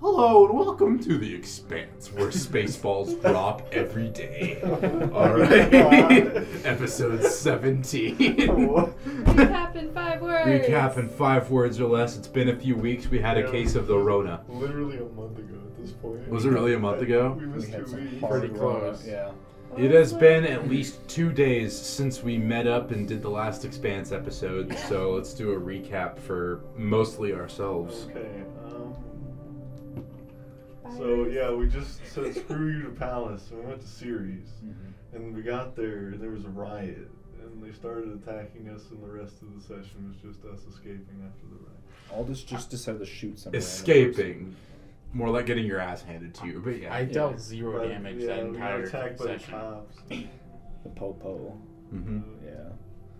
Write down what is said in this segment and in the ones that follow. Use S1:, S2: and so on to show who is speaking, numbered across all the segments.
S1: Hello and welcome to the Expanse, where spaceballs drop every day. All right, episode seventeen.
S2: Recap in five words.
S1: Recap in five words or less. It's been a few weeks. We had a
S3: Yeah.
S1: case of the Rona.
S3: Literally a month ago at this point.
S1: Was it really a month ago?
S3: We
S4: We
S3: missed two
S4: had some
S3: weeks.
S4: hard
S1: Pretty
S4: run,
S1: close.
S4: Yeah.
S1: It has
S2: Oh,
S1: been at least two days since we met up and did the last Expanse episode, so let's do a recap for mostly ourselves.
S3: Okay. Um,
S2: Five
S3: so
S2: words.
S3: yeah, we just said screw you to Palace. and We went to Ceres,
S4: Mm-hmm.
S3: and we got there, and there was a riot, and they started attacking us, and the rest of the session was just us escaping after the riot.
S4: Aldous just decided to shoot somebody.
S1: Escaping, more like getting your ass handed to you, but yeah.
S5: I dealt zero
S3: But,
S5: damage
S3: yeah,
S5: that
S3: we got
S5: entire
S3: attacked by the
S5: session.
S3: cops.
S4: The Popo.
S1: hmm
S4: Yeah.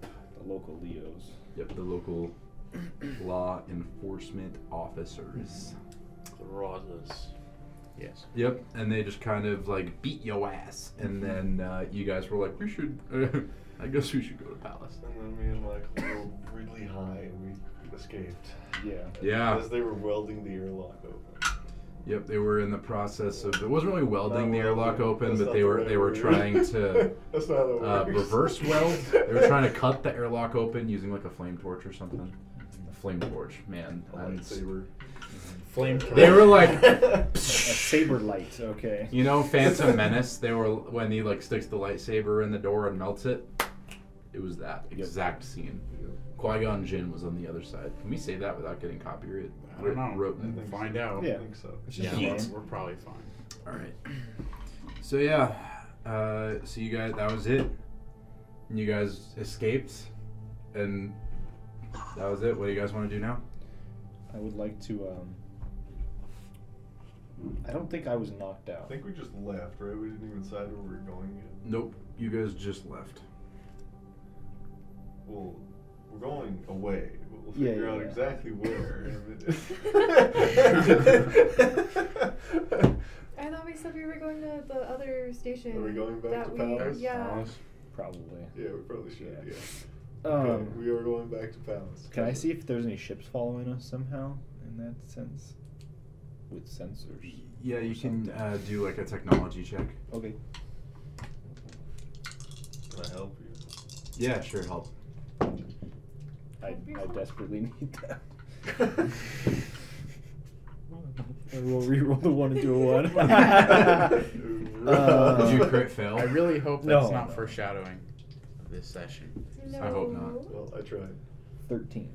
S4: The local Leos.
S1: Yep, the local law enforcement officers.
S5: Rosas.
S4: Yes.
S1: Yep, and they just kind of like beat your ass, and then uh, you guys were like, "We should, uh, I guess we should go to Palace."
S3: uh, And then me and Michael were really high, and we escaped.
S4: Yeah.
S1: Yeah.
S3: As they were welding the airlock open.
S1: Yep, they were in the process of it wasn't really welding the
S3: Not
S1: airlock
S3: welding.
S1: open,
S3: That's
S1: but
S3: not
S1: they
S3: the
S1: were
S3: right
S1: they were
S3: word.
S1: trying to
S3: That's not how it
S1: uh,
S3: works.
S1: reverse weld. They were trying to cut the airlock open using like a flame torch or something. A flame torch, man.
S3: A
S1: I'm-
S3: lightsaber.
S5: Flame
S1: They were like,
S4: A saber light. Okay.
S1: You know, Phantom Menace. They were when he like sticks the lightsaber in the door and melts it. It was that exact scene. Qui Gon Jinn was on the other side. Can we say that without getting copyright?
S5: I don't know.
S1: Ro-
S3: I think
S5: Find
S3: so.
S5: out.
S3: I
S4: Yeah.
S3: think so.
S4: It's
S5: Yeah,
S4: just
S5: we're,
S4: a
S5: we're probably fine.
S1: All right. So yeah, uh, so you guys, that was it. You guys escaped, and that was it. What do you guys want to do now?
S4: I would like to. um I don't think I was knocked
S3: I
S4: out.
S3: think we just left, right? We didn't even decide where we were going yet.
S1: Nope. You guys just left.
S3: Well, we're going away, but we'll
S4: Yeah,
S3: figure
S4: yeah,
S3: out
S4: yeah.
S3: exactly where. in a minute.
S2: I thought we said we were going to the other station.
S3: Are we going back
S2: that
S3: to
S2: we,
S3: Palace?
S2: Yeah.
S4: Probably.
S3: yeah, we probably should. Yeah.
S4: Yeah.
S3: Okay,
S4: Um.
S3: we are going back to Palace.
S4: Can I see if there's any ships following us somehow in that sense? With sensors.
S1: Yeah, you can uh, do like a technology check.
S4: Okay.
S3: Can I help you?
S1: Yeah, sure, help.
S4: I, I desperately need that. I will reroll the one and do a one. Uh,
S1: Did you crit fail?
S5: Uh, I really hope
S4: No,
S5: that's not
S4: no.
S5: foreshadowing of this session.
S2: No.
S1: I hope not.
S3: Well, I tried.
S4: Thirteen.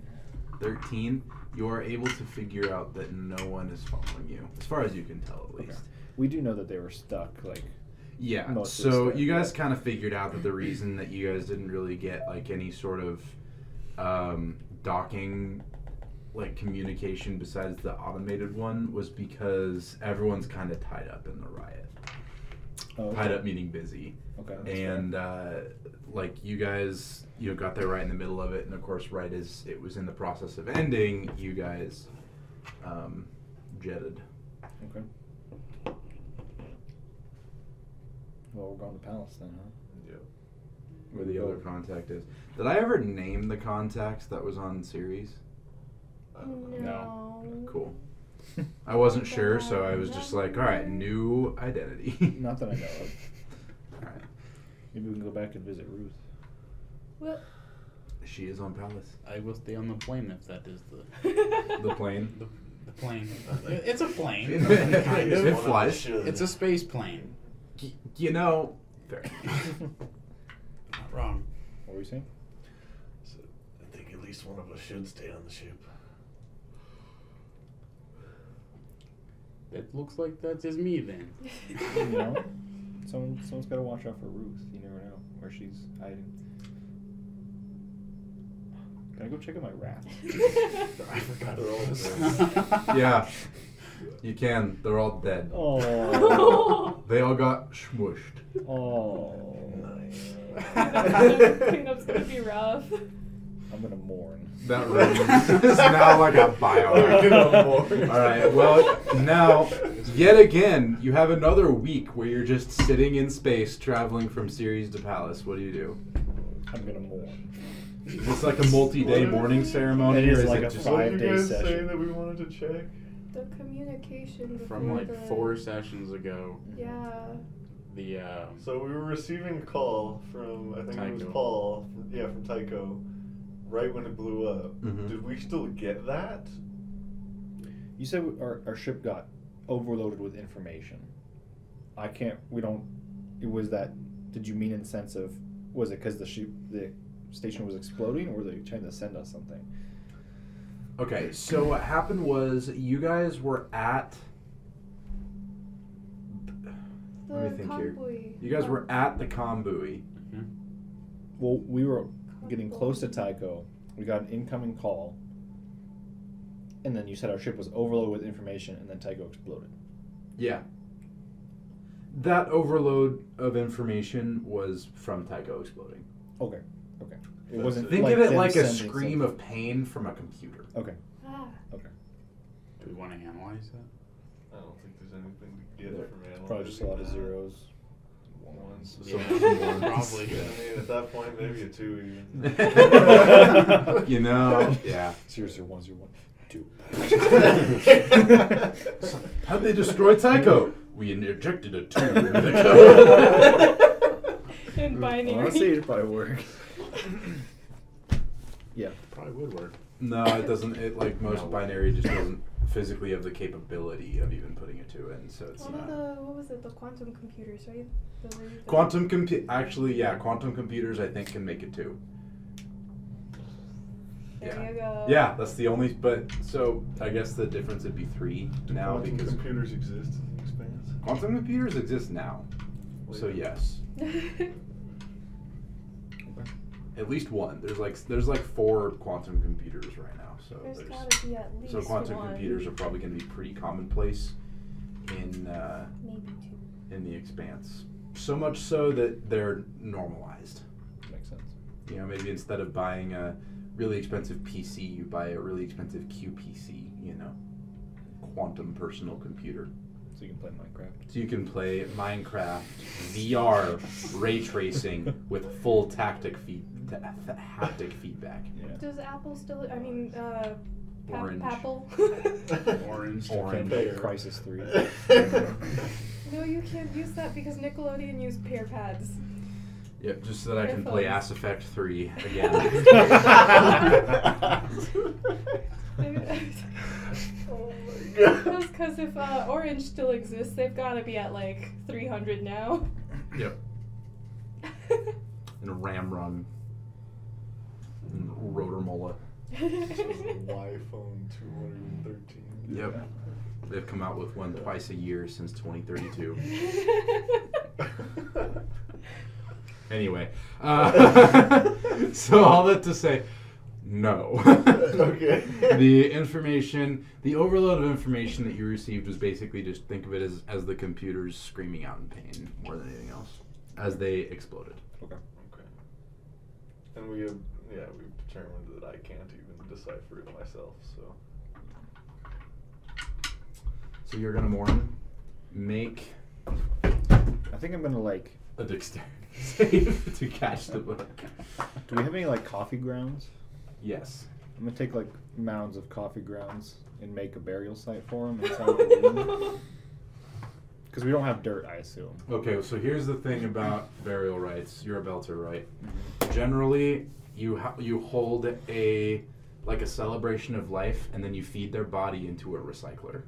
S1: 13, you are able to figure out that no one is following you, as far as you can tell at
S4: Okay.
S1: least.
S4: We do know that they were stuck. Like,
S1: Yeah.
S4: Most of
S1: so
S4: the
S1: you
S4: stuff,
S1: guys kind of figured out that the reason that you guys didn't really get like any sort of um, docking like communication besides the automated one was because everyone's kind of tied up in the riot.
S4: oh,
S1: Tied
S4: okay.
S1: up meaning busy.
S4: Okay, that's fair.
S1: and uh, like you guys you know got there right in the middle of it and of course right as it was in the process of ending you guys um, jetted
S4: okay. Well, we're going to palace then, huh?
S3: Yeah.
S1: where the other contact is did i ever name the contacts that was on series
S3: I don't know.
S2: No.
S1: cool i wasn't sure so i was just like all right new identity
S4: Not that I know of.
S1: all right
S4: Maybe we can go back and visit Ruth.
S2: Well,
S1: she is on palace
S5: I will stay on the plane if that is the
S1: the plane
S5: the, the plane. It's a plane. kind
S1: It
S5: of.
S1: flies.
S5: It's a space plane.
S1: Y- you know fair.
S5: Not wrong.
S4: What were you saying?
S3: I think at least one of us should stay on the ship.
S5: That looks like that is me then.
S4: You know, someone someone's got to watch out for Ruth. You never know where she's hiding. Can I go check out my raft?
S5: I forgot
S3: They're all
S5: all
S1: yeah you can they're all dead
S4: Oh,
S1: they all got smushed
S4: oh!
S3: Nice.
S2: Cleanup's gonna be rough.
S4: I'm gonna mourn.
S1: That room is now like a
S3: Alright,
S1: bio.
S3: get on board.
S1: All right. Well, now, yet again, you have another week where you're just sitting in space, traveling from Ceres to Palace. What do you do?
S4: I'm gonna mourn.
S1: It's like a multi-day mourning ceremony,
S4: It is
S1: or is
S4: like
S1: it
S4: a
S1: just
S3: What
S4: five-
S3: did you
S4: day
S3: guys say
S4: session.
S3: that we wanted to check?
S2: The communication before
S5: From like
S2: the,
S5: four sessions ago,
S2: Yeah.
S5: the uh,
S3: So we were receiving a call from I think it was
S5: Tycho.
S3: Paul, from, yeah, from Tycho, right when it blew up.
S1: Mhm.
S3: Did we still get that?
S4: You said we- our, our ship got overloaded with information. I can't. We don't. It was that. Did you mean in sense of was it because the ship the station was exploding or were they trying to send us something?
S1: Okay, so what happened was you guys were at
S2: The
S1: Let me think here.
S2: convoy.
S1: you guys were at the comm buoy.
S4: Well, we were
S2: Con-
S4: getting
S2: convoy.
S4: close to Tycho. We got an incoming call. And then you said our ship was overloaded with information, and then Tycho exploded.
S1: Yeah. That overload of information was from Tycho exploding.
S4: Okay, okay. It
S3: That's
S4: wasn't.
S3: it.
S1: Think of it
S4: them
S1: like a
S4: sending
S1: scream
S4: something.
S1: of pain from a computer.
S2: Ah,
S5: do we want to analyze that?
S3: I don't think there's anything to get
S1: There-
S3: from analyzing.
S4: Probably just a lot of
S3: that.
S4: zeros.
S3: Ones.
S1: So-
S5: Yeah,
S3: I
S5: probably.
S3: mean, at that point, maybe a two even.
S1: you know, yeah.
S4: Zero, zero, one, zero, one, two.
S1: How'd they destroy Tycho? We injected a tube into the code.
S3: Tycho.
S2: in binary.
S4: Honestly, it'd probably work.
S5: Probably would work.
S1: no, it doesn't. It like most
S5: No.
S1: binary just doesn't physically have the capability of even putting it to in, so it's
S2: One
S1: not.
S2: of the what was it? The quantum computers, right? The way that-
S1: Quantum compu- actually, yeah, quantum computers I think can make it too.
S2: There
S1: yeah.
S2: you go.
S1: Yeah, that's the only. But so I guess the difference would be three
S3: Do
S1: now
S3: quantum
S1: because
S3: computers exist in the expanse.
S1: quantum computers exist now. So
S3: Like,
S1: yes, at least one. There's like there's like four quantum computers right now. So
S2: There's
S1: there's
S2: gotta be at least
S1: so quantum
S2: one.
S1: computers are probably going to be pretty commonplace in uh,
S2: Maybe two.
S1: in the expanse. So much so that they're normalized.
S4: Makes sense.
S1: You know, maybe instead of buying a really expensive PC, you buy a really expensive QPC. You know, quantum personal computer.
S4: So you can play Minecraft.
S1: So you can play Minecraft VR ray tracing with full tactic feed, ta- th- haptic feedback.
S4: Yeah.
S2: Does Apple still? I mean, uh, pa-
S1: Orange.
S2: Apple.
S5: Orange.
S1: Orange.
S5: Pear.
S4: Crisis Three.
S2: no, you can't use that because Nickelodeon used pear pads.
S1: Yep, just so that I can play Ass Effect 3 again.
S2: Maybe
S3: oh
S2: That's because if uh, Orange still exists, they've got to be at like 300 now.
S1: Yep. And Ramrun. And Rotormola.
S3: iPhone 213.
S1: Yep. They've come out with one twice a year since 2032. Anyway, uh, so all that to say, no.
S3: Okay.
S1: the information, the overload of information that you received was basically just think of it as, as the computers screaming out in pain more than anything else as they exploded.
S3: Okay. And we have, yeah, we've determined that I can't even decipher it myself, so.
S1: So you're gonna mourn, make
S4: I think I'm gonna like.
S1: a dexterity save to catch the book.
S4: Do we have any like coffee grounds?
S1: Yes.
S4: I'm gonna take like mounds of coffee grounds and make a burial site for them because we don't have dirt, I assume.
S1: Okay, so here's the thing about burial rites. You're a belter, right? Generally, you ha- you hold a like a celebration of life, and then you feed their body into a recycler.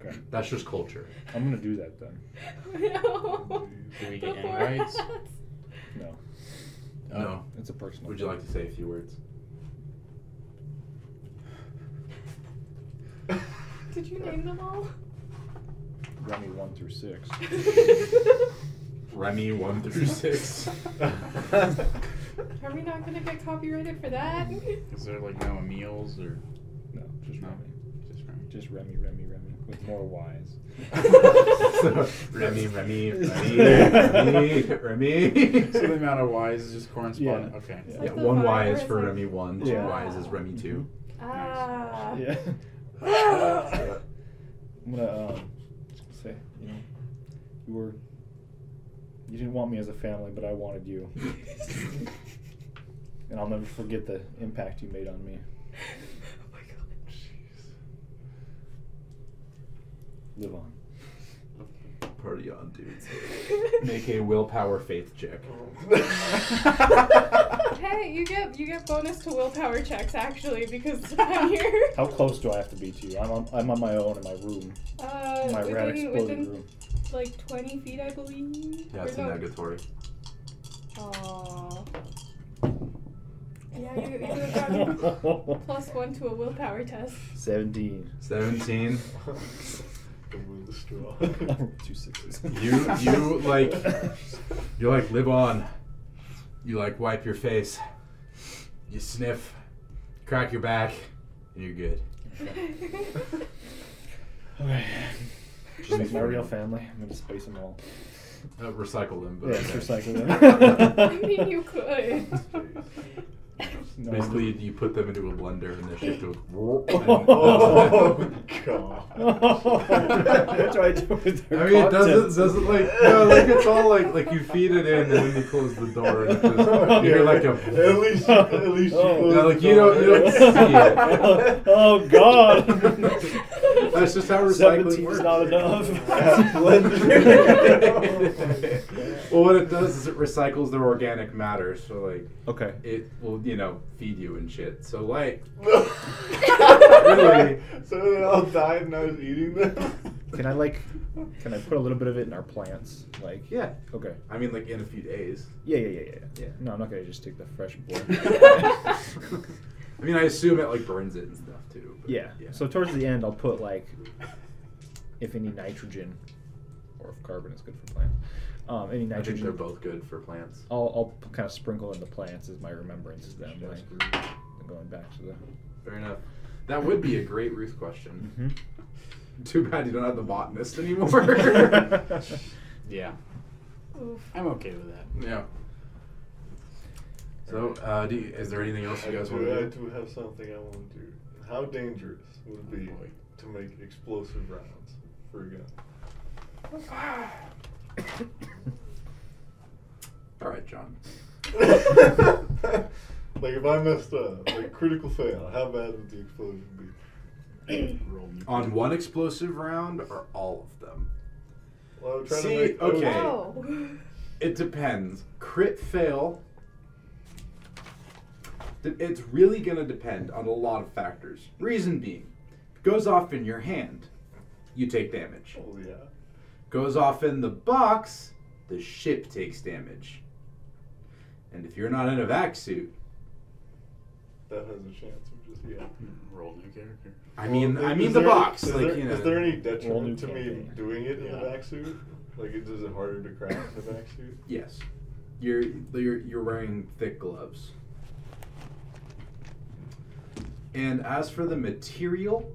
S4: Okay.
S1: That's just culture.
S4: I'm gonna do that then.
S2: no.
S5: Do we
S2: The
S5: get any
S2: four
S5: rights?
S2: hats.
S4: No,
S1: no.
S4: it's a personal.
S1: Would you like to say a few words?
S2: Did you name them all?
S4: Remy one through six?
S1: Remy one through six.
S2: Are we not gonna get copyrighted for that?
S5: Is there like no meals or
S4: No, just
S5: No.
S4: Remy.
S5: just
S4: Just Remy, Remy, Remy, with more Y's.
S1: so, Remy, Remy, Remy, Remy, Remy.
S5: So the amount of Y's is just correspondent.
S4: Yeah.
S5: Okay.
S2: Yeah.
S1: Yeah,
S2: Like the
S1: one Y
S2: vibe
S1: is
S2: where
S1: for
S2: it's like-
S1: Remy one, two
S4: Yeah.
S1: Y's is Remy two.
S2: Ah.
S4: Yeah.
S2: Ah.
S4: I'm gonna um, say, you know, you were, you didn't want me as a family, but I wanted you, and I'll never forget the impact you made on me.
S2: Oh my god.
S3: Jeez.
S4: Live on.
S1: Party on, dudes. Make a willpower faith check. Oh.
S2: Hey, you get you get bonus to willpower checks actually because I'm here.
S4: How close do I have to be to you? I'm on, I'm on my own in my room,
S2: Uh,
S4: my rat
S2: within,
S4: exploded
S2: within
S4: room.
S2: like 20 feet, I believe.
S1: Yeah, it's a
S2: Or no.
S1: negatory.
S2: Aw. Yeah, you, you would have gotten plus one to a willpower test.
S4: Seventeen.
S1: 17.
S3: Don't move the straw.
S4: Two sixes.
S1: You- you, like- You like live on. You like wipe your face. You sniff, crack your back, and you're good.
S4: Okay.
S1: Just
S4: Just my
S1: for-
S4: real family. I'm gonna space them all.
S1: Uh, recycle them, but
S4: Yeah,
S1: okay.
S4: it's recycle
S2: I
S4: them.
S2: mean, you could.
S4: No.
S1: Basically, you put them into a blender and they shift to
S4: Oh,
S1: a.
S3: God.
S4: That's what I do with
S1: I
S4: their
S1: mean, it doesn't,
S4: contents.
S1: doesn't like no, like it's all like like you feed it in and then you close the door and it just, you hear like a
S3: At least, at least
S4: Oh.
S3: you
S4: Yeah,
S1: like, you don't- you don't see it.
S4: Oh, God.
S1: That's just how recycling
S4: 17
S1: works.
S4: is not enough.
S1: well, what it does is it recycles their organic matter, so like
S4: okay.
S1: it will you know feed you and shit. So like
S3: really? So they all died and I was eating them.
S4: Can I like? Can I put a little bit of it in our plants? Like.
S1: yeah,
S4: Okay.
S1: I mean like in a few days.
S4: Yeah, yeah, yeah, yeah.
S1: Yeah.
S4: No, I'm not gonna just take the fresh board.
S1: I mean, I assume it like burns it and stuff too. but
S4: yeah.
S1: yeah.
S4: So towards the end, I'll put like, if any nitrogen, or if carbon is good for plants, um, any
S1: I think
S4: nitrogen.
S1: they're both good for plants.
S4: I'll, I'll kind of sprinkle in the plants as my remembrance of them, like going back to the.
S1: Fair enough. That would be a great Ruth question.
S4: Mm-hmm.
S1: Too bad you don't have the botanist anymore.
S5: Yeah,
S2: Oof.
S5: I'm okay with that.
S1: yeah. So, uh, do you, is there anything else
S3: I
S1: you guys
S3: do-
S1: want to
S3: I
S1: do?
S3: do have something I want to do. How dangerous would it be
S5: boy.
S3: to make explosive rounds for a gun?
S1: All right, John.
S3: like if I messed up, like critical fail, how bad would the explosion be?
S5: Roll me.
S1: On one explosive round or all of them?
S3: Well, I'm trying
S1: See,
S3: to make,
S1: okay.
S2: Oh.
S1: It depends. Crit fail. Th- It's really going to depend on a lot of factors. Reason being, goes off in your hand, you take damage.
S3: Oh yeah.
S1: goes off in the box, the ship takes damage. And if you're not in a vac suit,
S3: That has a chance of just yeah.
S5: Roll new character.
S1: I mean,
S3: Well,
S1: I
S3: is
S1: mean the
S3: there-
S1: box,
S3: Is
S1: like
S3: there,
S1: you know.
S3: is there any
S4: Well, new
S3: detriment to me
S4: campaign.
S3: doing it in
S5: Yeah.
S3: the back suit? Like, it, is it harder to crack in the back suit?
S1: yes, you're you're you're wearing thick gloves. And as for the material,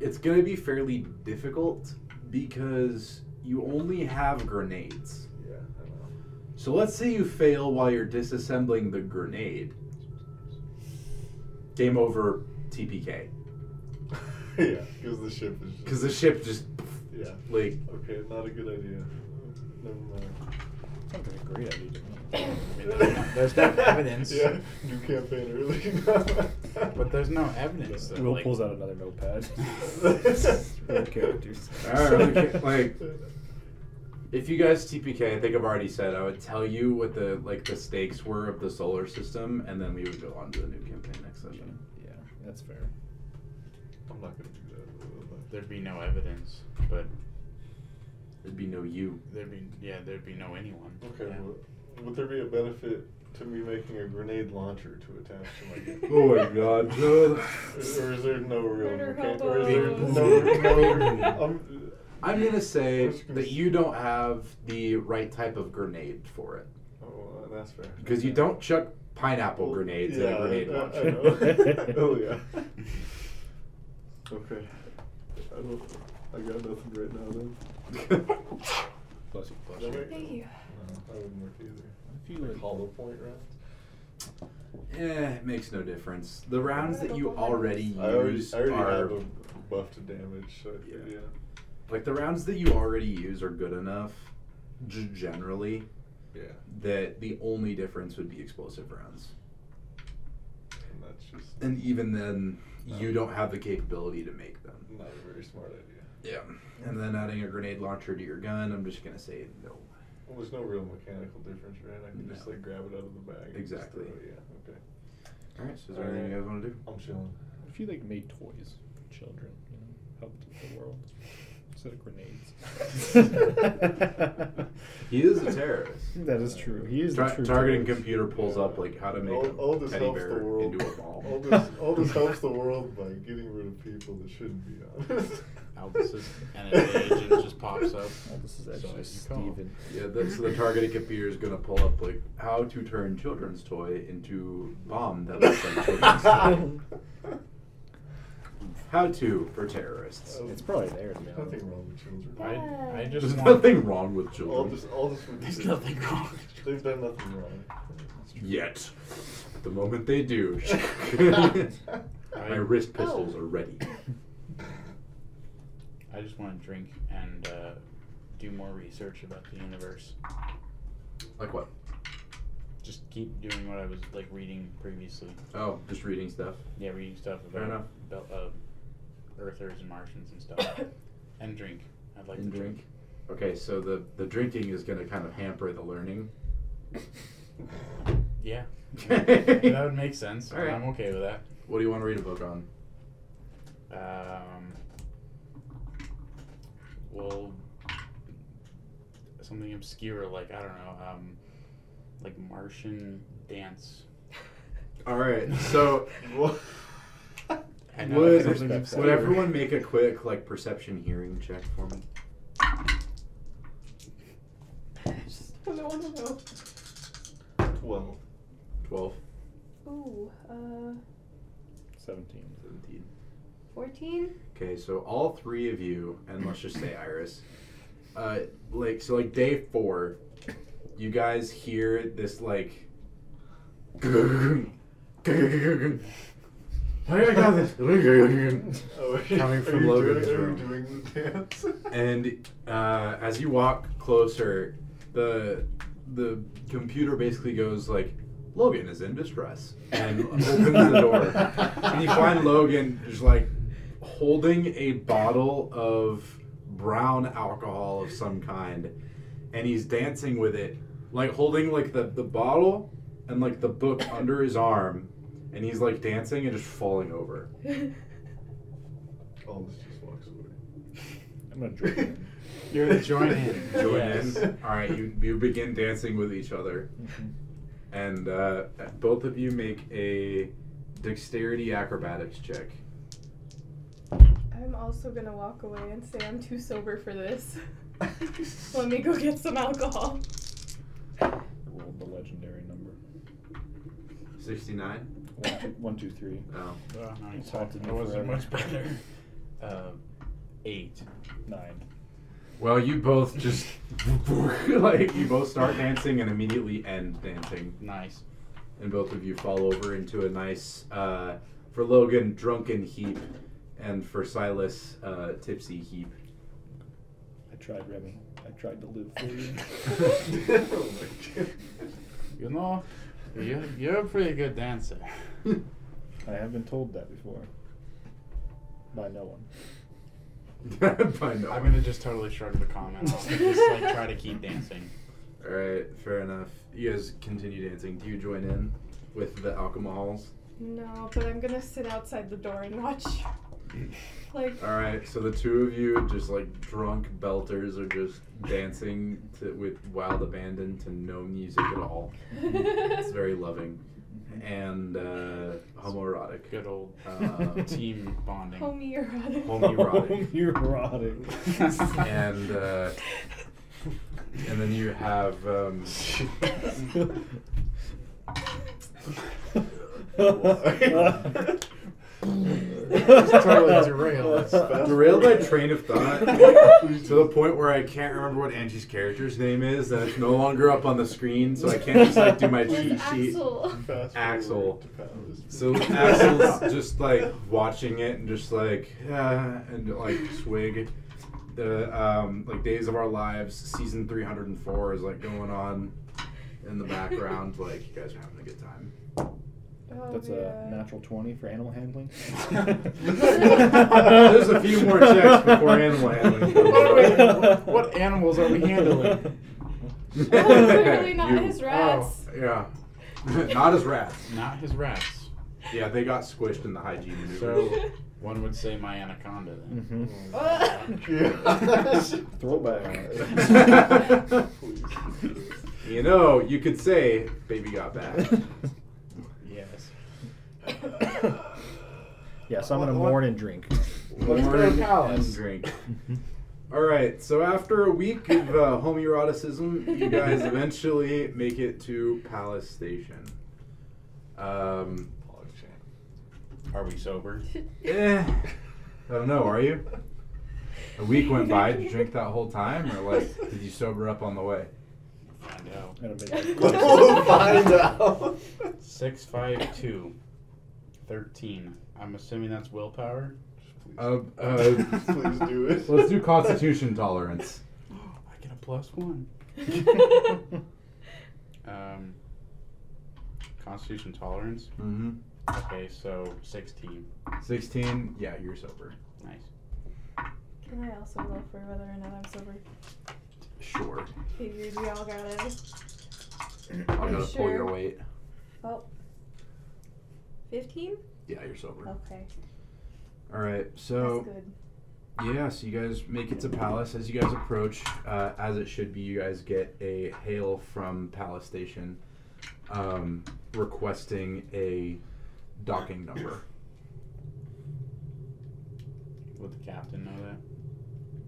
S1: it's gonna be fairly difficult because you only have grenades.
S3: Yeah, I know.
S1: So let's say you fail while you're disassembling the grenade. Game over, TPK.
S3: yeah, because the ship is just.
S1: Because the ship just
S3: Yeah.
S1: like
S3: Okay, not a good idea. Never mind.
S4: Sounds like a great idea. to me.
S5: I mean, there's, no, there's no evidence.
S3: yeah, new campaign early.
S5: But there's no evidence. That,
S4: Will
S5: like,
S4: pulls out another notepad. Real characters.
S1: Alright, okay, like- if you guys TPK, I think I've already said I would tell you what the like the stakes were of the solar system, and then we would go on to the new campaign next session.
S4: Yeah, that's fair.
S3: I'm not gonna do that.
S5: There'd be no evidence, but
S1: There'd be no you.
S5: there'd be yeah, there'd be no anyone.
S3: Okay,
S5: Yeah.
S3: well, would there be a benefit to me making a grenade launcher to attach to my gun?
S1: Oh my god,
S3: Or is there no real?
S2: Murder
S3: okay, or is
S5: hobos.
S3: there no, no, um,
S1: I'm gonna say
S3: I'm just gonna
S1: that you don't have the right type of grenade for it
S3: oh, uh, that's fair.
S1: because you don't chuck pineapple
S3: Well,
S1: grenades
S3: yeah,
S1: at a grenade
S3: I- I-
S1: launcher.
S3: I know. oh yeah. Okay. I don't. I got nothing right now then.
S4: Bless you.
S3: Does that make-
S2: Thank you.
S3: No, that wouldn't work either.
S4: If you like,
S3: Hollow point round.
S1: Eh, it makes no difference. The rounds that you already use
S3: I already, I already
S1: are
S3: have a buff to damage. So I
S1: Yeah.
S3: figured, yeah.
S1: like the rounds that you already use are good enough g- generally
S3: Yeah.
S1: that the only difference would be explosive rounds
S3: And that's just
S1: and even then you don't have the capability to make them
S3: not a very smart idea.
S1: Yeah. And then adding a grenade launcher to your gun, I'm just gonna say no.
S3: Well, there's no real mechanical difference, right? I can just
S1: No.
S3: like grab it out of the bag. and just
S1: Exactly.
S3: throw it, Yeah. Okay.
S1: All right. So is there
S3: All
S1: anything
S3: right.
S1: you guys want to do?
S3: I'm chilling.
S4: If you like made toys, for children, you know, helped the world instead of grenades.
S1: He is a terrorist.
S4: That is true. He is the
S1: Tar-
S4: true
S1: targeting
S4: terrorist.
S1: computer pulls up like how to make
S3: All, all
S1: a
S3: this
S1: teddy
S3: helps
S1: bear
S3: the world.
S1: into a ball.
S3: All this, all this helps the world by getting rid of people that shouldn't be on. it.
S5: Albus is at an age and it just pops up.
S4: Oh, this is
S5: So
S4: actually
S5: you call.
S4: Steven.
S1: Yeah, that's the targeting computer is gonna pull up like how to turn children's toy into bomb that looks like children's toy. How to for terrorists.
S4: It's probably there, to be
S3: There's
S4: honest.
S3: nothing wrong with children.
S5: I, I just
S1: There's
S5: want-
S1: nothing wrong with
S3: All
S1: children
S3: this, all this would be
S5: There's
S3: good.
S5: nothing wrong.
S3: They've done nothing wrong.
S1: yet. The moment they do, my wrist pistols are ready.
S5: I just want to drink and uh, do more research about the universe.
S1: Like what?
S5: Just keep doing what I was like reading previously.
S1: Oh, just reading stuff.
S5: Yeah, reading stuff
S1: Fair
S5: about bel- uh, Earthers and Martians and stuff. and drink. I'd like
S1: And
S5: to drink.
S1: drink. Okay, so the the drinking is gonna kind of hamper the learning.
S5: Yeah, that
S1: what
S5: would make sense.
S1: All right.
S5: I'm okay with that.
S1: do you want to read a book on?
S5: Um, well, something obscure like I don't know, um, like Martian dance.
S1: All right, so
S3: What?
S5: I know
S1: would,
S5: that's something
S4: Would
S5: obscure.
S1: would everyone make a quick like perception hearing check for me?
S2: Just don't want to know.
S3: Twelve.
S1: Twelve.
S2: Ooh, uh,
S4: 17.
S1: 17.
S2: 14?
S1: Okay, so all three of you, and let's just say Iris, uh, like so, like day four, you guys hear this like, I got this,
S3: Oh, are you-
S1: Coming from
S3: are you
S1: Logan's
S3: doing,
S1: room.
S3: Are you doing the dance?
S1: and uh, as you walk closer, the the computer basically goes like, Logan is in distress, and opens the door. and you find Logan just like holding a bottle of brown alcohol of some kind, and he's dancing with it, like holding like the, the bottle and like the book under his arm, and he's like dancing and just falling over.
S3: Aldous Oh, just walks away.
S4: I'm gonna drink. it.
S5: You're gonna join in.
S1: Join
S5: Yes.
S1: in. All right, you you begin dancing with each other,
S4: Mhm.
S1: and uh, both of you make a dexterity acrobatics check.
S2: I'm also gonna walk away and say I'm too sober for this. Let me go get some alcohol.
S4: Rolled the legendary number.
S1: Sixty nine.
S4: One, two, one, two, three.
S1: Oh,
S5: Well, no,
S4: It's
S5: it's
S4: haunted
S5: fine.
S4: me
S5: It wasn't
S4: forever.
S5: much better. Uh, eight.
S4: Nine.
S1: Well, you both just like you both start dancing and immediately end dancing,
S5: Nice.
S1: and both of you fall over into a nice uh, for Logan drunken heap, and for Silas uh, tipsy heap.
S4: I tried, Remy. I tried to live for you.
S3: oh my god.
S5: You know, you're, you're a pretty good dancer.
S4: I have been told that before. By no one.
S1: By no.
S5: I'm gonna just totally shrug the comment off and just like try to keep dancing.
S1: All right, fair enough. You guys continue dancing. Do you join in with the alcohols?
S2: No, but I'm gonna sit outside the door and watch. Like,
S1: All right, so the two of you, just like drunk belters, are just dancing to, with wild abandon to no music at all. It's very loving
S4: Mm-hmm.
S1: and uh, homoerotic.
S5: Good old
S1: Uh,
S5: team bonding.
S2: homie erotic.
S1: Homoerotic.
S4: Homoerotic.
S1: and uh, and then you have um,
S5: totally derailed.
S1: derailed my train of thought to the point where I can't remember what Angie's character's name is, and it's no longer up on the screen, so I can't just like do my
S2: It's
S1: cheat sheet.
S2: Axel.
S3: Fast
S1: Axel.
S3: forward to Palace.
S1: So Axel's just like watching it and just like uh, and like swig. The um, like Days of Our Lives season three hundred and four is like going on in the background. Like you guys are having a good time.
S2: Oh,
S4: That's
S2: yeah.
S4: a natural 20 for animal handling.
S1: There's a few more checks before animal handling.
S5: Wait, wait, what animals are we handling?
S2: Clearly not
S1: You-
S2: his rats.
S1: Oh, yeah. not his rats.
S5: Not his rats.
S1: Yeah, they got squished in the hygiene maneuver.
S5: So one would say my anaconda then.
S4: hmm
S3: Mm-hmm. Yeah.
S4: Throwback.
S3: Please.
S1: you know, you could say baby got back.
S5: Yes.
S4: yeah, so I'm gonna
S3: What- what-
S4: mourn and drink.
S3: Let's go
S1: Warren
S3: Palace.
S1: and Drink. All right, so after a week of uh, homoeroticism, you guys eventually make it to Palace Station. Um,
S3: Pog champ.
S4: Mm-hmm.
S5: Are we sober?
S1: eh, I don't know. Are you? A week went by. Did you drink that whole time, or like, did you sober up on the way?
S5: Find out.
S4: At a midnight.
S3: We'll find out.
S5: Six five two. Thirteen. I'm assuming that's willpower.
S1: Uh, uh,
S3: Please do it.
S1: let's do Constitution tolerance.
S5: I get a plus one. Um, Constitution tolerance.
S1: Mm-hmm.
S5: Okay, so sixteen.
S1: Sixteen. Yeah, you're sober.
S5: Nice.
S2: And I also love for whether or not I'm sober.
S1: Sure.
S2: Figured we all got it.
S1: I'm gonna
S2: you
S1: pull
S2: sure?
S1: your weight.
S2: Fifteen?
S1: Yeah, you're sober.
S2: Okay.
S1: All right. So.
S2: That's good.
S1: Yeah, so you guys make it to Palace. As you guys approach, uh, as it should be, you guys get a hail from Palace Station um, requesting a docking number.
S5: Would the captain know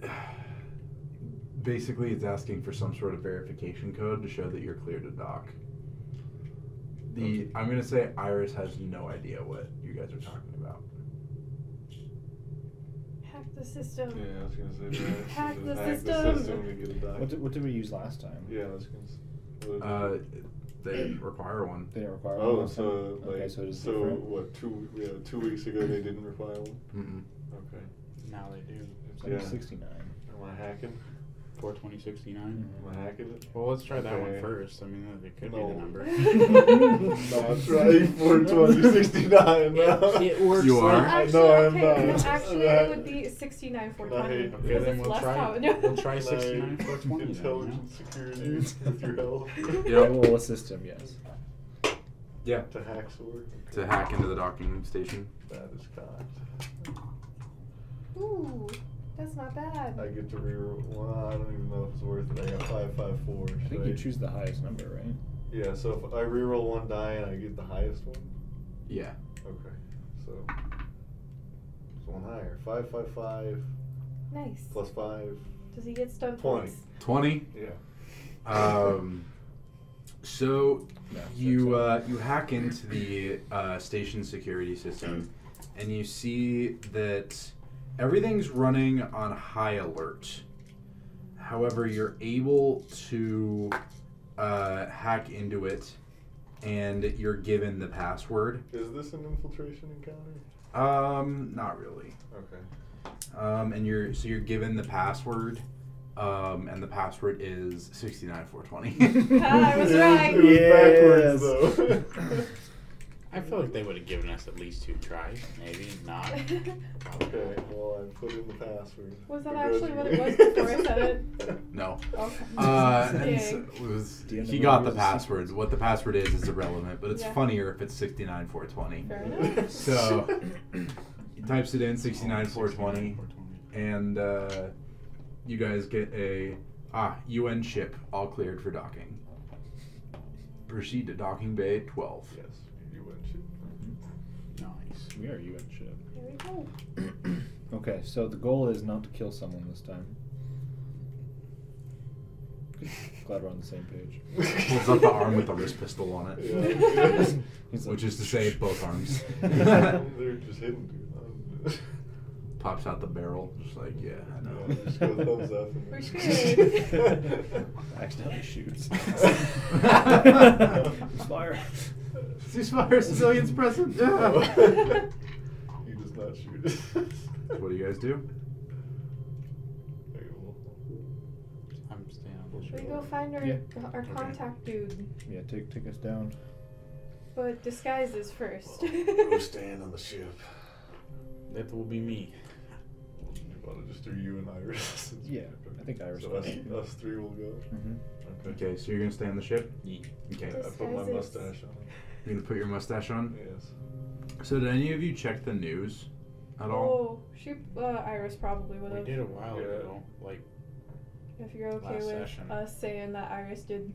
S5: that?
S1: Basically, it's asking for some sort of verification code to show that you're clear to dock. The I'm gonna say Iris has no idea what you guys are talking about.
S2: Hack the system.
S3: Yeah, I was gonna say that.
S2: Hack the
S3: Hack
S2: system.
S3: to get a doc.
S4: What did, what did we use last time?
S3: Yeah, I was gonna say. what-
S1: Uh, they didn't require one.
S4: They didn't require. one
S3: oh,
S4: last time?
S3: so like
S4: okay, so it is
S3: so
S4: different.
S3: what? Two yeah, two weeks ago they didn't reply one.
S1: Mm-mm.
S3: Okay.
S5: Now they do.
S4: So it'd be
S3: yeah.
S4: 69.
S3: Am I hacking?
S5: Four twenty sixty nine.
S4: Mhm.
S3: Am I hacking it?
S5: Well, let's try that
S3: Okay.
S5: one first. I mean, that- it could be
S3: No.
S5: the number.
S3: Not right. Four twenty sixty nine.
S5: It works.
S1: You are?
S5: like-
S2: Actually,
S3: No, I'm
S2: okay,
S3: not.
S2: no, actually it would be 69 420.
S3: No,
S5: Okay,
S2: because
S5: then
S2: it's
S5: we'll
S2: less
S5: try.
S2: power- no.
S5: We'll try sixty nine four twenty.
S3: Intelligent security with your help.
S1: Yep.
S4: I will assist him. Yes.
S1: Yeah,
S3: To hack sword.
S1: to hack into the docking station.
S3: That is cocked.
S2: Ooh, that's not bad.
S3: I get to reroll. Well, I don't even know if it's worth it. I got five, five, four.
S4: I think you choose the highest number, right?
S3: Yeah. So if I reroll one die and I get the highest one.
S1: Yeah.
S3: Okay. So. It's one higher. Five, five, five
S2: Nice.
S3: plus five.
S2: Does he get stun
S3: Twenty.
S2: points?
S1: Twenty.
S3: Yeah.
S1: Um, so
S4: No, so
S1: you
S4: it's-
S1: uh, you hack into the uh, station security system, and you see that everything's running on high alert. However, you're able to uh, hack into it, and you're given the password.
S3: Is this an infiltration encounter?
S1: Um, not really.
S3: Okay.
S1: Um, and you're so you're given the password. Um, and the password is sixty nine four twenty.
S2: Ah, I was
S3: It
S2: right.
S3: uh, It was
S4: Yes.
S3: backwards though.
S5: I feel like they would have given us at least two tries. Maybe not.
S3: Okay, well, I put in the password.
S2: Was that actually what it was before I said it?
S1: no.
S2: Okay.
S1: Uh, and
S2: Dang.
S1: so it was,
S4: Do you
S1: he
S4: know
S1: got
S4: what
S1: the
S4: yours is?
S1: passwords. What the password is is irrelevant, but it's
S2: Yeah.
S1: funnier if it's 69420.
S2: Fair enough.
S1: So he types it in 69420,
S5: 420.
S1: and uh, you guys get a ah UN ship all cleared for docking. Proceed to docking bay 12.
S3: Yes, you went shit.
S5: Nice.
S4: we are you and shit.
S2: There we go.
S4: Okay, so the goal is not to kill someone this time. Glad we're on the same page.
S1: Holds up the arm with the wrist pistol on it,
S3: Yeah.
S4: He's like,
S1: which is to say both arms.
S3: They're just hidden, dude.
S1: Pops out the barrel, just like yeah, I know.
S3: Yeah, just go thumbs up. and-
S2: We're screwed.
S4: accidentally shoots.
S3: Fire.
S1: Ceasefire, civilians present.
S3: No. he does not shoot.
S1: What do you guys do?
S3: Okay, well,
S5: I'm staying on
S2: Should we go find our,
S4: Yeah.
S2: our
S5: Okay.
S2: contact dude?
S4: yeah, take take us down.
S2: But disguises first.
S3: We're Oh, staying on the ship.
S5: That will be me.
S3: You want to just do you and Iris?
S4: Yeah, I think Iris
S3: So
S4: was.
S3: us, us three will go.
S4: Mhm.
S3: Okay.
S1: Okay, so you're gonna stay on the ship.
S5: Ye-
S1: Okay,
S3: I put my
S2: Disguises.
S3: mustache
S1: you're gonna put your mustache
S3: on.
S1: on.
S3: Yes.
S1: So did any of you check the news at all?
S2: Oh, she, uh, Iris probably would
S5: We
S2: have.
S5: did a while
S3: Yeah.
S5: ago. Like,
S2: If you're okay
S5: last
S2: with
S5: session.
S2: us saying that Iris did.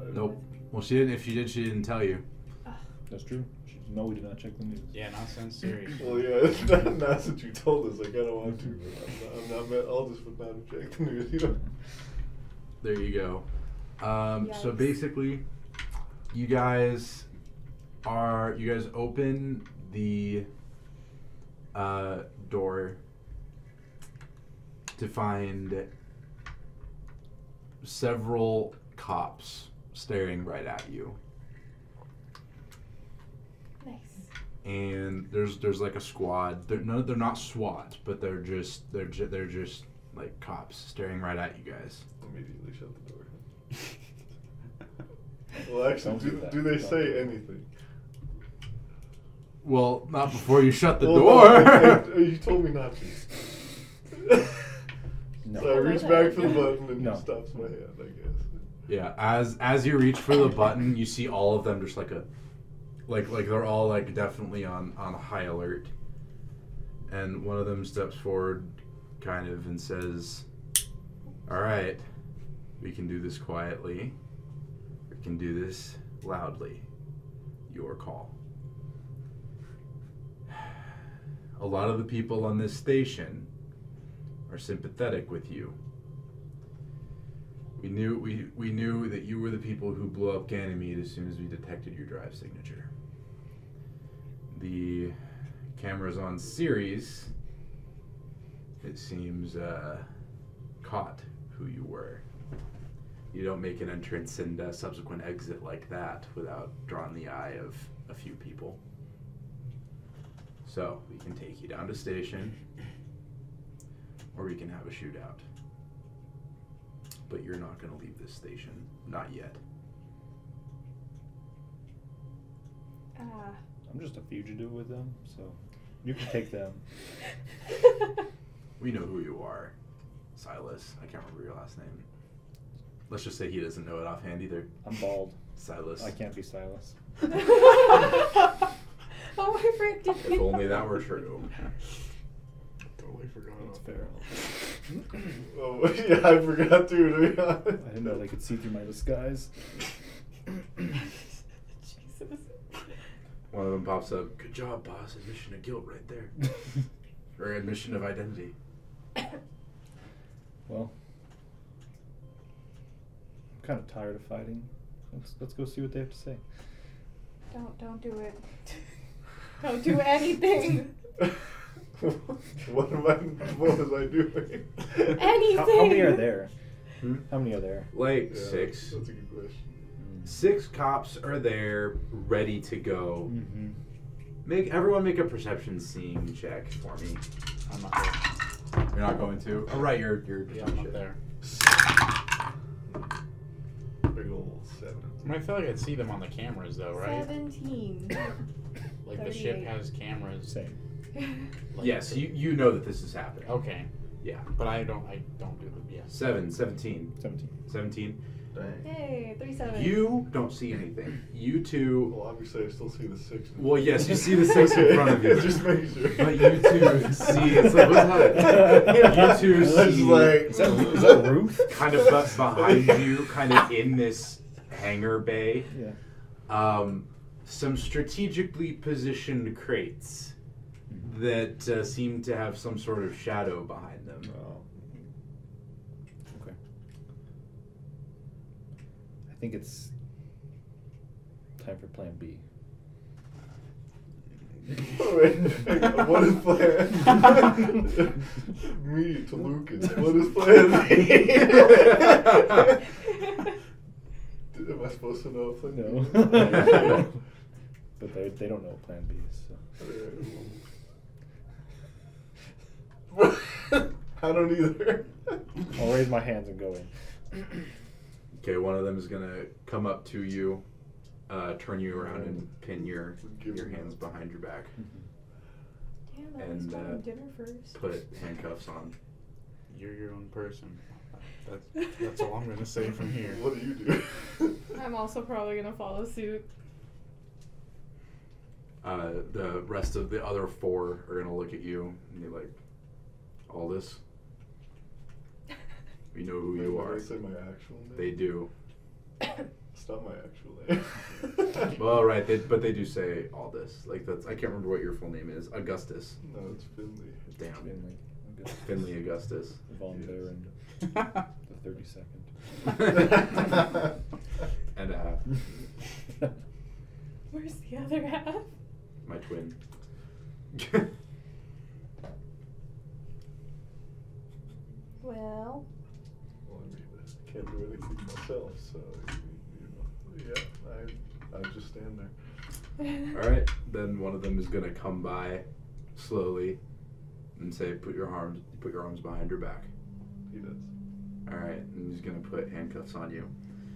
S3: I-
S1: Nope. Well, she didn't. If she did, she didn't tell you.
S4: That's true. She- No, we did not check the news.
S5: yeah, not since serious.
S3: Well, yeah, it's not, that's what you told us. Like, I don't want to. but I'm not, I'm not I'll just put not check the news. You know?
S1: There you go. Um, so
S2: Yikes.
S1: basically, you guys are you guys open the uh, door to find several cops staring right at you,
S2: Nice.
S1: and there's there's like a squad. They're no, they're not SWAT, but they're just they're ju- they're just like cops staring right at you guys.
S3: Immediately shut the door. Well, actually,
S4: Don't do
S3: do,
S4: that.
S3: do they
S4: Don't do
S3: say
S4: that.
S3: anything?
S1: Well, not before you shut the
S3: Well, no,
S1: door.
S3: I- I- you told me not to.
S4: No.
S3: So I reach back for the button and
S4: No.
S3: he stops my hand, I guess.
S1: Yeah, as as you reach for the button, you see all of them just like a, like like they're all like definitely on on high alert. And one of them steps forward, kind of, and says, "All right, we can do this quietly. We can do this loudly. Your call." A lot of the people on this station are sympathetic with you. We knew we, we knew that you were the people who blew up Ganymede as soon as we detected your drive signature. The cameras on Ceres, it seems, uh, caught who you were. You don't make an entrance and a subsequent exit like that without drawing the eye of a few people. So we can take you down to station, or we can have a shootout but you're not going to leave this station. Not yet.
S2: Ah.
S4: I'm just a fugitive with them, so you can take them.
S1: We know who you are. Silas. I can't remember your last name. Let's just say he doesn't know it offhand either.
S4: I'm bald.
S1: Silas.
S4: I can't be Silas.
S2: oh, I forgot. Did
S1: If only that were true.
S5: Totally forgot.
S4: That's fair.
S3: Oh, yeah, I forgot too, to be honest.
S4: I didn't know they could see through my disguise.
S2: Jesus.
S1: One of them pops up. Good job, boss. Admission of guilt right there. Or admission of identity.
S4: well, I'm kind of tired of fighting. Let's let's go see what they have to say.
S2: Don't don't do it. Don't do anything.
S3: what am I? What was I doing?
S2: Anything.
S4: How, how many are there?
S1: Hmm?
S4: How many are there?
S1: Like
S3: Yeah,
S1: six.
S3: That's a good question.
S1: Six cops are there, ready to go.
S4: Mm-hmm.
S1: Make everyone make a perception seeing check for me.
S5: I'm not there.
S1: You're not going to. Oh right, you're you're
S5: Yeah, I'm not there.
S3: Big old seven.
S5: I, mean, I feel like I'd see them on the cameras though, right?
S2: Seventeen.
S5: Like the ship
S2: 38.
S5: has cameras.
S4: Same.
S5: Like,
S1: Yes, you, you know that this is happening.
S5: Okay.
S1: Yeah.
S5: But I don't. I don't do the Yes.
S1: Seven, 17.
S4: Seventeen.
S1: 17.
S3: Dang.
S2: hey, three seven.
S1: You don't see anything. You two.
S3: Well, obviously, I still see the six. in
S1: Well,
S3: front.
S1: yes, you see the six in front of you.
S3: Just make sure.
S1: But you two see- it's like, what's
S4: that?
S1: You two
S3: I was
S1: see-
S3: like,
S4: Is that, is that Ruth?
S1: Kind of bu- behind you, kind of in this hangar bay,
S4: Yeah.
S1: um, some strategically positioned crates that uh, seem to have some sort of shadow behind them.
S3: Oh,
S4: Okay. I think it's time for Plan B.
S3: Wait, what is plan? Me to Lucas. What is plan? B? Did- Am I supposed to know plan?
S4: No.
S3: B? Alright,
S4: But they they don't know what Plan B is. So.
S3: well. I don't either.
S4: I'll raise my hands and go in.
S1: Okay, one of them is gonna come up to you uh, turn you around and pin your
S3: Give
S1: your
S3: him
S1: hands behind your back,
S2: Damn, I was
S1: And,
S2: buying
S1: uh,
S2: dinner first.
S1: put handcuffs on.
S5: You're your own person. That's, that's all I'm gonna say from here.
S3: What do you do?
S2: I'm also probably gonna follow suit.
S1: Uh, the rest of the other four are gonna look at you and be like, "All this, we know who you
S3: Wait, did
S1: are."
S3: I say my actual name.
S1: They do.
S3: It's not my actual name.
S1: Well, right, they, but they do say all this. Like that's I can't remember what your full name is. Augustus.
S3: no, it's Finley.
S1: Damn.
S4: Finley, I guess.
S1: Finley Augustus.
S4: Volunteer in the thirty
S1: And uh,
S4: second.
S2: Where's the other half?
S1: my twin.
S2: Well,
S3: Well, I mean, I can't do anything myself, so you know, yeah, I I just stand there.
S1: all right, then one of them is gonna come by slowly and say, "Put your arms, put your arms behind your back."
S3: He does.
S1: All right, and he's gonna put handcuffs on you.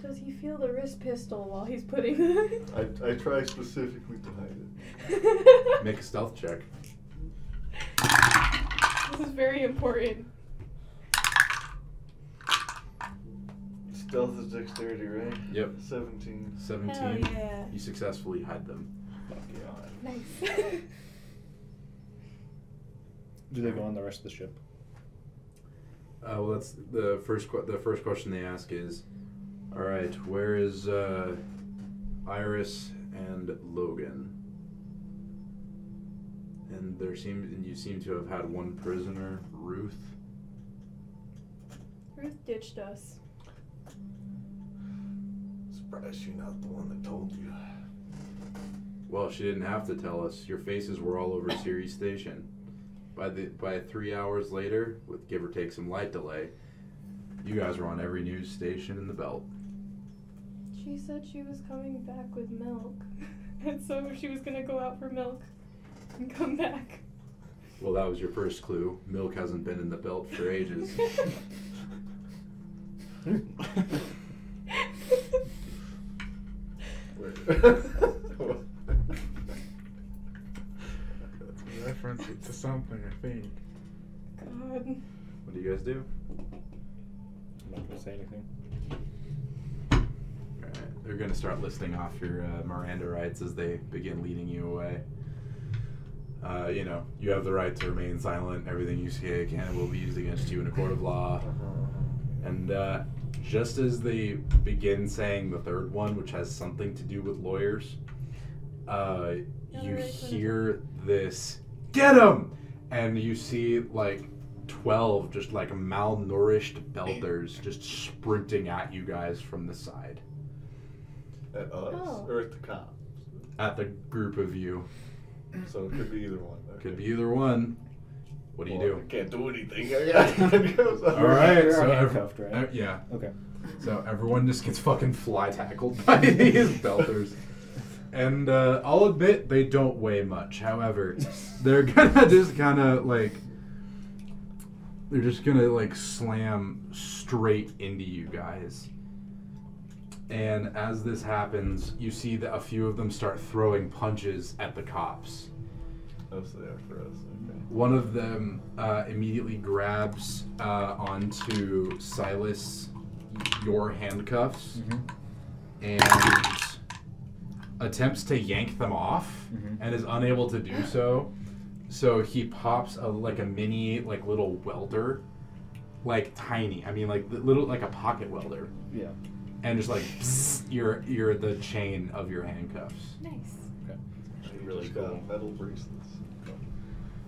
S2: does he feel the wrist pistol while he's putting it?
S3: I, I try specifically to hide it.
S1: Make a stealth check.
S2: this is very important.
S3: Stealth is dexterity, right?
S1: Yep.
S3: Seventeen.
S2: Hell
S1: Seventeen.
S2: yeah.
S1: You successfully hide them.
S2: Nice.
S4: Do they go on the rest of the ship?
S1: Uh, well, that's the first. Que- the first question they ask is, "All right, where is uh, Iris and Logan?" And there seems, and you seem to have had one prisoner, Ruth.
S2: Ruth ditched us.
S3: Surprised you're not the one that told you.
S1: Well, she didn't have to tell us. Your faces were all over Ceres Station. By the by, three hours later, with give or take some light delay, you guys were on every news station in the belt.
S2: She said she was coming back with milk. and so she was gonna go out for milk and come back.
S1: Well, that was your first clue. Milk hasn't been in the belt for ages.
S3: Wait. Uh-huh.
S5: Reference it to something, I think.
S2: God.
S1: What do you guys do?
S4: I'm not gonna say anything.
S1: Alright, They're going to start listing off your uh, Miranda rights as they begin leading you away. Uh, you know, you have the right to remain silent. Everything you say can will be used against you in a court of law. And uh, just as they begin saying the third one, which has something to do with lawyers, uh,
S2: Yeah,
S1: you
S2: right,
S1: hear this "Get him!" and you see like twelve just like malnourished belters just sprinting at you guys from the side
S3: at us
S2: Oh.
S3: or at the cop.
S1: at the group of you.
S3: So it could be either one. Okay.
S1: Could be either one. What do you
S3: Well,
S1: do?
S3: I can't do anything. I got
S1: All right,
S4: You're
S1: so ev-
S4: handcuffed, right?
S1: ev- Uh, yeah.
S4: Okay.
S1: So everyone just gets fucking fly tackled by these belters. And uh, I'll admit they don't weigh much. However, they're gonna just kind of like they're just gonna like slam straight into you guys. And as this happens, you see that a few of them start throwing punches at the cops.
S3: Oh, so they are for us. Okay.
S1: One of them uh, immediately grabs uh, onto Silas your handcuffs and attempts to yank them off
S4: Mhm.
S1: and is unable to do so. So he pops a like a mini like little welder, like tiny. I mean like li- little like a pocket welder,
S4: Yeah.
S1: and just like psst, you're you're the chain of your handcuffs.
S2: Nice.
S3: I
S5: Really
S3: just got
S5: cool.
S3: metal bracelets.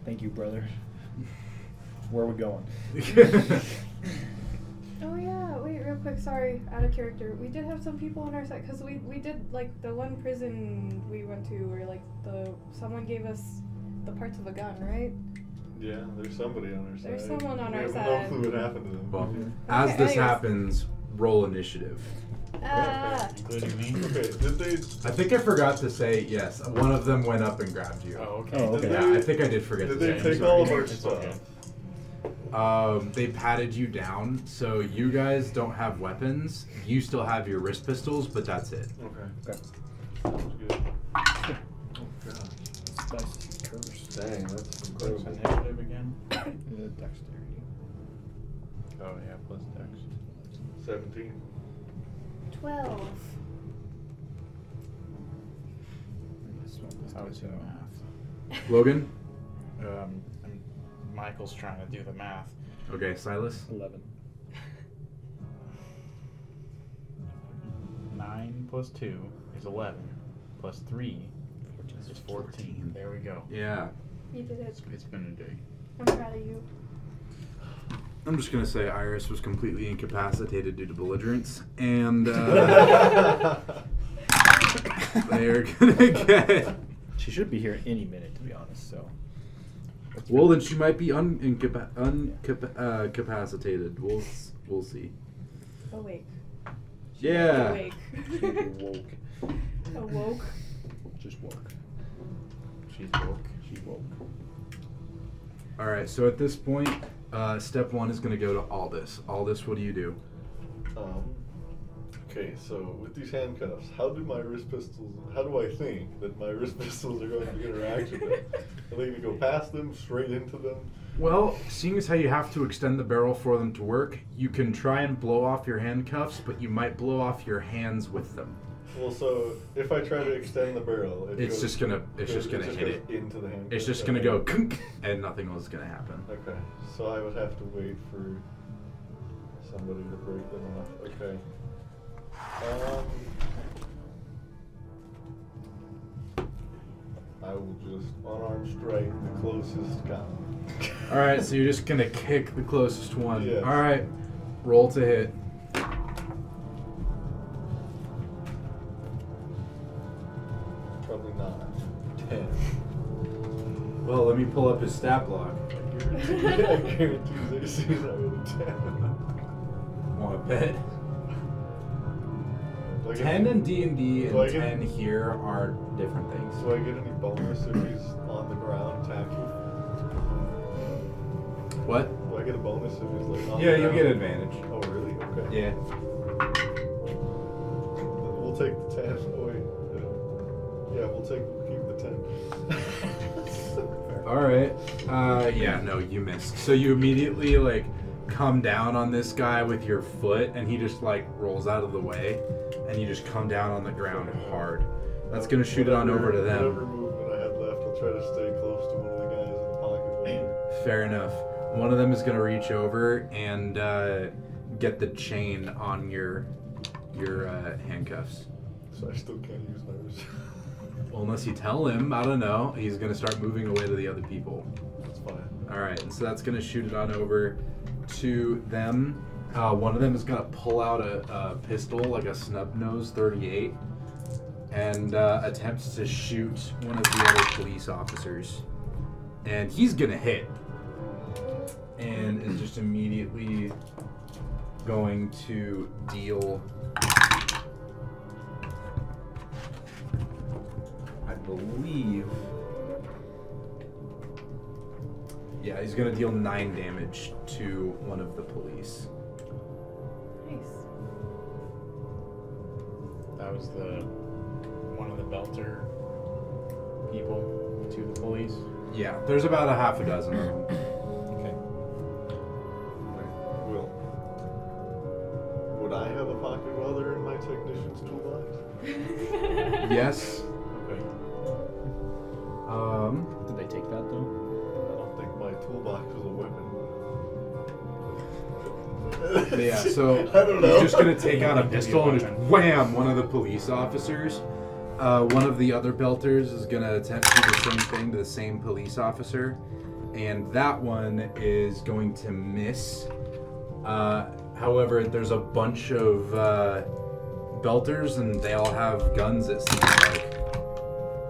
S4: Thank you, brother. Where are we going?
S2: Oh yeah, wait, real quick, sorry, out of character. We did have some people on our side because we we did like the one prison we went to where like the someone gave us the parts of a gun, right?
S3: Yeah, there's somebody on our side.
S2: There's someone on
S3: we
S2: our
S3: have
S2: side.
S3: No clue what happened to them.
S4: Oh,
S1: Well,
S2: Okay,
S1: as this
S2: anyways.
S1: happens, roll initiative.
S2: Ah,
S5: Including me.
S3: Okay, did they?
S1: I think I forgot to say yes. One of them went up and grabbed you.
S5: Oh, okay.
S4: Oh, okay.
S1: Yeah, I think I did forget
S3: Did
S1: to
S3: they
S1: say.
S3: take
S5: sorry.
S3: all of our
S5: It's
S3: stuff?
S5: okay.
S1: Um, they patted you down, so you guys don't have weapons. You still have your wrist pistols, but that's it.
S3: Okay. Sounds good. Oh, God.
S4: Dice curse.
S3: Dang, that's
S5: What's
S3: incredible.
S5: initiative again?
S4: Uh, dexterity.
S5: Oh yeah, plus dex.
S3: 17.
S2: 12.
S5: I would say math.
S1: Logan?
S5: Um, I'm- Michael's trying to do the math.
S1: Okay, Silas?
S4: Eleven.
S5: Nine plus two is eleven. Plus three is fourteen. There we go.
S1: Yeah.
S2: You did it.
S5: It's, it's been a day.
S2: I'm proud of you.
S1: I'm just gonna say Iris was completely incapacitated due to belligerence, and uh, they're gonna get.
S4: She should be here any minute, to be honest. So.
S1: Well, then she might be unincapacitated. Un- incapa- uh, capacitated. we'll s- we'll see.
S2: Awake.
S1: Yeah.
S2: Awake.
S4: She woke.
S2: Awoke.
S4: Just woke.
S5: She's woke.
S4: She woke.
S1: All right. So at this point, uh, step one is gonna go to Aldous. Aldous, what do you do?
S3: Um, okay, so with these handcuffs, how do my wrist pistols, how do I think that my wrist pistols are going to interact with them? Are they going to go past them, straight into them?
S1: Well, seeing as how you have to extend the barrel for them to work, you can try and blow off your handcuffs, but you might blow off your hands with them.
S3: Well, so if I try to extend the barrel, it
S1: It's
S3: goes-
S1: just gonna. It's
S3: goes-
S1: just gonna hit
S3: goes
S1: it.
S3: into the handcuff.
S1: It's just gonna go kunk, and nothing else is gonna happen.
S3: Okay, so I would have to wait for somebody to break them off. Okay. Um, Um, I will just unarmed strike the closest guy.
S1: All right, so you're just gonna kick the closest one.
S3: Yes.
S1: All right, roll to hit.
S3: Probably not.
S1: Ten. Well, let me pull up his stat block.
S3: I guarantee, I guarantee they see that with a ten.
S1: Want to bet?
S3: Like
S1: Ten
S3: if-
S1: in D and D
S3: Do I
S1: and
S3: get-
S1: ten here are different things.
S3: Do I get any bonus if he's on the ground attacking?
S1: What?
S3: Do I get a bonus if he's like on
S1: Yeah,
S3: the
S1: you
S3: ground?
S1: get advantage.
S3: Oh really? Okay.
S1: Yeah.
S3: We'll take the ten. Oh wait. no. Yeah, we'll take we'll keep the ten.
S1: All right. Uh, yeah. No, you missed. So you immediately like come down on this guy with your foot, and he just like rolls out of the way, and you just come down on the ground hard. That's gonna shoot it on over to them.
S3: Whatever movement I have left, I'll try to stay close to one of the guys in the pocket. where-
S1: Fair enough. One of them is gonna reach over and uh, get the chain on your your uh, handcuffs.
S3: So I still can't use my wrist.
S1: Well, unless you tell him, I don't know. He's gonna start moving away to the other people.
S3: That's fine.
S1: All right, so that's gonna shoot it on over to them. Uh, one of them is gonna pull out a, a pistol, like a snub nose 38, and uh, attempts to shoot one of the other police officers. And he's gonna hit, and is just immediately going to deal. I believe Yeah, he's gonna deal nine damage to one of the police.
S2: Nice.
S5: That was the one of the belter people to the police.
S1: Yeah, there's about a half a dozen of them.
S5: Okay.
S3: Will. Would I have a pocket welder in my technician's toolbox?
S1: yes.
S3: Okay.
S1: Um,
S4: Did they take that though?
S3: I don't think my toolbox is a weapon.
S1: but yeah, so
S3: I don't know.
S1: he's just gonna take out a pistol and just wham one of the police officers. Uh, one of the other belters is gonna attempt to do the same thing to the same police officer, and that one is going to miss. Uh, however, there's a bunch of uh, belters, and they all have guns. It seems like.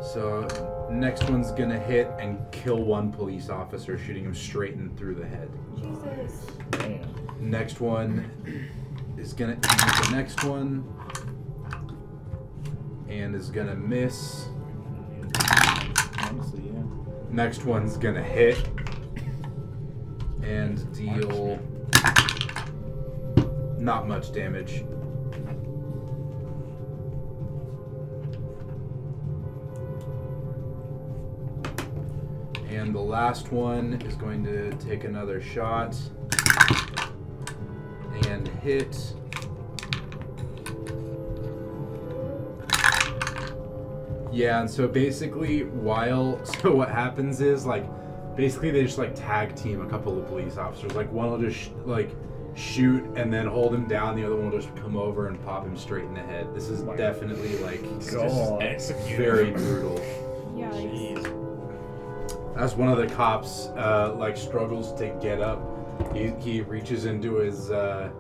S1: So next one's gonna hit and kill one police officer, shooting him straight and through the head.
S2: Jesus.
S4: Man.
S1: Next one is gonna aim at the next one and is gonna miss.
S4: Honestly, yeah.
S1: Next one's gonna hit and deal not much damage. the last one is going to take another shot and hit. Yeah, and so basically, while so what happens is like, basically they just like tag team a couple of police officers. Like one will just sh- like shoot and then hold him down. The other one will just come over and pop him straight in the head. This is
S4: Wow.
S1: definitely like
S4: God.
S6: Execute.
S1: very brutal.
S2: Yeah.
S6: Jeez.
S1: As one of the cops uh, like struggles to get up, he, he reaches into his uh,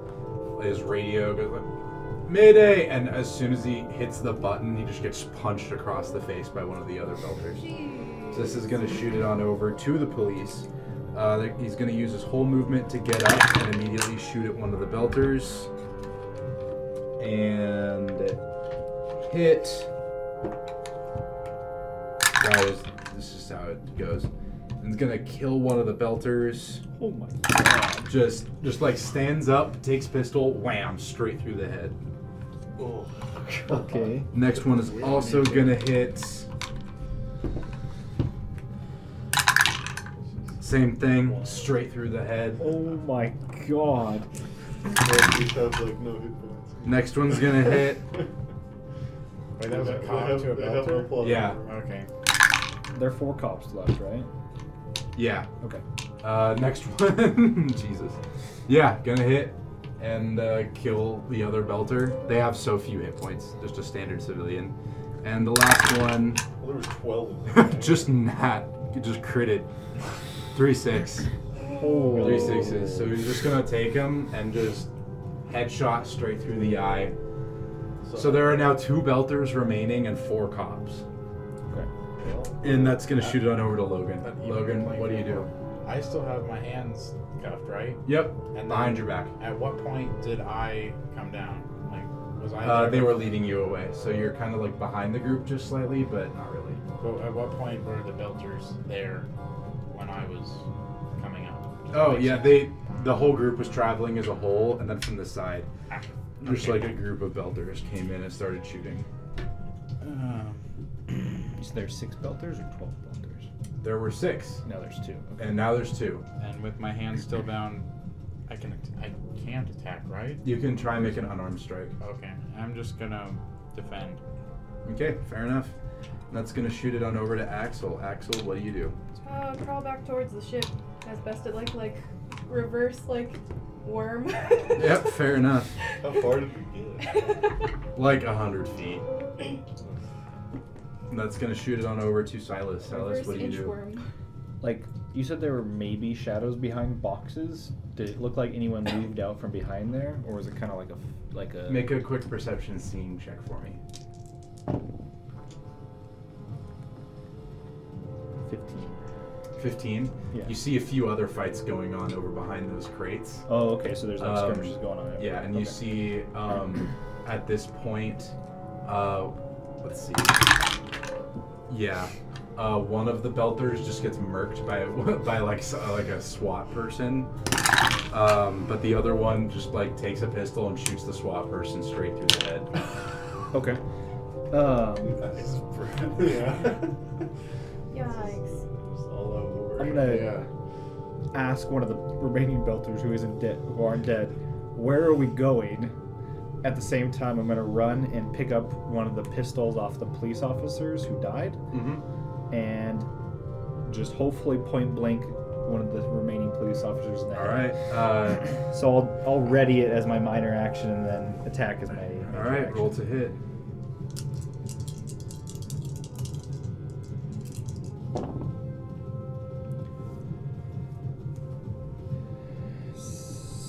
S1: his radio, goes like, "Mayday!" And as soon as he hits the button, he just gets punched across the face by one of the other belters. So this is gonna shoot it on over to the police. Uh, they're- he's gonna use his whole movement to get up and immediately shoot at one of the belters and hit. That was. This is how it goes. And he's gonna kill one of the belters.
S4: Oh my god.
S1: Just, just like stands up, takes pistol, wham, straight through the head.
S3: Oh,
S4: Okay.
S1: Next one is also gonna hit. Same thing, straight through the head.
S4: Oh my god.
S3: These have like no hit points.
S1: Next one's gonna hit.
S5: Wait, that was a
S3: They
S5: cop
S3: have-
S5: to a
S3: they have no
S5: belter?
S3: plus.
S1: Yeah,
S5: Okay.
S4: There are four cops left, right?
S1: yeah.
S4: Okay.
S1: Uh, next one, Jesus. Yeah, gonna hit and uh, kill the other belter. They have so few hit points, just a standard civilian. And the last one,
S3: Well, there was 12 of them.
S1: just not, just critted. Three six.
S4: Oh.
S1: Three sixes. So he's just gonna take him and just headshot straight through the eye. So there are now two belters remaining and four cops. And that's gonna shoot it on over to Logan.
S5: But you
S1: Logan,
S5: can play
S1: what do you do?
S5: I still have my hands cuffed, right?
S1: Yep.
S5: And
S1: Behind your back.
S5: At what point did I come down? Like, was I?
S1: Uh,
S5: there
S1: they were leading you away, so you're kind of like behind the group just slightly, but not really.
S5: Well, at what point were the Belters there when I was coming up? Does that
S1: Oh
S5: make
S1: yeah,
S5: sense?
S1: they the whole group was traveling as a whole, and then from the side,
S5: Ah,
S1: just
S5: okay.
S1: like a group of belters came in and started shooting.
S5: Um,
S4: Is there six belters or twelve belters?
S1: There were six,
S4: No, there's two. Okay.
S1: and now there's two.
S5: and with my hands still bound, I can I can't attack, right?
S1: You can try and make an unarmed strike.
S5: Okay, I'm just gonna defend.
S1: Okay, fair enough. And that's gonna shoot it on over to Axel. Axel, what do you do?
S2: Uh, crawl back towards the ship as best it like like reverse like worm.
S1: Yep, fair enough.
S3: How far did we get?
S1: Like a hundred feet. And that's gonna shoot it on over to Silas. Silas,
S2: reverse
S1: what do you do?
S2: inchworm.
S4: Like you said, there were maybe shadows behind boxes. Did it look like anyone moved out from behind there, or was it kind of like a f- like a?
S1: Make a quick perception scene check for me.
S4: 15.
S1: 15.
S4: Yeah.
S1: You see a few other fights going on over behind those crates.
S4: Oh, okay. So there's like
S1: Um,
S4: skirmishes going on.
S1: Yeah, and you
S4: Okay.
S1: see um, at this point, uh, let's see. Yeah, uh, one of the belters just gets murked by by like s- uh, like a SWAT person, um, but the other one just like takes a pistol and shoots the SWAT person straight through the head.
S4: Okay. Um,
S3: yeah.
S2: Yikes.
S3: It's all out work.
S4: I'm gonna ask one of the remaining belters who isn't dead, who aren't dead, where are we going? At the same time, I'm gonna run and pick up one of the pistols off the police officers who died,
S1: Mm-hmm.
S4: and just hopefully point blank one of the remaining police officers in the
S1: All
S4: head.
S1: right, uh,
S4: So I'll, I'll ready it as my minor action and then attack as my. major
S1: all right,
S4: action.
S1: roll to hit.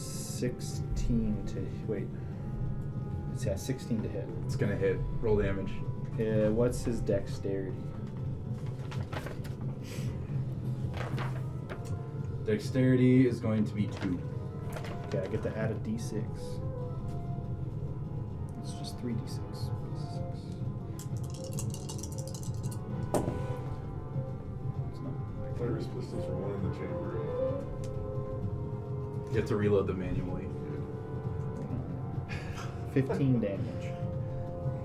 S4: Sixteen to wait. Yeah, sixteen to hit.
S1: It's gonna hit. Roll damage.
S4: Uh, what's his dexterity?
S1: Dexterity is going to be two.
S4: Okay, I get to add a d6. It's just 3d6. It's not-
S3: There was pistols for one in the chamber.
S1: You have to reload them manually.
S4: 15 damage.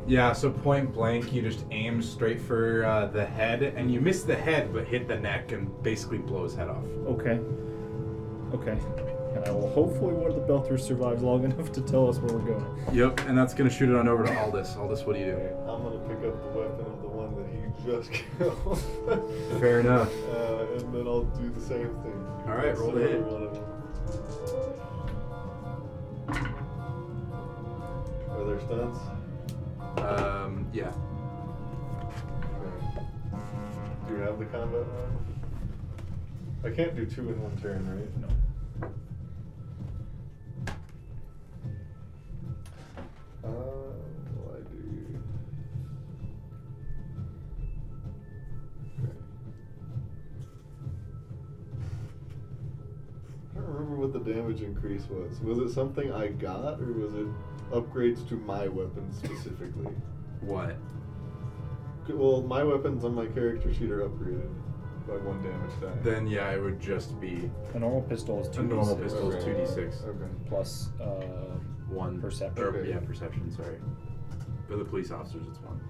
S1: Yeah, so point blank, you just aim straight for uh, the head, and you miss the head but hit the neck and basically blow his head off.
S4: Okay. Okay. And I will hopefully one of the Belters survives long enough to tell us where we're going.
S1: Yep, and that's gonna shoot it on over to Aldous. Aldous, what do you do?
S3: I'm gonna pick up the weapon of the one that he just killed.
S1: Fair enough.
S3: Uh, and then I'll do the same thing.
S1: All right, roll the
S3: Another
S1: hit.
S3: one of them. Are there stunts?
S1: Um, yeah.
S3: Okay. Do you have the combat? I can't do two in one turn, right?
S4: No.
S3: Uh, well, I do. Okay. I don't remember what the damage increase was. Was it something I got, or was it upgrades to my weapon specifically?
S1: What?
S3: C- Well, my weapons on my character sheet are upgraded by one damage die.
S1: Then yeah, it would just be
S4: A normal pistol is
S1: a
S4: two
S1: normal
S4: D6
S1: pistol is two d six.
S3: Okay.
S4: plus uh,
S1: One
S4: Perception.
S1: Or,
S3: Okay.
S1: yeah, perception. Sorry. For the police officers, it's one.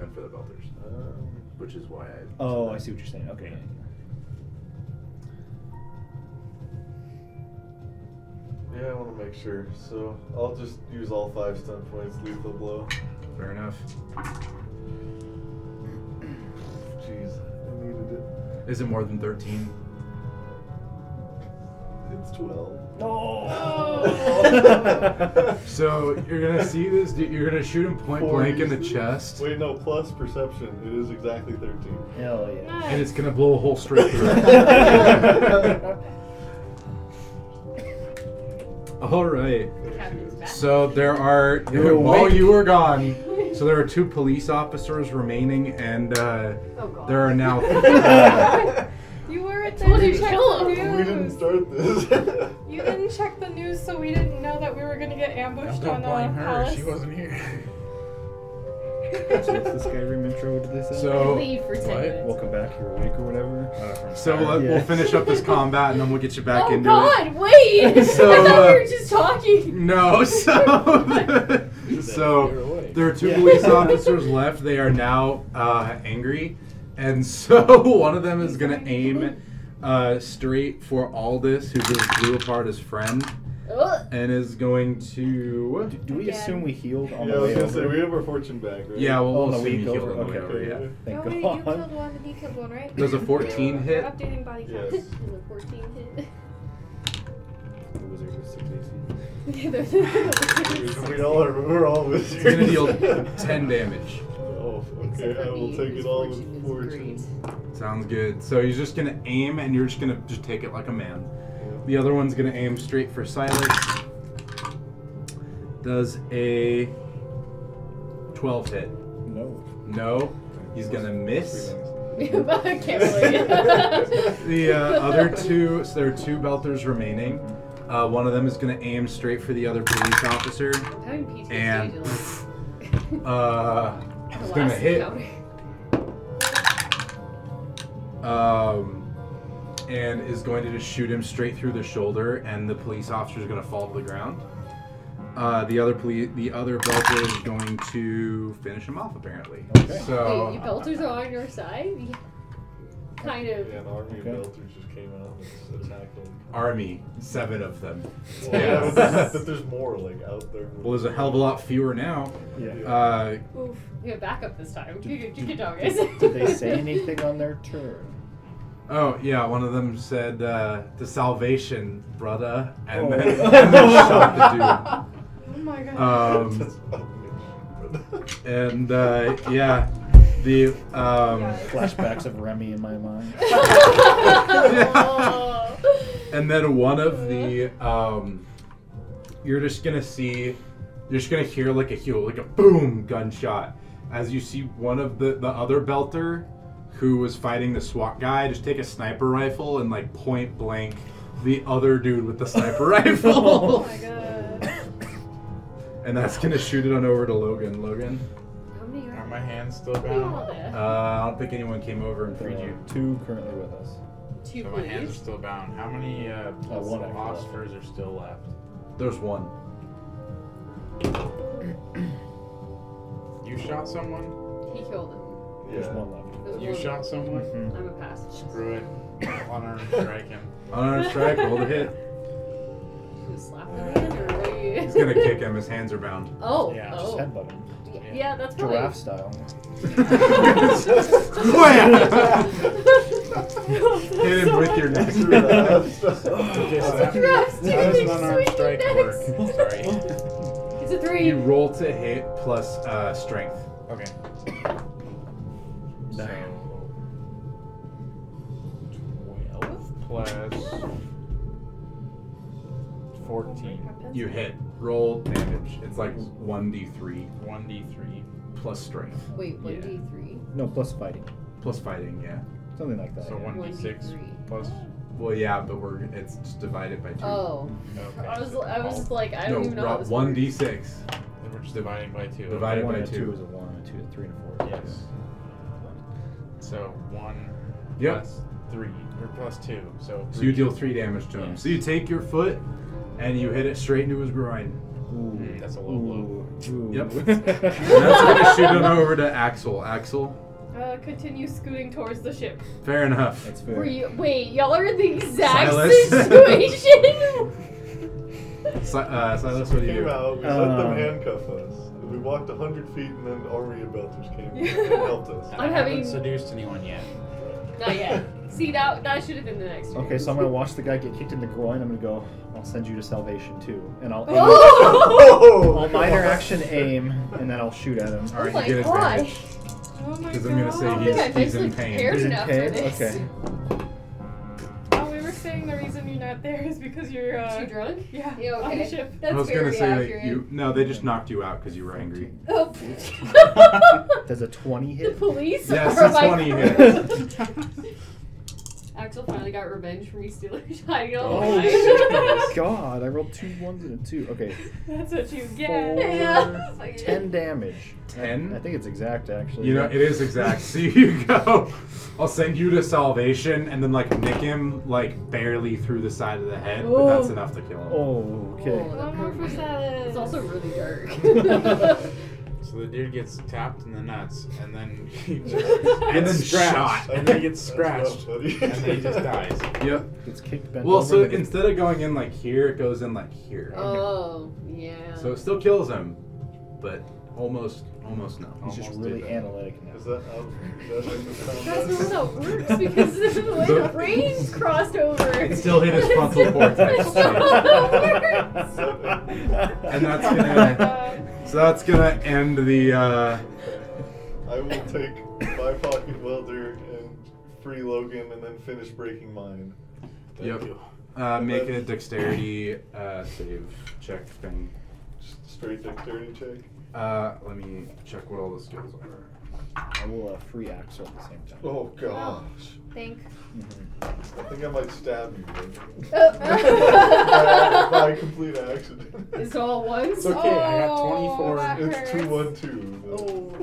S1: And for the belters,
S3: Um,
S1: which is why I.
S4: Oh, I see what you're saying. Okay.
S3: yeah, I want to make sure. So I'll just use all five stunt points, lethal blow.
S1: Fair enough.
S3: Jeez, I needed it.
S1: Is it more than thirteen?
S3: It's 12.
S2: No.
S1: So you're gonna see this. dude- You're gonna shoot him point
S3: Four
S1: blank in the
S3: uses.
S1: chest,
S3: Wait, no, plus perception. It is exactly 13.
S4: Hell yeah.
S1: and it's gonna blow a hole straight through.
S3: There
S1: All right.
S3: she is.
S1: So there are
S4: You were
S1: while
S4: awake.
S1: you were gone, so there are two police officers remaining, and uh,
S6: Oh god.
S1: there are now.
S2: you were at
S6: told
S2: the
S6: you,
S2: check
S6: kill
S2: the
S6: him.
S3: We
S2: news.
S3: didn't start this.
S2: You didn't check the news, so we didn't know that we were gonna get ambushed on
S5: don't blame
S2: uh,
S5: her.
S2: Palace.
S5: She wasn't here.
S4: That's the Skyrim intro. What did they say?
S1: So-
S6: leave for ten
S5: What?
S6: minutes.
S4: welcome back. You're awake or whatever.
S5: Uh,
S1: so let,
S4: Yeah.
S1: we'll finish up this combat, and then we'll get you back
S6: oh
S1: into
S6: god, wait!
S1: So,
S6: I thought we
S1: uh,
S6: were just
S1: it.
S6: talking.
S1: No. So so there are two
S4: Yeah.
S1: police officers left. They are now uh, angry, and so one of them is gonna aim uh, straight for Aldous, who just blew apart his friend,
S6: Ugh.
S1: and is going to.
S4: Do, do we
S6: Again.
S4: assume we healed
S3: yeah, I
S4: on the
S3: was
S4: way
S3: gonna say,
S4: over?
S3: we have our fortune bag, right?
S1: Yeah, well,
S4: Oh,
S1: we'll
S4: no,
S1: see
S4: we
S1: if you
S4: go
S1: killed
S4: over-
S1: him.
S4: okay.
S1: over, yeah.
S2: No,
S4: Thank
S2: wait, you killed
S4: God.
S2: one and he killed one, right?
S1: Does a 14
S2: We're
S1: hit?
S2: updating body
S3: Yes.
S2: counts.
S6: The 14 hit.
S4: The wizard was six AC.
S3: We all are, we're all wizards.
S1: It's gonna deal 10 damage.
S3: Oh,
S6: Except
S3: okay, I
S6: for
S3: will
S6: me,
S3: take
S6: whose
S3: it all
S6: fortune
S3: with
S6: is
S3: fortune.
S1: Sounds good. So he's just gonna aim and you're just gonna just take it like a man.
S3: Yeah.
S1: The other one's gonna aim straight for Silas. Does a 12 hit.
S4: No.
S1: No. He's gonna miss.
S6: great. I can't believe it.
S1: The uh, other two, so there are two belters remaining. Uh, one of them is gonna aim straight for the other police officer.
S6: I'm having PTSD
S1: And
S6: to, like,
S1: uh,
S6: the
S1: it's
S6: last
S1: gonna hit.
S6: encounter.
S1: um, and is going to just shoot him straight through the shoulder, and the police officer is going to fall to the ground. Uh, the other police, the other belter is going to finish him off apparently.
S4: Okay.
S1: So
S6: Wait, you belters are on your side? Yeah. Kind
S3: Yeah,
S6: of.
S3: an army
S4: Okay.
S3: of belters just came out and just attacked him.
S1: army, seven of them.
S3: Well,
S1: Yeah.
S3: yeah, but there's more, like, out there.
S1: Well, there's a hell of a lot fewer now.
S4: Yeah.
S1: Uh,
S2: Oof.
S6: We have backup this time.
S4: Did-
S6: You could- you
S4: did-
S6: could dog
S4: did-
S6: us.
S4: Did they say anything on their turn?
S1: oh yeah, one of them said uh, the salvation, brother, and then,
S4: Oh.
S1: and then shot
S2: Oh my god.
S1: Um,
S3: That's about
S1: the dude. And uh, yeah, the um,
S4: Flashbacks of Remy in my mind.
S6: Oh.
S1: And then one of the, um, you're just gonna see, you're just gonna hear like a heel, like a boom gunshot, as you see one of the the other belter, who was fighting the SWAT guy, just take a sniper rifle and like point blank the other dude with the sniper
S2: oh
S1: rifle,
S2: my god.
S1: and that's gonna shoot it on over to Logan. Logan,
S6: How many
S5: Are
S6: are
S5: my hands still
S6: What do you want
S5: bound?
S1: uh,
S6: there?
S1: I don't think anyone came over and
S4: There
S1: freed
S4: are
S1: you.
S4: two currently with us.
S6: Two,
S5: So my hands are
S6: please.
S5: still bound. How many uh, police
S4: one actually left.
S5: officers are still left?
S1: There's one.
S5: You shot someone?
S6: He killed him.
S4: There's
S3: Yeah.
S4: one left.
S6: There's
S5: You
S6: one-
S5: shot someone?
S4: Mm-hmm.
S6: I'm a pacifist.
S5: Screw it. Unarmed strike him.
S1: Unarmed strike, roll to hit.
S6: Just slap him again, or what do you-
S1: He's gonna kick him. His hands are bound.
S6: Oh.
S5: Yeah,
S4: Just
S6: oh.
S4: headbutt him.
S6: yeah. that's probably.
S4: Giraffe style.
S1: Wham! Hit him with your neck.
S5: Okay, so
S3: Giraffe.
S5: that, how does
S6: Giraffes doing
S5: an unarmed
S6: swinging
S5: strike
S6: necks.
S5: work? Sorry.
S6: It's a three.
S1: You roll to hit plus uh, strength.
S5: Okay. So, 12 plus
S2: Oh
S5: 14.
S1: You hit. Roll damage. It's like 1d3
S5: 1d3.
S1: plus strength.
S6: Wait, one
S5: Yeah.
S6: d three.
S4: No, plus fighting.
S1: Plus fighting, yeah.
S4: Something like that.
S5: So
S4: yeah.
S6: one-
S5: 1d6 plus.
S1: Well, yeah, but we're it's just divided by two.
S6: Oh,
S5: Okay.
S6: I was, I was just like, I
S1: no,
S6: don't even know how
S1: Rob,
S6: this
S1: one
S6: works.
S1: d6.
S5: Then We're just dividing by 2.
S1: Divided
S4: one
S1: by
S4: and a
S1: two.
S4: two is a one, and a two, a three, and a four.
S5: Yes. So 1
S1: Yep.
S5: plus 3. Or plus 2. So,
S1: So you deal three damage to him.
S5: Yeah.
S1: So you take your foot and you hit it straight into his groin.
S4: Ooh.
S5: Mm, that's a low blow.
S4: Ooh. Ooh.
S1: Yep. And that's gonna
S4: that's
S1: shoot him over to Axel. Axel,
S2: Uh, continue scooting towards the ship.
S1: fair enough.
S6: Were
S4: fair.
S6: you, wait, y'all are in the exact
S1: Silas.
S6: situation.
S1: Si- uh, Silas, what do you
S3: Came
S1: do?
S3: out, we let them
S4: Uh,
S3: handcuff us. We walked 100 feet and then army of belters came and helped us.
S5: And I
S6: I'm
S5: haven't
S6: having-
S5: seduced anyone yet.
S6: Not yet. See, that that should have been the next. one.
S4: Okay, so I'm gonna watch the guy get kicked in the groin. I'm gonna go. I'll send you to salvation too, and I'll aim,
S6: Oh!
S3: Oh!
S4: I'll minor action aim, and then I'll shoot at him.
S1: All right,
S6: oh my
S1: you get
S6: god!
S1: advantage.
S2: Oh my
S1: 'Cause I'm gonna
S2: god.
S1: say
S6: I don't
S1: he's-
S6: think I'm
S1: he's in
S6: mentally
S1: pain.
S6: prepared
S4: He's in
S6: enough
S4: pain?
S6: for this.
S4: Okay.
S2: Oh, we were saying the reason you're not there is because you're, uh,
S6: Too drunk?
S2: yeah,
S6: Yeah,
S2: on the
S6: okay.
S2: ship.
S6: That's
S1: I was
S6: very
S1: gonna say
S6: accurate.
S1: that you. No, they just knocked you out because you were angry.
S6: Oh.
S4: Does a 20
S6: the
S4: hit?
S6: police
S1: Yes,
S6: are
S1: it's
S6: my
S1: 20
S6: friends.
S1: hit.
S6: Axel finally got revenge for me stealing Tiger.
S5: Oh,
S4: God, I rolled two ones and a two. Okay,
S2: That's what you get.
S4: Four.
S6: Yeah. it's like-
S4: 10 damage. I
S1: Ten.
S4: think it's exact, actually.
S1: You know, it is exact. So you go, I'll send you to salvation, and then like nick him like barely through the side of the head, but that's
S6: Oh.
S1: enough to kill him.
S4: Oh, okay.
S6: Oh,
S2: One more for Silas.
S6: It's also really dark.
S5: So the dude gets tapped in the nuts, and then he just
S6: And
S1: then
S5: gets scratched,
S1: shot.
S5: and then he gets
S3: That's rough,
S5: scratched,
S3: buddy.
S5: and then he just dies.
S1: Yep.
S4: It's kicked bent
S1: Well,
S4: over
S1: so
S4: and it-
S1: instead of going in like here, it goes in like here.
S6: oh, yeah.
S1: So it still kills him, but almost, almost no.
S4: he's just
S5: almost
S4: really
S5: did that.
S4: analytic now.
S3: Is that out? Is that in the
S6: That's
S3: combat?
S6: not how it works because this is the way the brains crossed over.
S1: It still hit his frontal cortex.
S6: That's not how it works. Uh,
S1: And that's gonna- So that's gonna end the. uh...
S3: I will take my pocket welder and free Logan and then finish breaking mine.
S5: Thank
S1: Yep.
S5: you.
S1: Uh, make a dexterity uh, save check thing.
S3: Just straight dexterity check.
S1: Uh, let me check what all the skills are.
S4: I will uh, free Axel at the same time.
S3: Oh gosh.
S6: Think.
S4: Mhm.
S3: I think I might stab you. Logan.
S6: Uh.
S3: by, by complete accident.
S6: It's all once.
S5: It's okay. I got
S2: Oh,
S5: 24.
S2: that
S3: It's two
S2: hurts.
S3: one two.
S6: Oh.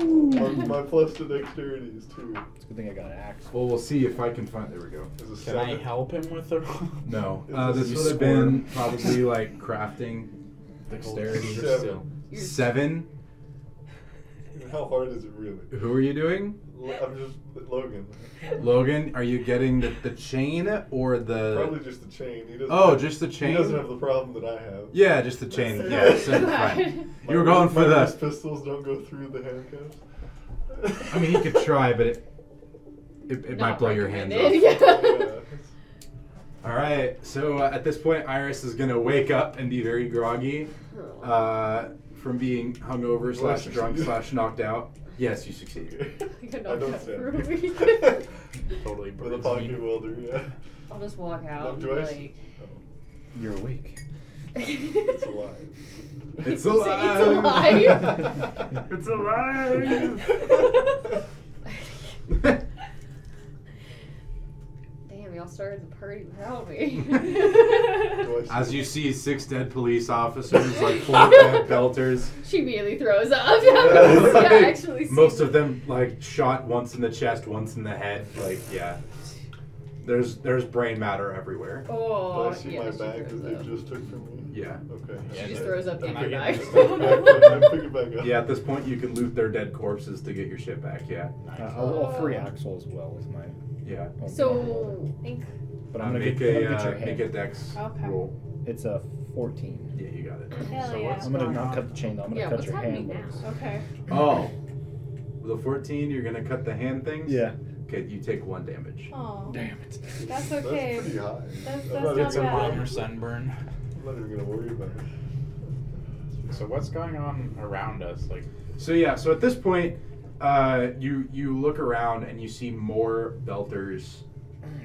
S3: My, my plus to dexterity is two.
S4: It's a good thing I got an axe.
S1: Well, we'll see if I can find. There we go.
S3: Is a
S5: Can I
S3: seven.
S5: help him with the
S1: No,
S3: If
S1: uh,
S3: this
S1: this
S3: is
S1: would have
S4: square-
S1: been probably like crafting, dexterity.
S3: Seven.
S5: Still.
S6: You're-
S1: Seven.
S3: How hard is it really?
S1: Who are you doing?
S3: L- I'm just Logan.
S1: Uh, Logan, are you getting the, the chain or
S3: Probably
S1: the?
S3: just the chain. He doesn't.
S1: Oh,
S3: have-
S1: just the
S3: He doesn't
S1: chain.
S3: have the problem that I have.
S1: Yeah, just the chain. Yeah, so fine.
S3: My
S1: You were going
S3: wrist-
S1: for
S3: my
S1: the-
S3: wrist Pistols don't go through the handcuffs.
S1: I mean, he could try, but it it, it might
S6: Not
S1: blow your hands off.
S6: recommended.
S3: Yeah.
S1: All right. So uh, at this point, Iris is gonna wake up and be very groggy
S6: Oh.
S1: uh, from being hungover
S3: Do I
S1: slash drunk
S3: succeed?
S1: slash knocked out. Yes, you succeeded.
S6: I could
S3: I
S6: not
S3: don't
S6: cut
S3: say.
S6: for a week.
S5: Totally
S3: With a
S5: burns me.
S3: pocket welder, yeah.
S6: I'll just walk
S3: No,
S6: out.
S3: do I s- oh.
S6: and
S4: You're awake.
S3: It's
S6: It's
S3: alive.
S1: It's
S6: alive.
S1: It's alive.
S6: Damn, y'all started the party without me.
S3: Do I
S1: As
S3: see-
S1: you see six dead police officers, like four dead belters.
S6: she immediately throws up.
S1: Like,
S6: yeah, actually.
S1: most of them like shot once in the chest, once in the head. Like yeah,
S7: There's there's brain matter everywhere.
S6: Oh,
S3: Did I see
S6: yeah,
S3: my
S6: she
S3: bag
S6: throws
S3: that
S6: up.
S3: they just took from me?
S1: Yeah.
S3: Okay.
S7: She
S3: I-
S6: She just
S3: I-
S6: throws up
S7: Am
S6: in
S7: I
S6: your
S7: getting
S6: bag.
S7: this?
S3: I pick it back up, I pick it back up.
S1: Yeah, at this point you can loot their dead corpses to get your shit back. Yeah,
S5: Nice.
S4: Uh, I'll, I'll free Axel as well with my.
S1: yeah.
S4: own power.
S6: so, inc-
S4: but I'm gonna
S1: make
S4: get,
S1: a
S4: I'm gonna
S1: uh,
S4: get your
S1: make a
S4: hand.
S1: dex
S2: Okay.
S1: roll.
S4: It's a 14.
S1: Yeah, you got it.
S2: Hell
S1: so
S2: yeah.
S1: what's
S4: I'm gonna
S1: going
S4: not
S1: on?
S4: cut the chain. though. I'm gonna
S6: yeah,
S4: cut
S6: what's
S4: your hand.
S6: happening now?
S4: loose.
S2: Okay.
S1: Oh, with a fourteen, you're gonna cut the hand things.
S4: Yeah.
S1: Okay, you take one damage.
S2: Oh,
S4: Damn it.
S2: that's
S3: That's
S2: okay.
S3: pretty high. I'm
S2: That's- that's
S3: not
S2: not
S5: Get
S3: even-
S5: some
S2: bad.
S5: minor
S3: I'm
S5: sunburn.
S3: not even gonna worry about it.
S5: So what's going on around us? Like,
S1: So yeah, so at this point, uh, you you look around and you see more belters,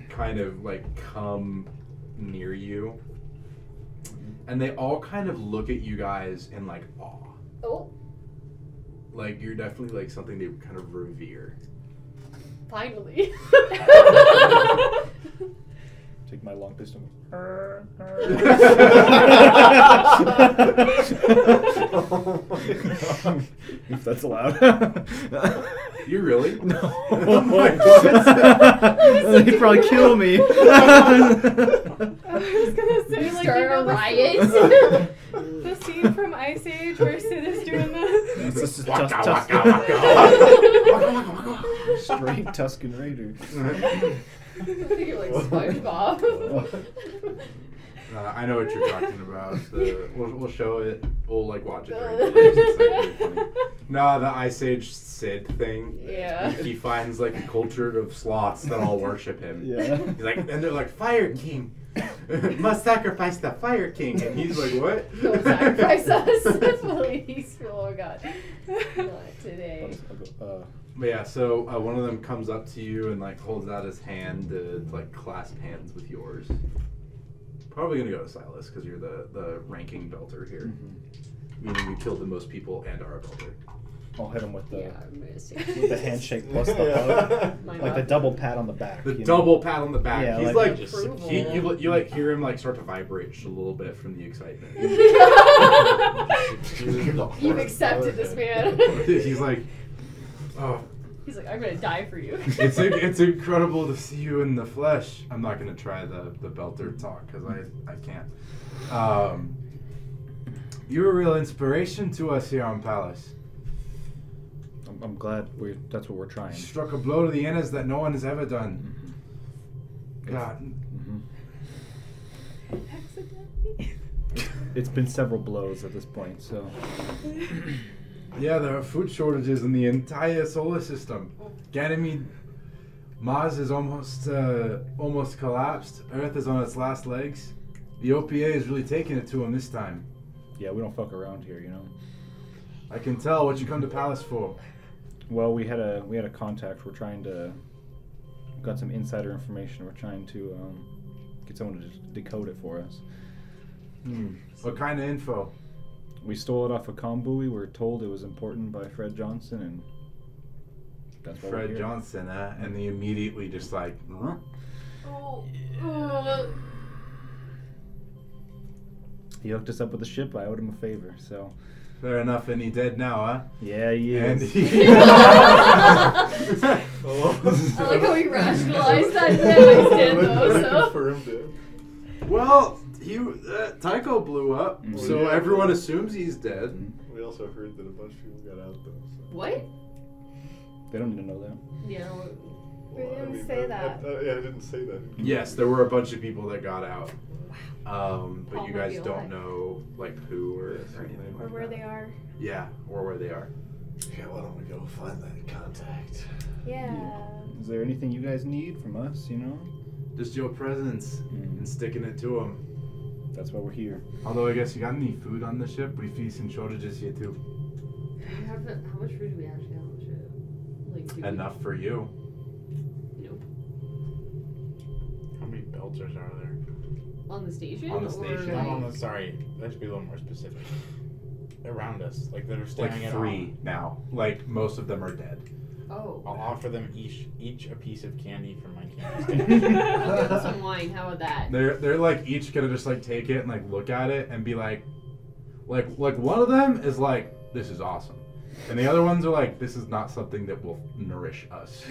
S1: kind of like come near you, and they all kind of look at you guys in like awe.
S6: Oh,
S1: Like you're definitely like something they kind of revere.
S6: finally.
S4: Take my long pistol. if that's allowed.
S1: You really?
S4: no.
S1: Oh my God.
S4: They'd probably kill me.
S2: I was gonna say, like,
S6: Start
S2: you know,
S6: a
S2: the-
S6: riot.
S2: The scene from Ice Age where Sid is doing the.
S4: It's just-
S1: Waka,
S4: just-
S1: waka,
S4: just-
S1: waka. Waka, waka, waka.
S4: Straight Tuscan Raider.
S6: I think you're like SpongeBob.
S1: Uh, I know what you're talking about. The, we'll, we'll show it. We'll like watch it. during the race. It's, like, really funny. Nah, the Ice Age Sid thing.
S6: Yeah.
S1: He finds like a culture of sloths that all worship him.
S4: Yeah.
S1: He's like, and they're like, Fire King, must sacrifice the Fire King, and he's like, what?
S6: Don't sacrifice us, please. Oh God, not today.
S4: Uh,
S1: But yeah, so uh, one of them comes up to you and like holds out his hand to like clasp hands with yours. Probably gonna go to Silas because you're the the ranking belter here, meaning you killed the most people and are a belter.
S4: I'll hit him with the
S6: Yeah, I'm gonna see.
S4: with the handshake plus the hug,
S3: Yeah.
S6: My
S4: like the
S6: mouth.
S4: double pat on the back.
S1: The
S4: you know?
S1: double pat on the back.
S4: Yeah,
S1: He's
S4: like-
S1: like,
S5: Just
S6: Approval.
S1: he, you, you like hear him like start to vibrate just a little bit from the excitement.
S6: You've accepted this man.
S1: he's like, oh,
S6: He's like, I'm gonna die for you.
S1: it's it's incredible to see you in the flesh. I'm not gonna try the the belter talk because I I can't. Um, you were a real inspiration to us here on Palace.
S4: I'm, I'm glad we. That's what we're trying. Mm-hmm,
S1: You struck a blow to the Annas that no one has ever done. God,
S4: Mhm.
S2: Accidentally.
S4: It's been several blows at this point, so
S1: yeah, there are food shortages in the entire solar system. Ganymede, Mars is almost uh, almost collapsed. Earth is on its last legs. The OPA is really taking it to him this time.
S4: yeah, we don't fuck around here, you know.
S1: I can tell what you come to Palace for.
S4: Well, we had a we had a contact. We're trying to got some insider information. We're trying to um, get someone to decode it for us.
S1: Hmm. What kind of info?
S4: We stole it off a of Combui. We were told it was important by Fred Johnson, and that's why we're
S1: Fred
S4: here.
S1: Johnson, eh? And they immediately just like, huh?
S6: Oh, oh.
S4: He hooked us up with a ship. I owed him a favor, so
S1: fair enough, and he dead now, huh?
S4: yeah,
S1: And
S4: yeah.
S1: he-
S3: Oh.
S6: I like how he rationalized that and then I did though, so.
S3: Confirmed it.
S1: well, he, uh, Tycho blew up,
S4: Mhm.
S1: so everyone assumes he's dead.
S3: We also heard that a bunch of people got out though.
S6: What?
S4: They don't need to know that.
S6: Yeah. what-
S3: So.
S2: We
S3: Well, I
S2: didn't
S3: mean,
S2: say
S3: I-
S2: that.
S3: I, I, yeah, I didn't say that.
S1: Yes, there were a bunch of people that got out. Um, but
S6: All
S1: you
S6: might
S1: guys
S6: be
S1: don't
S6: alive.
S1: know, like, who or,
S3: Yes,
S1: or anything
S2: Or
S1: like
S2: where
S1: that.
S2: they are.
S1: Yeah, or where they are.
S3: Yeah, why don't we go find that contact?
S2: Yeah.
S4: Is there anything you guys need from us? You know,
S1: Just your presence and sticking it to them.
S4: that's why we're here.
S1: Although I guess you got any food on the ship? We facing shortages here too.
S6: We haven't- How much food do we actually have on the ship? Like, do we-
S1: Enough for you.
S5: how many belters are there?
S6: On the station?
S1: On the
S6: or,
S1: station.
S5: Not
S6: like-
S5: on the, sorry, let's be a little more specific. Around us, like that are staring
S1: like
S5: at
S1: three now. Like most of them are dead.
S6: Oh.
S5: I'll offer them each each a piece of candy from my candy stand.
S6: I'll give them some wine. How about that?
S1: They're they're like each gonna just like take it and like look at it and be like, like like one of them is like this is awesome, and the other ones are like this is not something that will nourish us.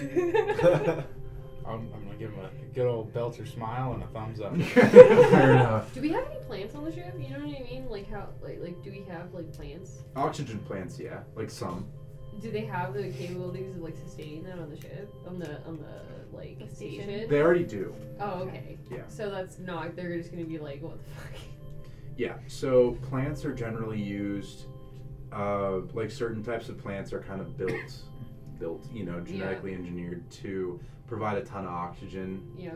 S5: I'm, I'm gonna give him a good old belter smile and a thumbs up.
S1: Fair enough.
S6: Do we have any plants on the ship? You know what I mean? Like how like like do we have like plants?
S1: Oxygen plants, yeah, like some.
S6: Do they have the capabilities of like sustaining that on the ship? On the on the like
S2: The station.
S6: station?
S1: They already do.
S6: Oh okay.
S1: Yeah.
S6: So that's not they're just gonna be like, what the fuck?
S1: Yeah, so plants are generally used, uh, like certain types of plants are kind of built, built, you know, genetically engineered to provide a ton of oxygen.
S6: Yeah.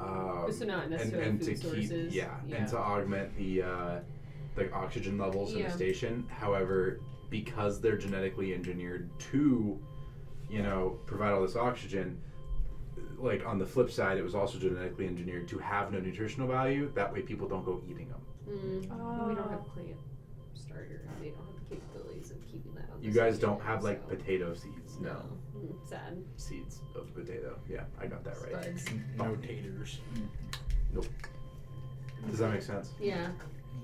S1: Um,
S6: so not
S1: and,
S6: necessarily
S1: and to
S6: food
S1: keep
S6: sources.
S1: yeah, and to augment the uh, the oxygen levels in
S6: Yeah.
S1: the station however because they're genetically engineered to you know provide all this oxygen like on the flip side it was also genetically engineered to have no nutritional value that way people don't go eating them
S6: Mm,
S2: Oh.
S6: we don't have plant starter. They don't have the capabilities of keeping that. On
S1: you
S6: the
S1: guys
S6: station,
S1: don't have like
S6: so-
S1: potato seeds no.
S6: Mm, Sad.
S1: seeds of potato yeah i got that right
S6: Spuds.
S5: no taters.
S1: does that make sense
S6: Yeah.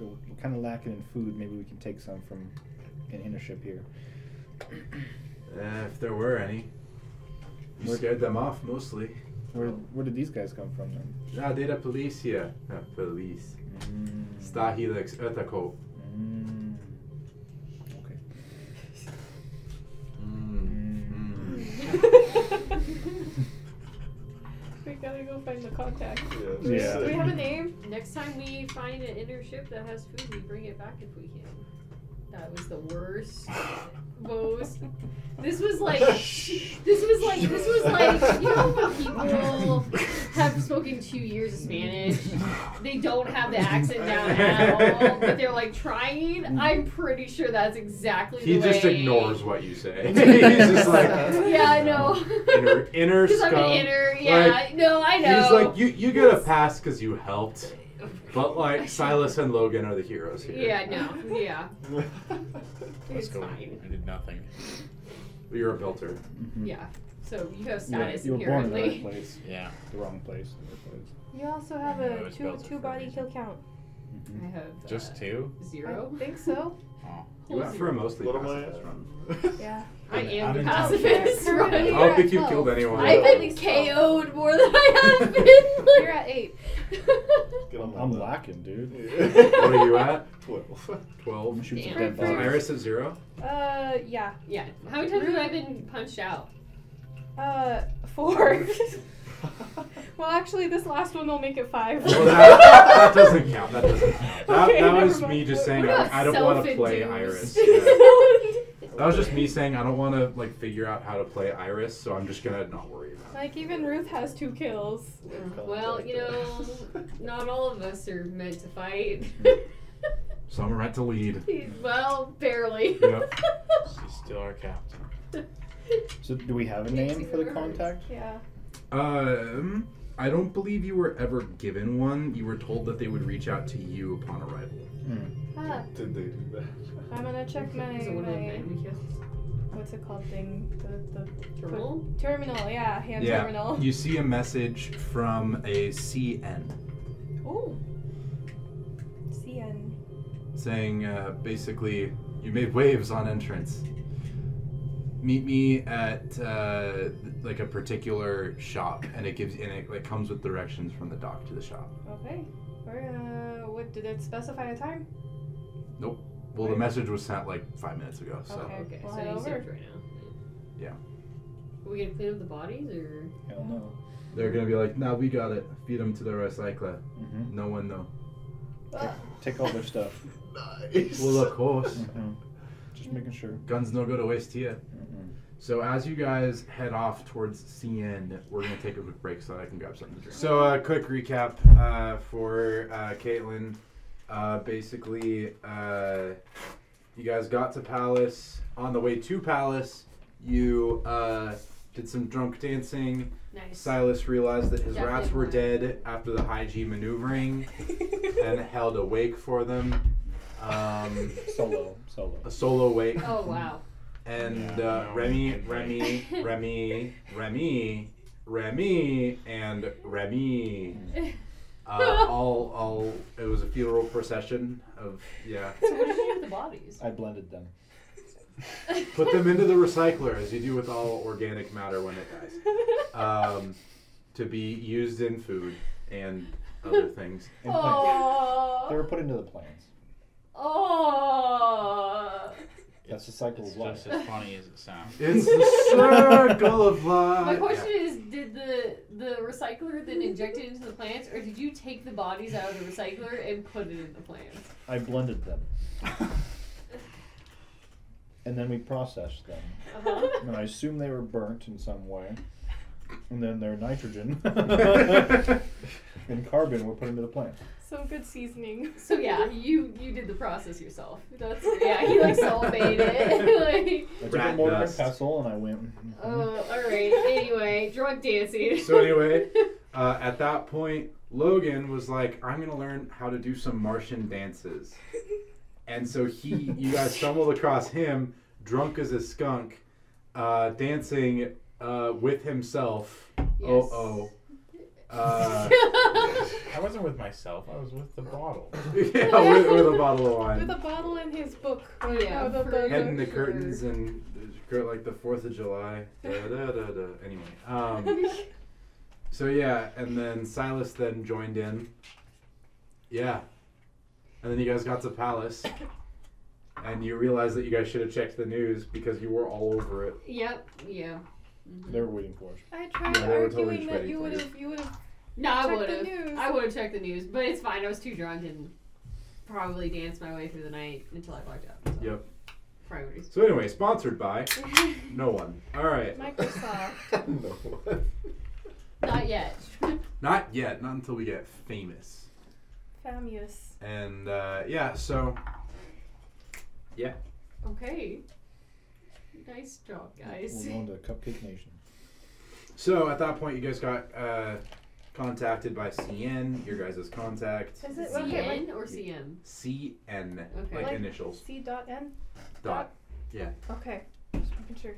S4: We're kind of lacking in food. Maybe we can take some from an inner ship here.
S1: Eh, if there were any you
S4: Where-
S1: scared them off mostly
S4: Where, where did these guys come from then?
S1: Ah, data police here. Ah, police.
S3: Mm.
S1: Star Helix, Earthacop.
S4: Mm. Okay.
S1: Mm.
S2: we gotta go find the contact.
S3: Yeah.
S4: Yeah.
S2: Do we have a name?
S6: Next time we find an inner ship that has food, we bring it back if we can. That was the worst. Most. This was like. This was like. This was like. You know when people have spoken two years of Spanish,
S4: Mm-hmm.
S6: they don't have the accent down at all, but they're like trying. I'm pretty sure that's exactly
S1: He
S6: the way.
S1: just ignores what you say. He's just like,
S6: Yeah, I know.
S1: Inner, inner
S6: Because I'm
S1: scum.
S6: an inner. Yeah, no, I know.
S1: He's like, you, you get a pass because you helped, but like Silas and Logan are the heroes here.
S6: Yeah, no, yeah.
S5: Let's
S6: It's
S5: go.
S6: fine.
S5: I did nothing.
S1: You're a belter.
S4: Mhm.
S6: Yeah. So you have
S4: Yeah,
S6: status
S4: you were born in the right
S6: apparently.
S4: place,
S5: Yeah.
S4: the wrong place, the right place.
S2: You also have
S5: I
S2: a
S5: was
S2: two
S5: built for
S2: two
S5: a
S2: body
S5: reason.
S2: kill count.
S4: Mm-hmm.
S6: I have
S5: Just
S6: uh,
S5: two.
S6: zero.
S2: I think so.
S1: You went for a mostly
S3: What am I
S1: pacifist
S3: at?
S1: run.
S2: Yeah.
S6: I
S5: I'm-
S6: am
S5: I'm
S6: the
S5: in-
S6: pacifist,
S1: Oh.
S2: You're-
S6: right?
S2: you're
S1: I don't
S2: at
S1: think you've
S2: 12.
S1: killed anyone.
S2: I
S6: I've
S2: think-
S6: been KO'd more than I have been.
S2: You're at eight.
S3: Get on my
S4: I'm
S3: lap.
S4: lacking, dude.
S3: Yeah.
S1: What are you at?
S3: Twelve.
S4: I'm
S1: 12.
S4: shooting
S6: Damn.
S4: some dead
S1: Is
S2: Fair,
S4: bodies.
S2: fair.
S1: Iris at zero?
S2: Uh, yeah.
S6: yeah. How many times have I been punched out?
S2: Uh, four. well, actually, this last one will make it five.
S1: Well, that, that doesn't count. That doesn't count. That,
S2: Okay,
S1: that
S2: never
S1: was
S2: mind.
S1: me just
S2: What-
S1: saying
S6: what
S1: I,
S6: about
S1: I don't want to play Iris.
S6: self-induced?
S1: Yeah. That was
S3: Okay.
S1: just me saying I don't want to like figure out how to play Iris, so I'm just gonna not worry about
S2: like even Ruth has two kills.
S6: Well, you know, not all of us are meant to fight.
S1: it. So I'm meant to lead.
S6: well, barely.
S1: Yep.
S5: She's still our captain.
S4: So, do we have a
S6: Makes
S4: name
S6: it
S4: for the
S6: worse.
S4: contact?
S2: Yeah.
S1: Um, I don't believe you were ever given one. You were told that they would reach out to you upon arrival.
S2: Ah,
S3: Did they do that?
S2: I'm gonna check my,
S6: Is it one of the
S2: my
S6: men we killed?
S2: what's it called thing the, the
S6: Terminal?
S2: terminal. Yeah, hand
S1: Yeah.
S2: terminal.
S1: You see a message from a CN
S2: Oh. CN.
S1: saying uh, basically you made waves on entrance. Meet me at uh, like a particular shop, and it gives and it like comes with directions from the dock to the shop.
S2: Okay. We're gonna. What did it specify a time?
S1: Well, the message was sent like five minutes ago, so
S2: Okay.
S6: Okay,
S2: We'll
S6: so
S2: head
S6: you
S2: over.
S6: saved right now.
S1: Yeah.
S6: Are we gonna clean up the bodies or?
S4: Hell no.
S1: they're gonna be like, "Nah, we got it. Feed them to the recycler.
S4: Mhm.
S1: No one know."
S6: Uh-huh.
S4: Take all their stuff.
S3: Nice.
S1: Well, of course,
S4: Mhm. Just making sure.
S1: guns no go to waste here.
S4: Mhm.
S1: So as you guys head off towards CN, we're gonna take a quick break so that I can grab something to drink. So a uh, quick recap uh, for uh, Caitlin. Uh, basically, uh, you guys got to Palace. On the way to Palace, you uh, did some drunk dancing.
S6: Nice.
S1: Silas realized that his
S6: Definitely
S1: rats were
S6: not.
S1: dead after the Hygie maneuvering and held a wake for them. Um,
S4: Solo, solo.
S1: a solo wake.
S6: Oh wow.
S1: And
S5: Yeah,
S1: uh,
S5: no,
S1: Remy,
S5: good
S1: Remy, Remy, Remy, Remy, and Remy. Uh, all, all. It was a funeral procession of yeah.
S6: So what did you do with the bodies?
S4: I blended them.
S1: Put them into the recycler as you do with all organic matter when it dies. Um, to be used in food and other things.
S4: And plants. They were
S6: Oh.
S4: put into the plans.
S6: Oh.
S4: That's the cycle
S5: It's
S4: of life.
S5: just as funny as it sounds.
S1: It's the circle of life.
S6: My question is, did the the recycler then inject it into the plants, or did you take the bodies out of the recycler and put it in the plants?
S4: I blended them, and then we processed them.
S6: Uh-huh.
S4: And I assume they were burnt in some way. And then their nitrogen and carbon were put into the plant.
S2: Some good seasoning.
S6: So yeah, you you did the process yourself. That's yeah. He like solvate it. like,
S4: I took a
S1: Rat
S4: mortar and
S1: dust.
S4: pestle and I went. mm-hmm,
S6: oh, all right. Anyway, drunk dancing.
S1: So anyway, uh, at that point, Logan was like, "I'm gonna learn how to do some Martian dances," and so he, you guys stumbled across him, drunk as a skunk, uh, dancing uh, with himself.
S6: Yes.
S1: Oh oh. Uh,
S5: I wasn't with myself. I was with the bottle.
S1: yeah, with, with a bottle of wine,
S2: With a bottle in his book.
S6: Oh, yeah,
S2: Oh, the,
S6: for-
S2: the-
S1: head in the
S6: Sure.
S1: curtains, and uh, like the Fourth of July. Da, da, da, da. Anyway, um, So yeah, and then Silas then joined in. Yeah. And then you guys got to Palace. And you realized that you guys should have checked the news because you were all over it.
S6: Yep. Yeah.
S1: Mm-hmm.
S4: They were waiting for us.
S2: I tried
S1: Yeah, they were
S2: arguing
S1: totally just
S2: that
S1: waiting
S2: you
S1: for
S2: would
S1: you.
S2: have you would have
S6: No, I
S2: checked
S6: would
S2: the
S6: have.
S2: news.
S6: I would have checked the news, but it's fine. I was too drunk and probably danced my way through the night until I blacked out. So.
S1: Yep.
S6: Priorities.
S1: So anyway, sponsored by no one. All right.
S2: Microsoft.
S7: no.
S6: Not yet.
S1: Not yet. Not until we get famous.
S2: Famous.
S1: And uh, yeah, so
S6: okay. Nice job, guys.
S4: We're going to Cupcake Nation.
S1: so at that point you guys got uh, contacted by CN. Your guys' contact.
S2: Is it okay? Like
S6: CN or CM?
S1: CN.
S6: Okay.
S1: Like
S2: Like-
S1: initials.
S2: C dot N.
S1: Dot.
S2: Okay. Just making sure.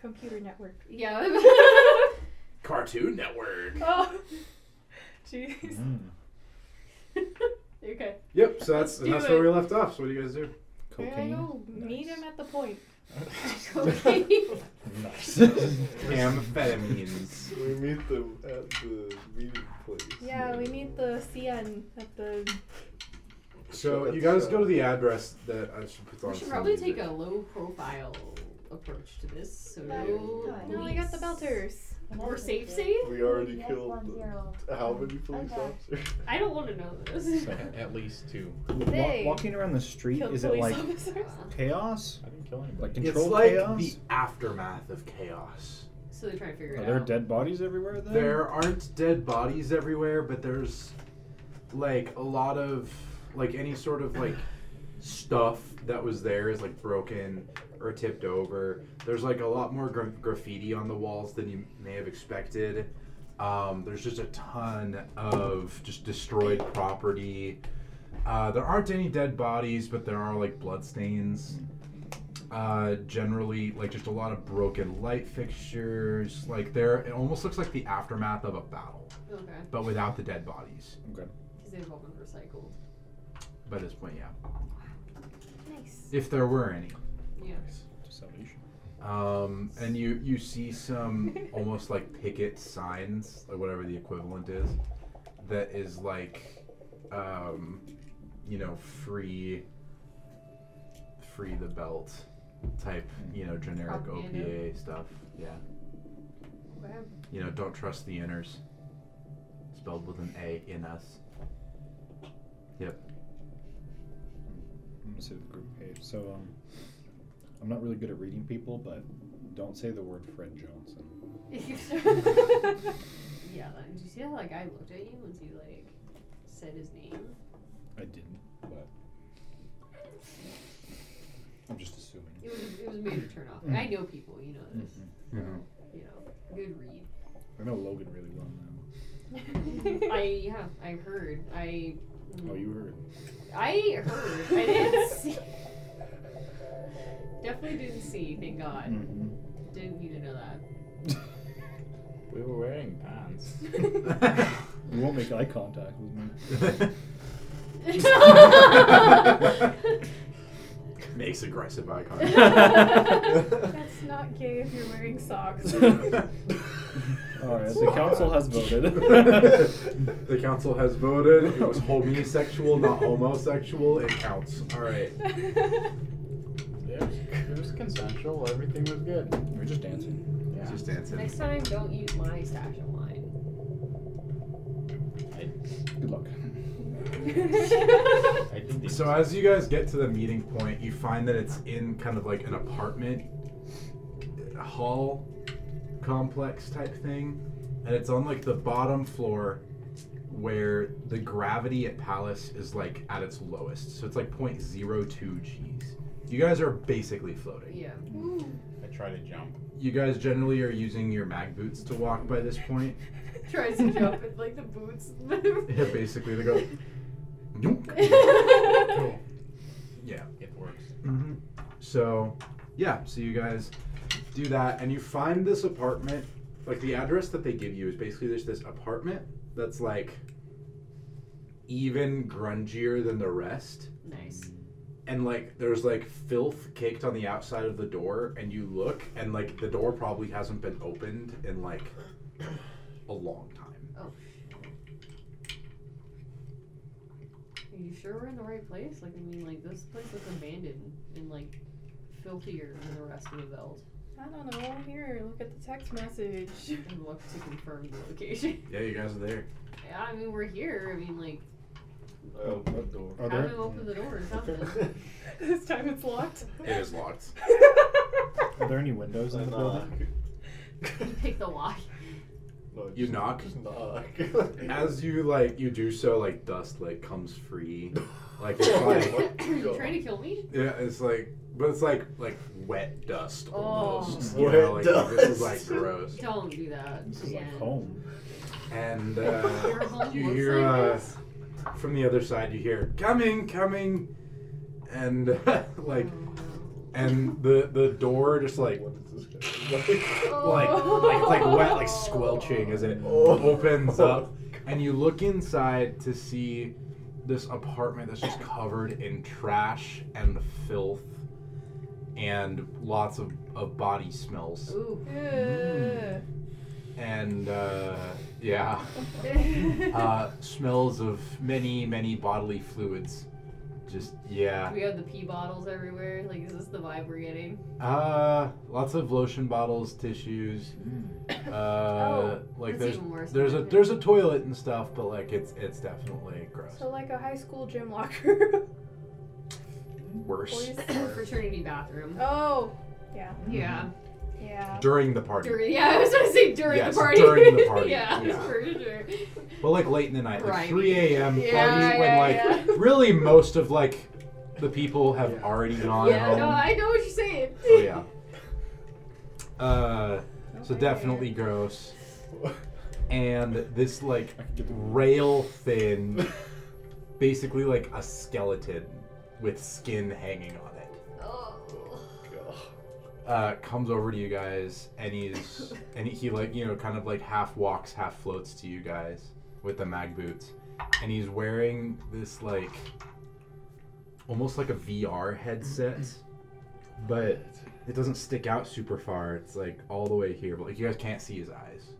S2: Computer network.
S6: Yeah.
S1: Cartoon Network.
S2: Oh. Jeez.
S4: Mm.
S6: okay.
S1: Yep, so that's and
S6: do
S1: that's
S6: it.
S1: where we left off. So what do you guys do?
S2: There I
S4: Cocaine.
S2: go. Meet him at the point.
S6: Okay.
S4: Nice.
S1: Amphetamines.
S3: We meet them at the meeting place.
S2: Yeah, we meet the CN at the.
S1: so you guys go to the address that I should put on.
S6: We should
S1: some
S6: probably
S1: music.
S6: take a low profile approach to this. So
S2: Yeah. No, we got the belters.
S6: More safe safe?
S3: We already
S8: Yes,
S3: killed
S8: one zero.
S3: the- how many police
S8: Okay.
S3: officers?
S6: I don't want to know this.
S5: At least two.
S2: They
S4: Wa- walking around the street,
S2: Killed
S4: is it
S2: police
S4: like
S2: officers.
S4: chaos?
S5: I didn't kill
S4: Like
S5: anybody.
S1: It's
S4: controlled
S1: like
S4: chaos?
S1: the aftermath of chaos.
S6: So they're trying to figure
S4: Are
S6: it
S4: there
S6: out.
S4: Oh, dead bodies everywhere then?
S1: There aren't dead bodies everywhere, but there's like a lot of like any sort of like stuff that was there is like broken or tipped over. There's like a lot more gra- graffiti on the walls than you may have expected. Um, there's just a ton of just destroyed property. Uh, there aren't any dead bodies, but there are like bloodstains. Uh, generally, like just a lot of broken light fixtures. Like there, it almost looks like the aftermath of a battle,
S6: Oh, Okay.
S1: but without the dead bodies.
S4: Okay.
S6: Because they've all been recycled.
S1: By this point, yeah,
S2: Nice.
S1: if there were any.
S6: Yeah.
S4: To salvation.
S1: Um, and you you see some almost like picket signs, or whatever the equivalent is, that is like, um, you know, free, free the belt type, you know, generic
S6: Propaganda.
S1: OPA stuff. Yeah,
S6: Wow.
S1: you know, don't trust the inners, spelled with an A in us.
S4: I'm gonna say the group page. So um, I'm not really good at reading people, but don't say the word Fred Johnson.
S6: yeah, like, did you see how like I looked at you once you like said his name?
S4: I didn't, but I'm just assuming.
S6: It was it was a major turn off. I know people, you know this. You know. Good read.
S4: I know Logan really well now.
S6: I yeah, I heard. I Mm-hmm. mm,
S4: Oh, you heard.
S6: I heard. I didn't see. Definitely didn't see. Thank God.
S4: Mm-hmm.
S6: Didn't need to know that.
S5: We were wearing pants.
S4: You won't make eye contact with me.
S1: Makes aggressive eye
S6: That's
S2: That's not gay if you're wearing socks.
S1: contact.
S4: All right, the council has voted.
S1: the council has voted. It was homosexual, not homosexual. It counts. All right.
S5: It was, it was consensual. Everything was good.
S8: We're just dancing.
S5: Yeah.
S1: Just dancing.
S6: Next time, don't use my stash of wine.
S4: Good luck.
S5: I did these.
S1: So as you guys get to the meeting point, you find that it's in kind of like an apartment uh, hall complex type thing, and it's on like the bottom floor where the gravity at Palace is like at its lowest. So it's like 0.02 g's. You guys are basically floating.
S6: Yeah.
S5: I try to jump.
S1: You guys generally are using your mag boots to walk by this point.
S6: Tries to jump with like the boots.
S1: Yeah, basically they go. "Yoink."
S5: Cool.
S1: Yeah.
S5: It works.
S4: Mm-hmm.
S1: hmm So, yeah, so you guys do that, and you find this apartment. Like, the address that they give you is basically there's this apartment that's like even grungier than the rest.
S6: nice.
S1: And like, there's like filth caked on the outside of the door, and you look, and like, the door probably hasn't been opened in like a long time.
S6: Are you sure we're in the right place? Like, I mean, like this place looks abandoned and like filthier than the rest of the belt.
S2: I don't know. Here, look at the text message.
S6: And look to confirm the location.
S1: Yeah, you guys are there.
S6: yeah, I mean, we're here. I mean, like,
S3: Oh, that door.
S4: Are
S6: have
S4: there?
S6: him open the door or something.
S2: this time it's locked.
S1: It is locked.
S4: Are there any windows in the building?
S6: you pick the lock.
S3: No,
S1: You
S3: just-
S1: knock?
S3: Just knock.
S1: As you like, you do so, like, dust like comes free. Like, it's
S3: Oh,
S1: like.
S3: what?
S6: you trying to kill me?
S1: Yeah, it's like, but it's like like wet dust
S6: Oh.
S1: almost. you
S3: Wet
S1: know, like, This is like
S3: dust.
S1: gross.
S6: Don't do that.
S4: This is
S6: again.
S4: like home.
S1: And
S6: Your
S1: uh,
S6: home
S1: you
S6: looks
S1: hear
S6: like
S1: uh,
S6: this?
S1: from the other side, you hear coming, coming, and like, and the the door just like
S3: What is this guy?
S1: like like it's like
S6: Oh.
S1: wet like squelching as it
S3: Oh.
S1: opens up and you look inside to see this apartment that's just covered in trash and filth and lots of, of body smells
S6: Ooh.
S2: Ugh.
S1: and uh, yeah uh, smells of many many bodily fluids just yeah
S6: We have the pee bottles everywhere. Like, is this the vibe we're getting?
S1: uh lots of lotion bottles tissues uh like
S6: Oh, That's
S1: there's
S6: even worse.
S1: There's a there's a toilet and stuff, but like it's it's definitely gross.
S2: so like a high school gym locker.
S1: Worse
S6: fraternity bathroom.
S2: oh, yeah,
S6: Yeah.
S2: yeah.
S1: during the party.
S6: During, yeah, I was gonna say during
S1: Mm-hmm. Yes,
S6: the party.
S1: during the party,
S6: yeah,
S1: yeah.
S6: for sure.
S1: Well, like late in the night, like
S6: Right.
S1: 3 a.m.
S6: Yeah,
S1: party
S6: yeah,
S1: when like
S6: yeah.
S1: really most of like the people have
S3: Yeah.
S1: already gone
S6: yeah,
S1: home.
S6: no, I know what you're saying.
S1: oh yeah. Uh, so
S2: Okay.
S1: definitely gross. And this like
S4: I could get the
S1: rail thin, basically like a skeleton with skin hanging on it.
S6: Oh.
S1: uh, comes over to you guys and he's and he like you know kind of like half walks half floats to you guys with the mag boots and he's wearing this like almost like a VR headset but it doesn't stick out super far it's like all the way here but like you guys can't see his eyes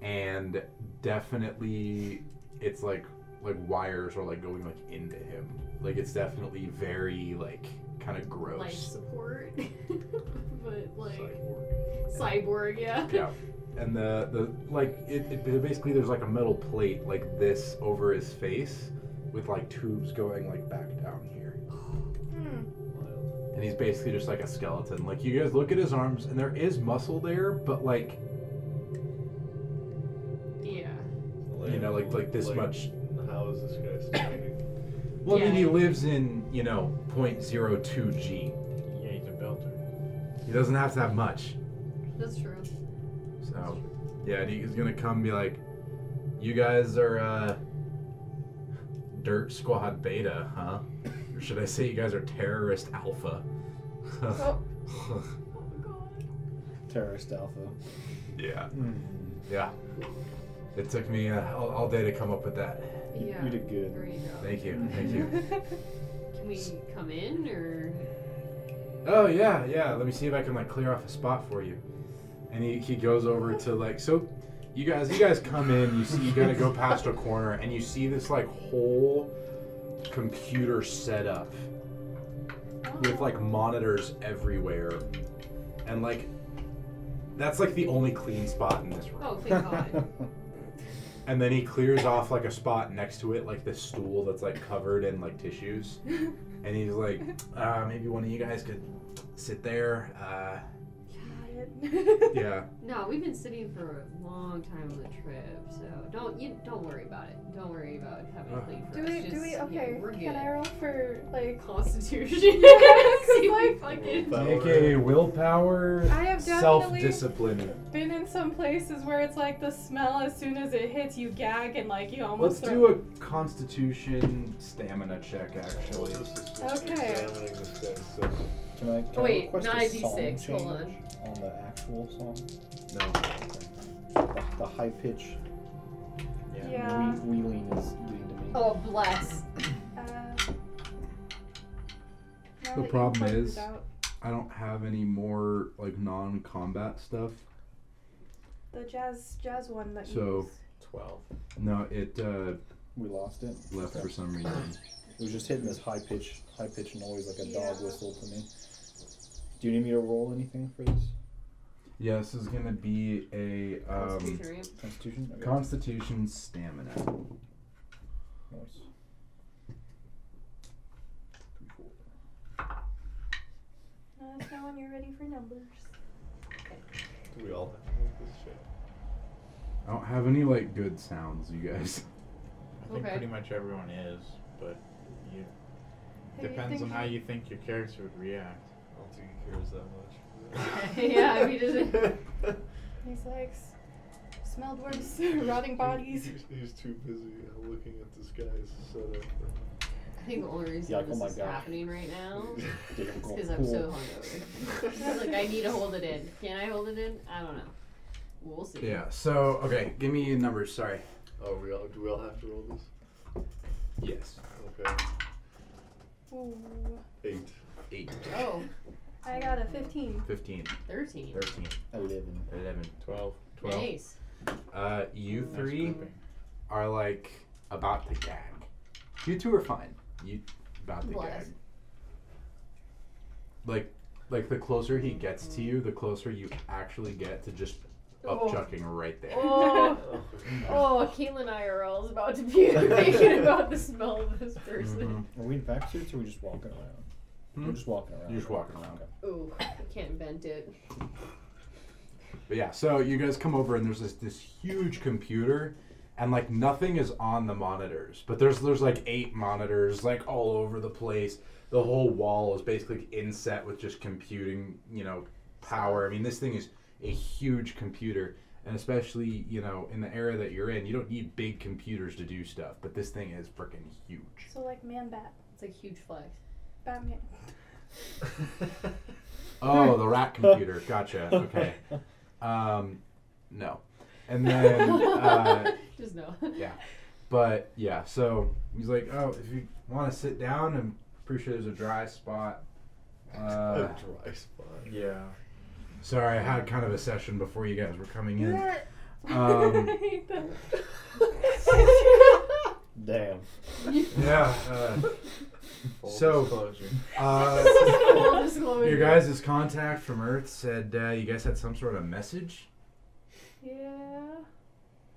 S1: and definitely it's like like wires are like going like into him like it's definitely very like kind of gross
S6: Life support. but like
S1: Cyborg.
S6: cyborg, yeah.
S1: Yeah. And the, the like it, it basically there's like a metal plate like this over his face with like tubes going like back down here.
S2: Hmm.
S1: And he's basically just like a skeleton. Like you guys look at his arms and there is muscle there, but like
S6: Yeah.
S1: you know, like like this much
S3: How is this guy standing?
S1: Well I mean he
S6: Yeah.
S1: lives in, you know, 0.02 G.
S5: Yeah, he's a belter.
S1: He doesn't have to have much.
S6: That's true.
S1: So yeah, and he's gonna come be like, You guys are uh Dirt Squad Beta, huh? Or should I say you guys are terrorist alpha?
S6: Oh my god.
S4: terrorist alpha.
S1: yeah.
S4: Mm.
S1: Yeah. It took me uh, all, all day to come up with that.
S6: Yeah.
S4: You did good.
S6: Great job.
S1: Thank you. Thank you.
S6: Can we come in or
S1: oh yeah, yeah. Let me see if I can like clear off a spot for you. and he, he goes over to like so you guys you guys come in you see you gotta go past a corner and you see this like whole computer setup with like monitors everywhere and like that's like the only clean spot in this room
S6: Oh, thank God.
S1: and then he clears off like a spot next to it like this stool that's like covered in like tissues and he's like uh, maybe one of you guys could sit there uh, yeah
S6: no, we've been sitting for a long time on the trip, so don't you don't worry about it. Don't worry about having a
S1: Uh.
S6: clean for
S2: Do
S6: us.
S2: we?
S6: Just,
S2: Do we?
S6: yeah,
S2: Okay.
S6: we're good.
S2: Can I roll for like?
S6: Constitution.
S2: Yeah, 'cause, like,
S6: fucking.
S1: Make a willpower,
S2: I have
S1: self
S2: definitely-
S1: discipline.
S2: Been in some places where it's like the smell as soon as it hits you gag and like you
S1: Let's
S2: almost.
S1: do a constitution stamina check, actually.
S2: Okay.
S3: Examining this guy's stuff.
S4: Can I, can I
S6: Wait,
S4: request
S6: not
S4: a
S6: a D6,
S4: song
S6: hold
S4: change on the actual song?
S1: No.
S4: The, the high pitch
S2: Yeah.
S4: whe- wheeling is getting to me.
S6: Oh, bless.
S2: Uh, now
S1: The
S2: that you
S1: problem
S2: point
S1: is-
S2: it out,
S1: I don't have any more like non combat stuff.
S2: the jazz jazz one that
S1: So-
S2: you. used.
S7: Twelve.
S1: No, it uh,
S4: We lost it.
S1: left for some reason.
S4: It was just hitting this high pitch, high pitch noise like a dog
S2: Yeah.
S4: whistle to me. Do you need me to roll anything for this
S1: Yeah, this is gonna be a um,
S6: Constitution, right?
S4: Constitution? Okay.
S1: constitution stamina.
S4: Nice. Three, four.
S2: No, that's not when you're ready for numbers.
S3: Do we all have this shit?
S1: I don't have any like good sounds, you guys.
S5: I think
S6: Okay.
S5: pretty much everyone is, but you,
S2: Hey,
S5: depends
S2: thank
S5: on
S2: you.
S5: how you think your character would react.
S3: I don't think he cares that much.
S6: Yeah, I mean, does it-
S2: He's like, "S- smelled worse, rotting bodies.
S3: He's, he's too busy uh, looking at this guy's setup.
S6: I think the only reason
S4: Yeah, like,
S6: this
S4: oh my
S6: is
S4: God.
S6: happening right now is
S4: Dude, I'm going
S6: because I'm so
S4: cool.
S6: hungover. like, I need to hold it in. Can I hold it in? I don't know. We'll see.
S1: Yeah. So okay, give me your numbers. Sorry.
S3: Oh, we all, do we all have to roll this?
S1: Yes.
S3: Okay.
S2: Ooh,
S3: Eight.
S1: Eight.
S6: Oh,
S2: I got a 15.
S1: 15,
S6: 13.
S1: 13,
S4: Eleven.
S1: 11,
S5: Twelve.
S1: 12.
S6: Nice.
S1: Uh, you
S5: Nice
S1: three
S5: grouping.
S1: are like about to gag. You two are fine. You about to
S6: Bless.
S1: gag. Like, like the closer he gets to you, the closer you actually get to just upchucking right there.
S6: Oh, oh, Caitlin IRL is about to be thinking about the smell of this
S1: Mm-hmm.
S6: person.
S4: Are we in back suits or are we just walking around?
S1: Hmm?
S4: We're just walking around.
S1: You're just walking around.
S4: Okay.
S6: Ooh, I can't bend it.
S1: But yeah, so you guys come over and there's this this huge computer, and like nothing is on the monitors, but there's there's like eight monitors like all over the place. The whole wall is basically inset with just computing, you know, power. I mean, this thing is a huge computer, and especially you know in the era that you're in, you don't need big computers to do stuff. But this thing is freaking huge.
S2: So, like, man bat.
S6: It's a huge flex.
S2: Batman.
S1: Oh, the rat computer. Gotcha. Okay. Um, no. And then. Uh,
S6: Just no.
S1: But yeah, so he's like, "Oh, if you want to sit down, I'm pretty sure there's a dry spot." Uh,
S3: a dry spot.
S5: Yeah.
S1: sorry, I had kind of a session before you guys were coming in.
S2: I
S1: Um,
S2: hate that.
S4: Damn.
S1: yeah. Uh,
S5: Full
S1: So-
S5: disclosure.
S1: uh,
S6: Full disclosure.
S1: your guys' contact from Earth said uh, you guys had some sort of message.
S2: yeah.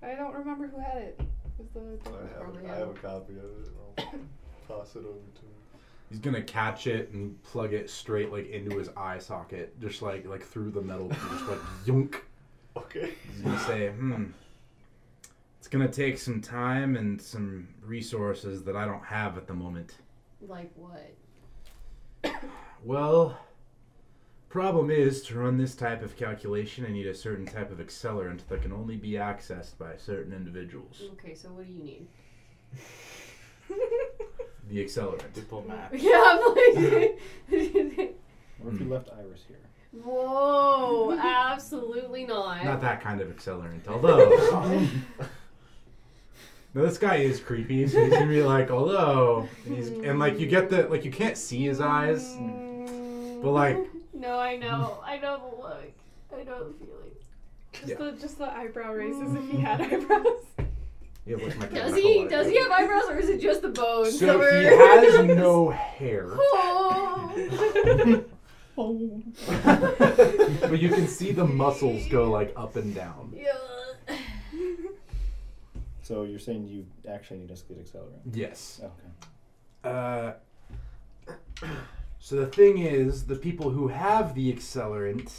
S2: I don't remember who had it. It was
S3: I
S2: the-
S3: have,
S6: Probably
S3: a, I have a copy of it. and I'll toss it over to him.
S1: He's gonna catch it and plug it straight like into his eye socket, just like like through the metal, just like yunk.
S3: Okay.
S1: He's gonna say, hmm, it's gonna take some time and some resources that I don't have at the moment.
S6: Like what?
S1: Well, problem is to run this type of calculation, I need a certain type of accelerant that can only be accessed by certain individuals.
S6: Okay, so what do you need?
S1: The accelerant.
S5: Diplomat.
S6: Yeah, I'm like.
S4: What
S1: Hmm.
S4: if we left Iris here?
S6: Whoa, absolutely not.
S1: Not that kind of accelerant, although. No, this guy is creepy, so he's gonna be like, although, and, he's, and like you get the like you can't see his eyes, but like
S6: No, I know. I know the look. I know the feeling.
S2: Just
S1: Yeah.
S2: the just the eyebrow raises if
S5: Mm.
S2: he had eyebrows.
S1: Yeah, what's my
S6: Does
S1: chemical
S6: he?
S1: letter?
S6: Does he have eyebrows, or is it just the bones?
S1: So he
S6: that were-
S1: has no hair,
S6: Oh.
S4: Oh.
S1: but you can see the muscles go like up and down.
S6: Yeah.
S4: So you're saying you actually need a skid accelerant?
S1: Yes.
S4: Okay.
S1: Uh, so the thing is, the people who have the accelerant,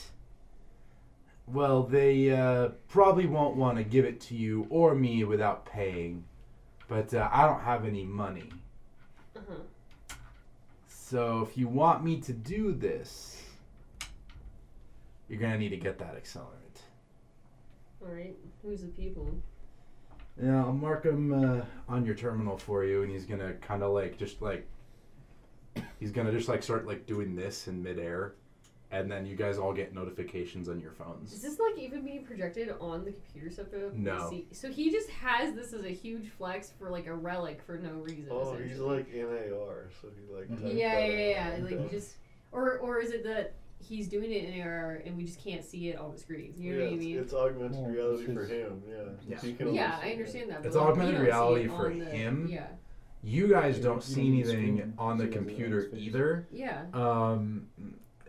S1: well, they uh, probably won't want to give it to you or me without paying. But uh, I don't have any money.
S6: Uh-huh.
S1: So if you want me to do this, you're gonna need to get that accelerant.
S6: All right. Who's the people?
S1: Yeah, I'll mark him uh, on your terminal for you, and he's gonna kind of like just like he's gonna just like start like doing this in midair, and then you guys all get notifications on your
S6: Is
S1: phones.
S6: this like even being projected on the computer stuff? that we
S1: No.
S6: see? So he just has this as a huge flex for like a relic for no reason.
S3: Oh, he's
S6: essentially.
S3: like NAR, so he like.
S1: Mm-hmm.
S4: Mhm.
S3: typed
S6: Yeah,
S3: that
S6: yeah, yeah.
S3: out.
S6: yeah. Like he just, or or is it that he's doing it in AR and we just can't see it on the screen? You know
S3: yeah,
S6: what I
S3: it's-
S6: mean?
S3: It's augmented
S4: Well,
S3: reality
S4: this
S3: for
S4: is-
S3: him. Yeah.
S1: Yeah.
S3: He can
S6: yeah,
S3: almost-
S6: I understand that.
S1: It's
S6: but, like, we
S1: augmented
S6: don't see it
S1: reality
S6: on
S1: for
S6: the-
S1: him.
S6: Yeah,
S1: You guys
S4: Yeah,
S1: don't
S4: you
S1: see
S4: don't need to
S1: anything
S4: scream.
S1: on the
S4: See what's in the
S1: computer
S4: space.
S1: either.
S6: yeah.
S1: Um,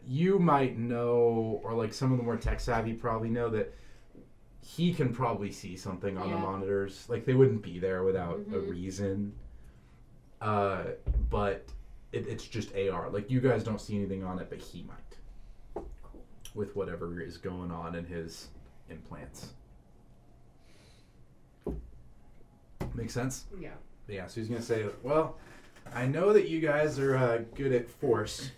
S1: you might know, or like some of the more tech savvy probably know that he can probably see something on the
S6: Yeah.
S1: monitors. Like they wouldn't be there without a
S6: Mhm.
S1: reason. Uh, but it, it's just AR. Like you guys don't see anything on it, but he might.
S6: Cool.
S1: With whatever is going on in his implants. Make sense?
S6: Yeah.
S1: Yeah, so he's gonna say, "Well, I know that you guys are uh, good at force,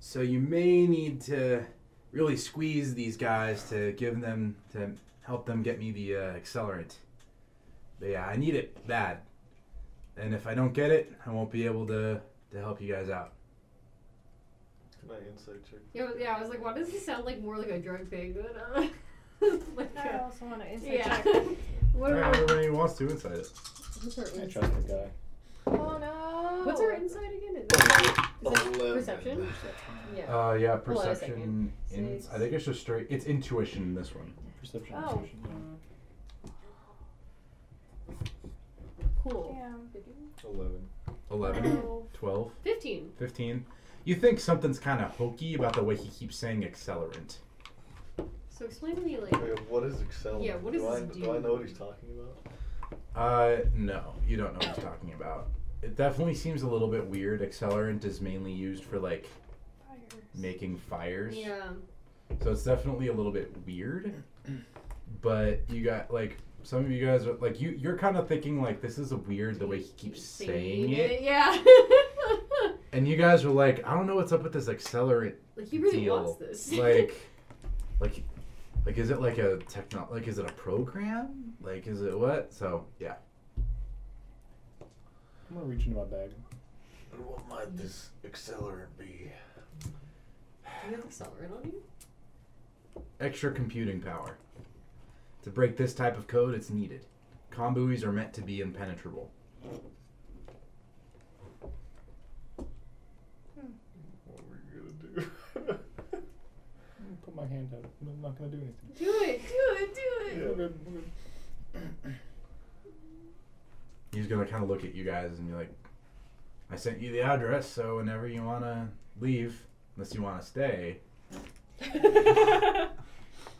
S1: so you may need to really squeeze these guys to give them to help them get me the uh, accelerant. But yeah, I need it bad, and if I don't get it, I won't be able to to help you guys out.
S3: Can I insight check?
S6: Yeah, but- yeah, I was like, why does he sound like more like a drunk pig than uh, like
S2: I
S6: a,
S2: also want to insight
S6: yeah.
S2: check.
S6: what are our,
S1: Everybody wants to inside it.
S6: what's our
S4: I
S6: ins-
S4: trust the guy.
S2: Oh no.
S6: what's our insight again? Is that, is that
S3: Eleven.
S6: perception? Yeah.
S1: Uh, yeah,
S6: Hold on a
S1: perception.
S6: second.
S1: ins- I
S6: Six.
S1: think it's just straight. It's intuition. in This one.
S4: Perception.
S2: Oh.
S4: perception, yeah.
S6: Cool.
S2: Damn. Oh,
S3: Eleven.
S1: 11, 12,
S6: Fifteen.
S1: 15. You think something's kind of hokey about the way he keeps saying accelerant.
S6: So explain to me like
S3: Okay, what is Excel?
S6: Yeah, what
S3: do
S6: does
S3: I,
S6: this
S3: do I
S6: do?
S3: know what he's talking about?
S1: Uh, no, you don't know what he's talking about. It definitely seems a little bit weird. Accelerant is mainly used for like making fires.
S6: yeah.
S1: So it's definitely a little bit weird. But you got like some of you guys are like you you're kind of thinking like this is a weird the way he keeps saying it.
S6: Yeah.
S1: And you guys are like, I don't know what's up with this accelerant.
S6: like he really
S1: Deal.
S6: wants this.
S1: Like like like is it like a techno like is it a program? Like is it what? So, yeah.
S4: I'm gonna reach into my bag.
S3: And what might this accelerant be?
S6: Do you have accelerant on you?
S1: extra computing power. To break this type of code, it's needed. Com buoys are meant to be impenetrable.
S3: What were you gonna do?
S4: I'm gonna put my hand out. I'm not gonna do anything.
S6: Do it, do it, do it.
S3: Yeah.
S4: I'm good, I'm good.
S1: He's gonna kind of look at you guys and be like, "I sent you the address, so whenever you wanna leave, unless you wanna stay."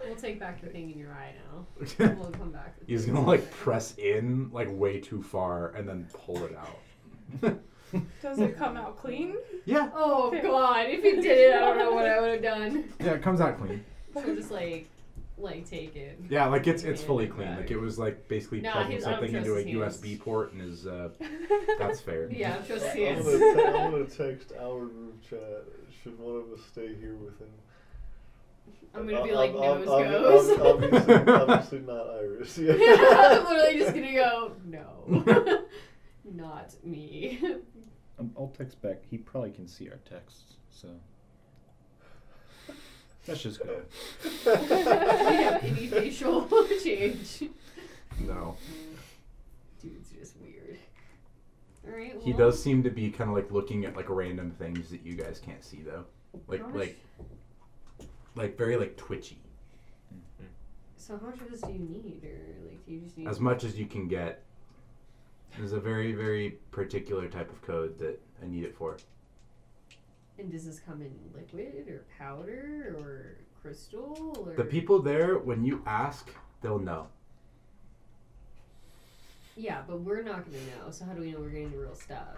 S6: We'll take back your thing in your eye now. We'll come back. with
S1: He's
S6: it.
S1: gonna like press in like way too far and then pull it out.
S2: Does it come out clean?
S1: Yeah,
S6: Oh god, if he did it, I don't know what I would have done.
S1: yeah, it comes out clean.
S6: So just like like take it.
S1: Yeah, like it's it's
S6: Yeah,
S1: fully
S6: back.
S1: clean. Like it was like basically
S6: Nah,
S1: plugging
S6: he's- I don't
S1: something
S6: trust
S1: into a
S6: his hands.
S1: USB port and his. Uh, that's fair.
S6: Yeah, just
S3: I'm,
S6: hands.
S3: gonna te- I'm gonna text our group chat. Should one of us stay here with him? Uh,
S6: I'm gonna be
S3: Ob-
S6: like
S3: ob- ob-
S6: nose
S3: ob-
S6: goes.
S3: ob- obviously, obviously not Iris. Yeah.
S6: I'm literally just gonna go, no. Not me.
S4: Um, I'll text back. He probably can see our texts, so that's just good.
S6: We have any facial change.
S1: No,
S6: Dude's just weird. Alright, well,
S1: he does seem to be kind of like looking at like random things that you guys can't see though, like
S6: Jonas-
S1: like like very like twitchy.
S6: So how much of this do you need, or like do you just need?
S1: as much as you can get. There's a very, very particular type of code that I need it for.
S6: and does this come in liquid or powder or crystal or?
S1: The people there, when you ask, they'll know.
S6: Yeah, but we're not gonna know. So how do we know we're getting the real stuff?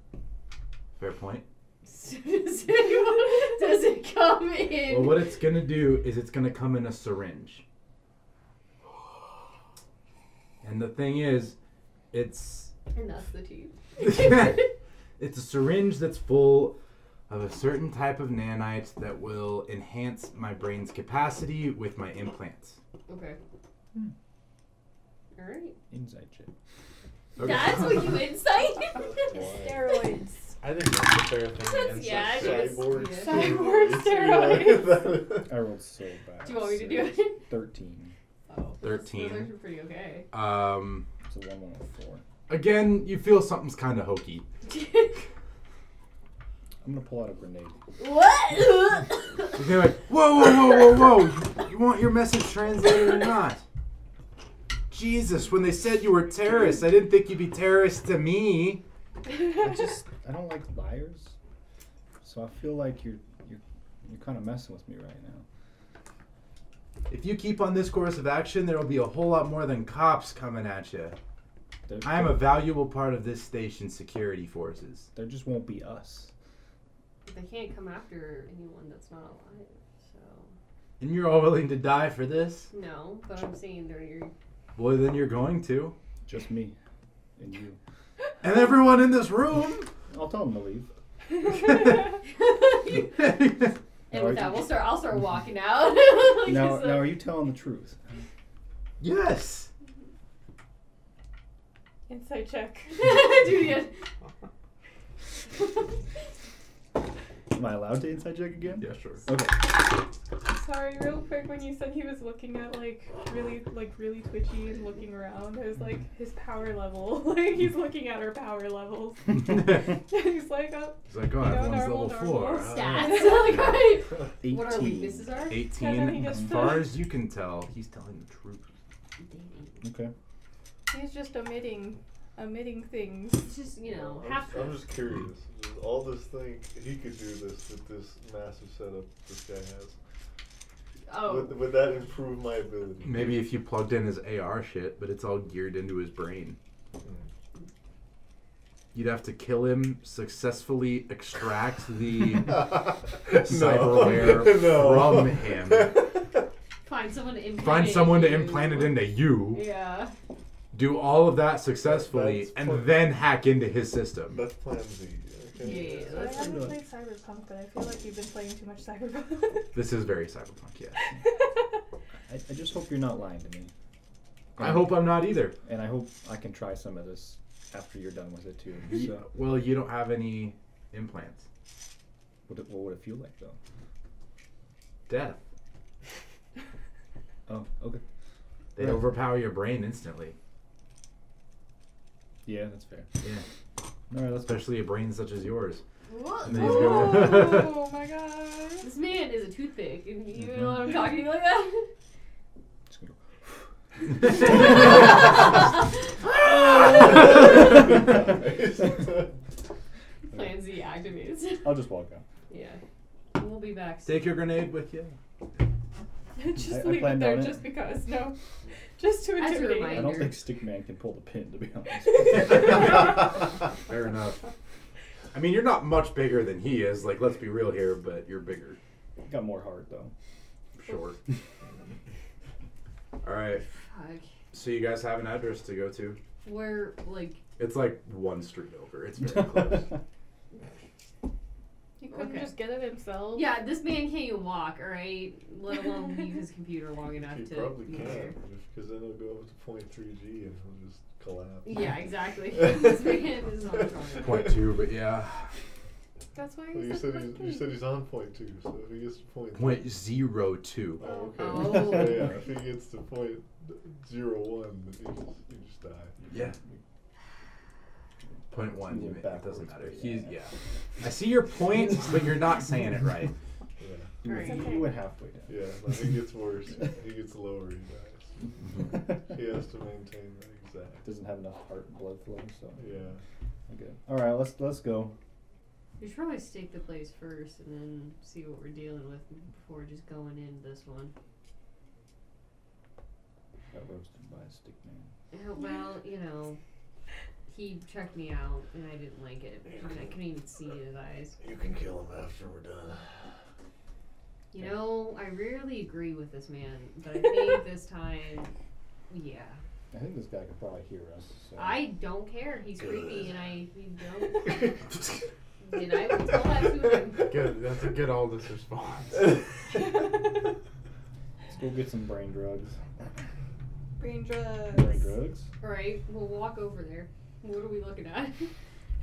S1: Fair point.
S6: does it does it come in?
S1: Well, what it's gonna do is it's gonna come in a syringe. And the thing is, it's
S6: and that's the tea.
S1: it's a syringe that's full of a certain type of nanite that will enhance my brain's capacity with my implants.
S6: Okay.
S4: Hmm.
S6: All right.
S4: Inside shit.
S6: That's what you insight.
S2: Steroids.
S5: I think that's the fair thing. to
S6: yeah,
S5: insect say.
S6: I just-
S3: Cyborg
S6: yeah.
S2: Cyborg
S3: steroids.
S4: I rolled so bad.
S6: Do you want me to do
S4: Serious.
S6: it?
S4: Thirteen.
S6: Oh,
S1: Thirteen.
S6: Those are pretty okay.
S1: Um,
S4: So one one oh four.
S1: again, you feel something's kind of hokey.
S4: I'm gonna pull out a grenade.
S6: what?
S1: They're like, whoa, whoa, whoa, whoa, whoa! You, you want your message translated or not? Jesus, when they said you were terrorists, I didn't think you'd be terrorists to me.
S4: I just I don't like liars. So I feel like you're you're you're kind of messing with me right now.
S1: If you keep on this course of action, there'll be a whole lot more than cops coming at you.
S4: There,
S1: I am a valuable part of this station's security forces.
S4: There just won't be us.
S6: they can't come after anyone that's not alive. So
S1: And you're all willing to die for this?
S6: no, but I'm saying they're your.
S1: Well, then you're going to.
S4: Just me and you.
S1: And everyone in this room!
S4: I'll tell them to leave.
S6: and
S4: Now
S6: with
S4: are
S6: that,
S4: you-
S6: we'll start. I'll start walking out. Like,
S4: Now,
S6: just, uh,
S4: now are you telling the truth?
S1: yes!
S2: Insight check.
S6: Dude, yeah.
S4: Am I allowed to inside check again?
S1: Yeah, sure.
S4: Okay.
S2: Sorry, real quick, when you said he was looking at like really, like really twitchy and looking around, I was like, his power level. like he's looking at our power levels.
S1: He's
S2: he's like, oh,
S1: like, oh,
S2: You know,
S1: everyone's
S2: normal,
S1: level four.
S2: normal.
S1: Uh,
S6: Stats. like, right.
S4: Eighteen.
S6: What our weaknesses are.
S1: 18,
S2: And then he
S1: as
S2: gets to-
S1: far as you can tell, he's telling the truth.
S4: Okay.
S2: he's just omitting, omitting things.
S6: It's just you know
S3: I'm,
S6: half.
S3: just, I'm just curious. Does all this thing he could do this with this massive setup this guy has.
S6: Oh,
S3: Would, would that improve my ability?
S1: Maybe if you plugged in his AR shit, but it's all geared into his brain. You'd have to kill him, successfully extract the cyberware from him,
S6: find someone to implant.
S1: find
S6: it
S1: someone to
S6: in you.
S1: implant it into you.
S6: Yeah.
S1: do all of that successfully
S3: That's
S1: and
S3: pl-
S1: then hack into his system.
S3: That's plan Z. Okay.
S6: Yeah,
S2: So I
S6: that's
S2: haven't
S4: good.
S2: played Cyberpunk, but I feel like you've been playing too much Cyberpunk.
S1: This is very cyberpunk, yeah.
S4: I, I just hope you're not lying to me.
S1: I hope I'm not either.
S4: And I hope I can try some of this after you're done with it too.
S1: Y-
S4: So,
S1: Well, you don't have any implants.
S4: what, it- what would it feel like though?
S1: Death.
S4: Oh, okay.
S1: They
S4: Right.
S1: overpower your brain instantly.
S4: Yeah, that's fair.
S1: Yeah.
S4: All right, that's fair.
S1: Especially a brain such as yours.
S6: What?
S1: And then he's gonna-
S2: oh my god.
S6: This man is a toothpick, and you know what I'm talking like that.
S4: Just gonna go. Oh.
S6: Plan Z activates.
S4: I'll just walk out.
S6: Yeah. We'll be back. soon.
S1: Take your grenade with you.
S4: I- I
S2: just leave it
S4: planned
S2: there
S4: on it.
S2: just because. No. Just to
S6: As a
S2: intimidate.
S4: I
S6: reminder.
S4: don't think Stickman can pull the pin to be honest.
S1: Fair enough. I mean, you're not much bigger than he is. Like, let's be real here, but you're bigger.
S4: Got more heart though.
S1: Sure. all right.
S6: Fuck.
S1: So you guys have an address to go to.
S6: We're like,
S1: It's like one street over. It's very close.
S2: You couldn't
S6: Okay.
S2: just get it himself.
S6: yeah, this man can't even walk, alright? Let alone leave his computer long enough
S3: He
S6: to.
S3: probably
S6: be
S3: can,
S6: here.
S3: because then it'll go up to 0.3G and it'll just collapse.
S6: Yeah, exactly. this man is on fire.
S1: Point two, but yeah.
S2: That's why
S3: Well,
S2: you
S3: you said he's, you
S2: he's
S3: said he's on point two, so if he gets to point.
S1: Point zero two.
S3: Oh, okay.
S6: Oh.
S3: So, yeah, if he gets to point zero one, he just, he just die.
S1: Yeah. Point one.
S4: Yeah,
S1: You mean, it doesn't
S4: backwards,
S1: matter.
S4: but
S1: He's
S4: yeah.
S1: yeah. I see your point, but you're not saying it right.
S3: Yeah.
S4: You went,
S2: It's okay.
S4: you went halfway down.
S3: Yeah, I think it gets worse. he gets lower, he dies. He has to maintain that exact.
S4: Doesn't have enough heart and blood flow, so
S3: Yeah.
S4: okay. All right, let's let's go.
S6: We should probably stake the place first and then see what we're dealing with before just going in this one.
S4: Got roasted by a stick man.
S6: Yeah, Uh, well, you know, he checked me out and I didn't like it. I mean, I couldn't even see in his eyes.
S3: You can kill him after we're done.
S6: You know, I rarely agree with this man, but I think this time, yeah.
S4: I think this guy could probably hear us. So.
S6: I don't care. He's creepy and I he don't.
S5: good.
S6: And I will tell that to him.
S5: That's a good oldest response.
S4: let's go get some brain drugs.
S2: Brain drugs.
S4: Brain drugs.
S6: Alright, we'll walk over there. What are we looking at?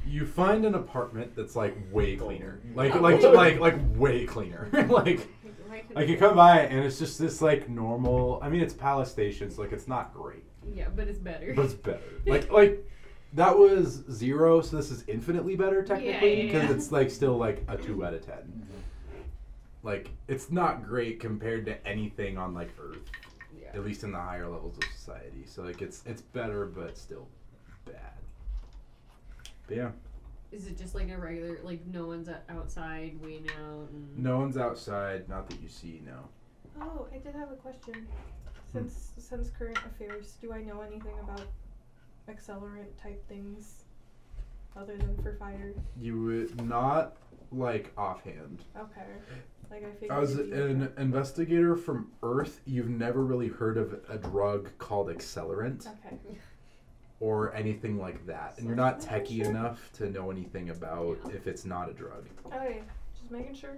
S1: You find an apartment that's like way cleaner, like
S6: Oh.
S1: like like like way cleaner. like
S6: Why couldn't
S1: like you
S6: we-
S1: come by and it's just this like normal. I mean, it's Palace Station, so like it's not great,
S6: Yeah, but it's better.
S1: but it's better. Like like that was zero, so this is infinitely better technically
S6: yeah,
S1: because
S6: yeah.
S1: it's like still like a two out of 10 Like it's not great compared to anything on like Earth,
S6: Yeah.
S1: at least in the higher levels of society. So like it's it's better, but still bad. But yeah.
S6: Is it just like a regular, like no one's o- outside waiting out? And
S1: No one's outside, not that you see, no.
S2: Oh, I did have a question. Since since current affairs, do I know anything about accelerant type things other than for fire?
S1: You would not like offhand.
S2: Okay. Like I figured.
S1: As
S2: it'd be-
S1: an investigator from Earth, you've never really heard of a drug called accelerant
S2: Okay.
S1: or anything like that. And you're not techie enough to know anything about if it's not a drug.
S2: Okay. Just making sure.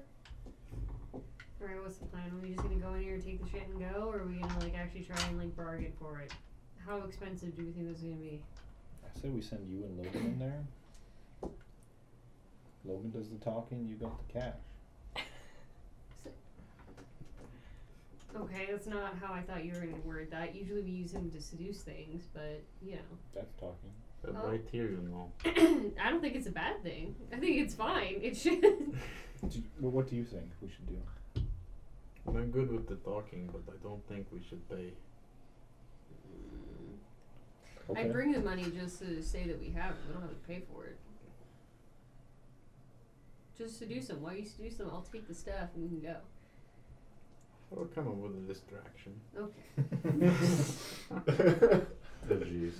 S6: Alright, what's the plan? Are we just gonna go in here, take the shit, and go, or are we gonna like actually try and like bargain for it? How expensive do we think this is gonna be?
S4: I said we send you and Logan in there. Logan does the talking. You got the cash.
S6: Okay, that's not how I thought you were gonna word that. Usually we use him to seduce things, but you
S4: That's talking.
S5: But
S6: Oh.
S5: right here, you know.
S6: know, I don't think it's a bad thing. I think it's fine. It should.
S4: Do you- well, what do you think we should do?
S5: I'm good with the talking, but I don't think we should pay.
S6: I bring the money just to say that we have it. We don't have to pay for it. Just seduce him. Why you seduce him? I'll take the stuff and we can go.
S5: We'll come up with a distraction.
S6: Okay.
S1: Oh, jeez.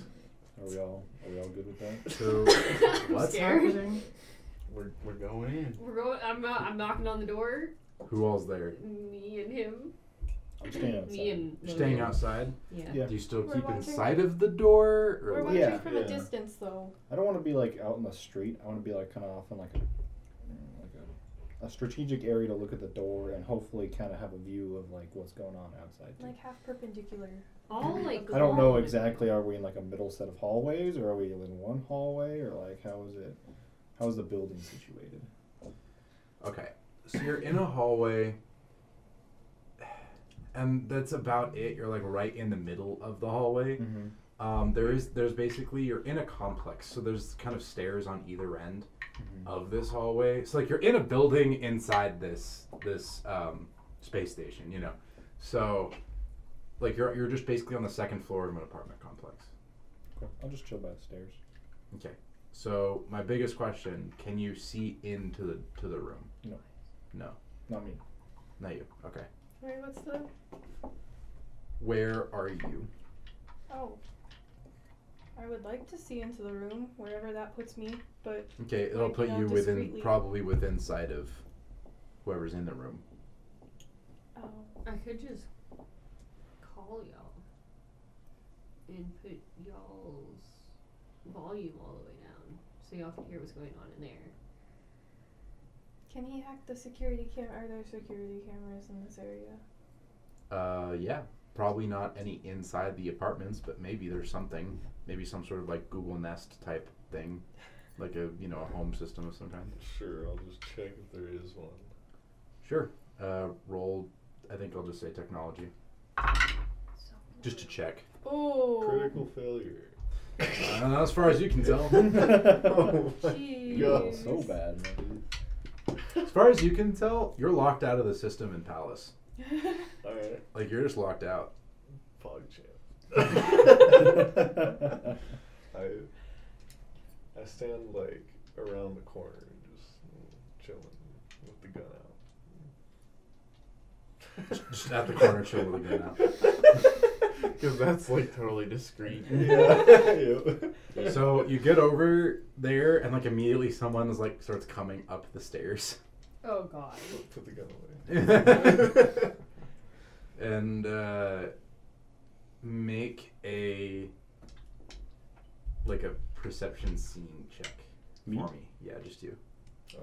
S4: Are we all are we all good with that?
S1: So,
S6: I'm
S1: what's
S6: scared.
S1: happening?
S5: We're, we're going in.
S6: We're going. I'm. Uh, I'm knocking on the door.
S1: Who all's there?
S6: Me and him.
S4: I'm staying outside.
S6: Me and.
S1: You're staying
S6: Logan.
S1: outside?
S6: Yeah.
S4: Yeah.
S1: Do you still
S2: We're
S1: keep
S2: watching-
S1: inside of the door?
S2: We're
S1: Or
S2: watching
S4: Yeah.
S2: from
S3: Yeah.
S2: a distance though.
S4: I don't want to be like out in the street. I want to be like kind of off in like a mm, like a, a strategic area to look at the door and hopefully kind of have a view of like what's going on outside. too.
S2: Like half perpendicular.
S6: All like.
S4: I don't know
S6: gone.
S4: exactly. Are we in like a middle set of hallways, or are we in one hallway, or like how is it? How is the building situated?
S1: Okay. So you're in a hallway, and that's about it. You're like right in the middle of the hallway.
S4: Mm-hmm.
S1: Um, there is there's basically you're in a complex, so there's kind of stairs on either end of this hallway. So like you're in a building inside this this um, space station, you know. So like you're you're just basically on the second floor of an apartment complex.
S4: I'll just chill by the stairs.
S1: So my biggest question: Can you see into the to the room?
S4: Not me.
S1: Not you. Okay.
S2: Wait, what's the?
S1: Where are you?
S2: Oh. I would like to see into the room wherever that puts me, but
S1: Okay, it'll
S2: Like,
S1: put
S2: uh,
S1: you within
S2: discreetly.
S1: probably within sight of whoever's in the room.
S2: oh,
S6: I could just call y'all and put y'all's volume all the way down so y'all can hear what's going on in there.
S2: can he hack the security cam? Are there security cameras in this area?
S1: Uh, yeah, probably not any inside the apartments, but maybe there's something, maybe some sort of like Google Nest type thing, like a you know a home system of some kind.
S3: Sure, I'll just check if there is one.
S1: Sure. Uh, roll. I think I'll just say technology,
S6: So
S1: just to check.
S2: Oh,
S3: Critical failure.
S1: Uh, as far as you can tell.
S3: oh my
S2: jeez.
S3: God.
S4: So bad. man.
S1: As far as you can tell, you're locked out of the system in Palace.
S3: Alright.
S1: Like you're just locked out.
S3: Fog champ.
S4: Alright.
S3: I I stand like around the corner and just chilling with the gun out.
S1: Just at the corner, chill with the gun
S3: out.
S5: Because that's like totally discreet.
S3: yeah. yeah.
S1: So you get over there, and like immediately someone is like starts coming up the stairs,
S6: Oh god.
S3: put the gun away.
S1: and uh, make a like a perception scene check
S4: Me?
S1: for me. Yeah, just you.
S3: oh.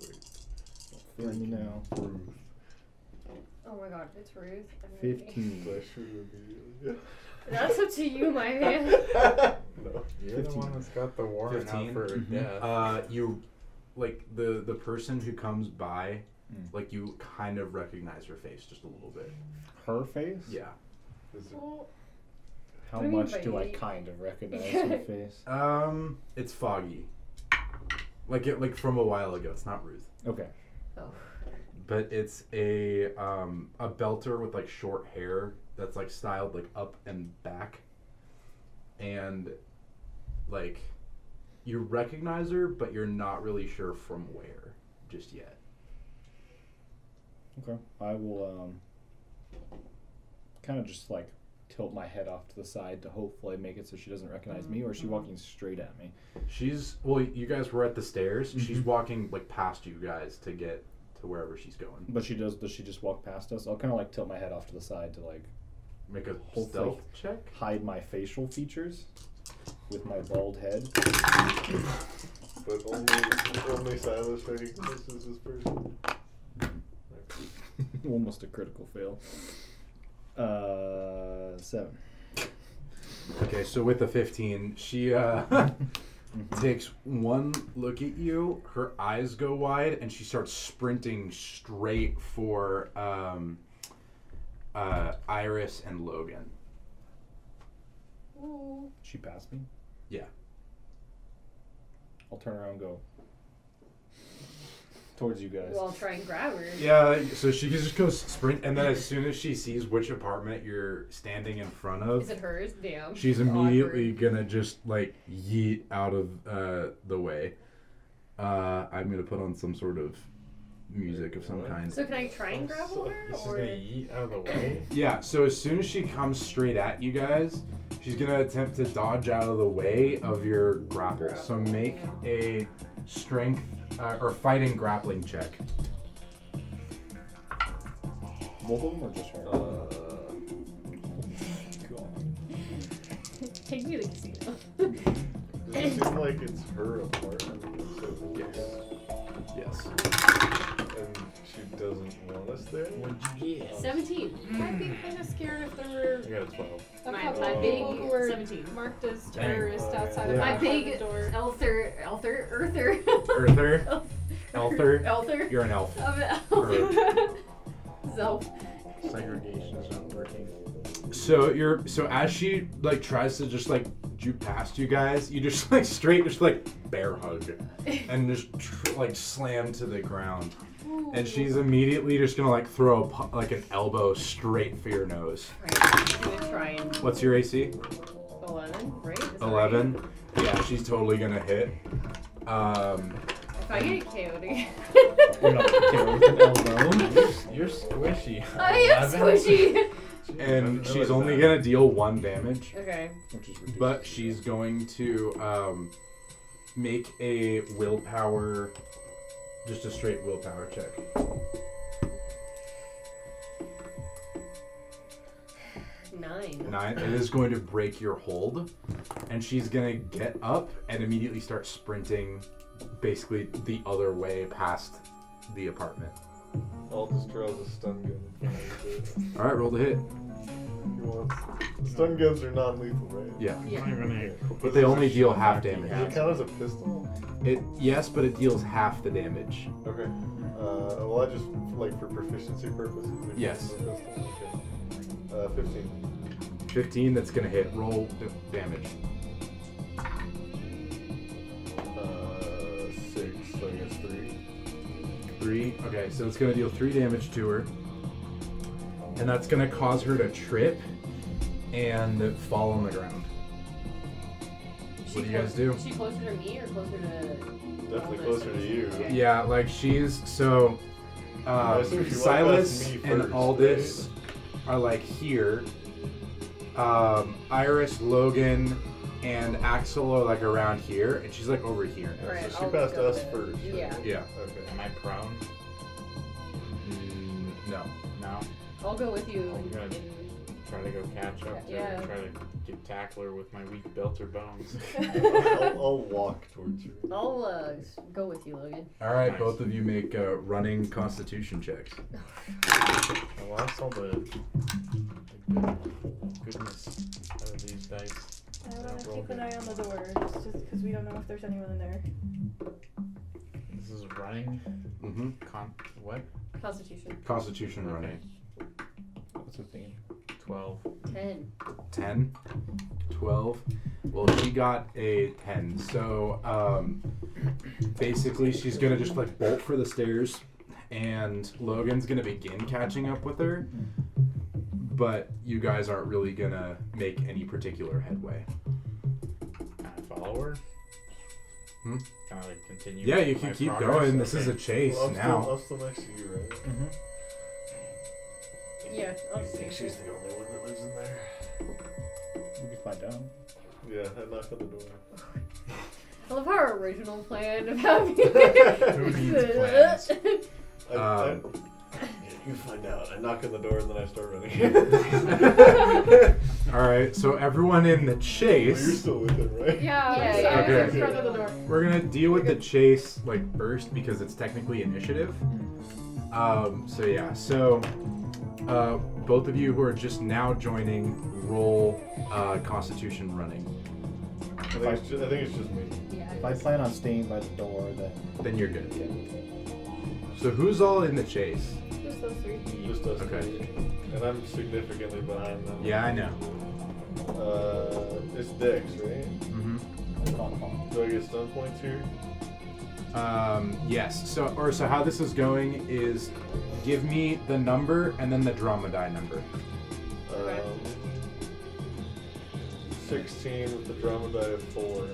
S3: Wait.
S4: Let me know.
S3: Ruth.
S6: Oh my god, it's Ruth. I'm ready.
S3: Did I
S4: Fifteen.
S3: shoot immediately?
S6: That's up to you, my man.
S3: no.
S5: You're the one that's got the warrant out
S1: 15?
S5: for her
S4: Mhm.
S5: death.
S1: Uh, you like the the person who comes by,
S4: Mm.
S1: like you kind of recognize her face just a little bit.
S4: Her face?
S1: Yeah.
S3: Is it
S6: Well,
S4: How
S6: What do you
S4: much
S6: mean by
S4: do I
S6: you?
S4: kind of recognize her face?
S1: Um, it's foggy. Like it like from a while ago. It's not Ruth.
S4: Okay.
S6: oh.
S1: but it's a um, a belter with like short hair that's like styled like up and back, and like you recognize her, but you're not really sure from where just yet.
S4: Okay. I will um kind of just like tilt my head off to the side to hopefully make it so she doesn't recognize me or is she walking straight at me?
S1: She's well, you guys were at the stairs. She's
S4: Mhm.
S1: walking like past you guys to get to wherever she's going.
S4: But she does does she just walk past us? I'll kinda like tilt my head off to the side to like
S1: Make a
S4: Hopefully.
S1: stealth check.
S4: hide my facial features with my bald head.
S3: But only, only Silas recognizes this person.
S4: Almost a critical fail. Uh seven.
S1: Okay, so with the fifteen, she uh, takes one look at you. Her eyes go wide, and she starts sprinting straight for um, uh, Iris and Logan.
S6: Ooh.
S4: She passed me?
S1: Yeah.
S4: I'll turn around and go towards you guys.
S6: Well, I'll try and grab her.
S1: Yeah, so she just goes sprint, and then as soon as she sees which apartment you're standing in front
S6: Is
S1: of,
S6: it hers? Damn.
S1: she's
S6: Awkward.
S1: immediately gonna just like yeet out of uh, the way. Uh, I'm gonna put on some sort of music of some kind.
S6: So can I try and grab
S3: So-
S6: her?
S5: She's
S6: Or
S5: gonna yeet out of the way.
S1: Yeah, so as soon as she comes straight at you guys, she's gonna attempt to dodge out of the way of your grapple. So make a strength uh, or fighting grappling check.
S4: Both of them or just her?
S3: Uh,
S1: Uh,
S4: God.
S6: take me to the casino.
S3: Does it seem like it's her apartment? So
S1: Yes.
S3: And she doesn't want us there?
S6: Seventeen.
S2: I'd be kind of scared if there were
S5: I got a 12.
S2: a
S6: My,
S2: couple
S6: my
S2: of
S6: big
S2: people who were
S6: seventeen.
S2: marked as
S1: Dang.
S2: terrorists outside of
S1: Yeah.
S6: My
S2: my
S6: big
S2: door.
S6: Elther, Elther, Earther.
S1: Earther?
S6: Elf-
S1: Elther?
S6: Elther.
S1: You're an elf.
S6: Of
S1: Earth.
S6: Elf. Zelf.
S5: Segregation's not working.
S1: So you're so as she like tries to just like juke past you guys, you just like straight just like bear hug and just tr- like slam to the ground. And she's immediately just gonna like throw a pu- like an elbow straight for your nose.
S6: Right, I'm gonna try and
S1: What's your AC?
S6: eleven, right? Is that right?
S1: 11 yeah she's totally gonna hit um
S6: If I get KO'd again.
S4: You're not carrying an elbow.
S5: You're squishy.
S6: I am
S5: 11?
S6: squishy.
S1: and
S5: Doesn't
S1: she's
S5: realize
S1: only
S5: that.
S1: gonna deal one damage
S6: okay.
S4: Which is ridiculous.
S1: but she's going to um make a willpower just a straight willpower check
S6: Nine.
S1: nine it is going to break your hold and she's gonna get up and immediately start sprinting basically the other way past the apartment
S3: I'll just draw the stun gun. in front
S1: all right roll the hit
S3: of her. He wants. Stun guns are non lethal, right?
S1: yeah
S6: Yeah.
S1: but they only deal half damage
S3: Does it count as a pistol?
S1: it yes but it deals half the damage
S3: Okay. Uh, well, I just, like, for proficiency purposes. we can
S1: Yes.
S3: use a pistol. Okay. Uh, 15.
S1: 15 that's gonna hit roll d- damage
S3: Uh, 6, so I guess 3.
S1: three. Okay, so it's gonna deal three damage to her, and that's gonna cause her to trip and fall on the ground.
S6: She
S1: What do you guys
S6: clo-
S1: do?
S6: She closer to me or closer to?
S3: Definitely closer to you.
S6: Okay.
S1: Yeah, like she's so.
S3: I
S1: Uh,
S3: assume she wiped
S1: Silas
S3: out me
S1: and
S3: first,
S1: Aldous
S7: Are like here. Um, Iris, Logan, and Axel are like around here, and she's like over here. now.
S6: Right,
S3: so she
S6: I'll
S3: passed
S6: go
S3: us
S6: to-
S3: first, right?
S6: Yeah,
S1: Yeah.
S3: Okay.
S5: Am I prone?
S1: Mm, no.
S5: No.
S6: I'll go with you.
S5: I'm gonna-
S6: in-
S5: Try to go catch up to
S6: Yeah.
S5: her. Try to get tackler with my weak belter bones.
S3: I'll, I'll walk towards her.
S6: I'll uh, s- go with you, Logan.
S1: All right,
S5: Nice.
S1: both of you make uh, running Constitution checks.
S5: I lost all the, the good- goodness out of these dice.
S2: I
S5: Yeah,
S2: want to
S5: roll
S2: keep an
S5: good.
S2: eye on the doors, just because we don't know if there's anyone in there.
S5: This is running
S1: Mm-hmm.
S5: con what?
S6: Constitution
S1: Constitution running.
S4: What's the thing?
S5: Twelve.
S6: ten.
S1: 10 12 well she got a 10 so um, basically she's gonna just like bolt for the stairs and logan's gonna begin catching up with her but you guys aren't really gonna make any particular headway
S5: Can I follow her?
S1: Hmm?
S5: Can I like continue?
S1: yeah you
S5: my
S1: can keep
S5: progress?
S1: going this is a
S5: Okay.
S1: chase
S3: Well, I'm, still,
S1: now
S3: I'm still next to you, right?
S6: Yeah, I'll
S3: You
S6: just
S3: think she's the only one that lives in there?
S4: We can find out.
S3: Yeah, I knock on the door.
S6: I love our original plan of having.
S3: Who
S5: needs plans?
S1: Um.
S3: I, I, Yeah, you find out. I knock on the door and then I start running.
S1: all right so everyone in the
S3: Well, you're
S1: chase
S3: still with him, right?
S2: Yeah,
S6: Yeah,
S2: I'm
S1: yeah,
S2: sorry,
S1: yeah.
S2: it's in front of the door.
S1: we're gonna deal with the chase like first because it's technically initiative Um, so yeah, so uh, both of you who are just now joining, roll uh, Constitution running.
S3: I think, it's just, I think it's just me.
S6: yeah.
S4: If I plan on staying by the door, then
S1: Then you're good. So who's all in the chase?
S2: Just those three.
S3: Just us.
S1: Okay.
S3: three. And I'm significantly behind them.
S1: Yeah, I know.
S3: Uh, it's Dex, right?
S1: Mm-hmm.
S4: it's not fun.
S3: Do I get stun points here?
S1: Um, yes. So or so how this is going is, give me the number and then the drama die number.
S6: Okay.
S3: Um, 16 Um, with the drama die of 4.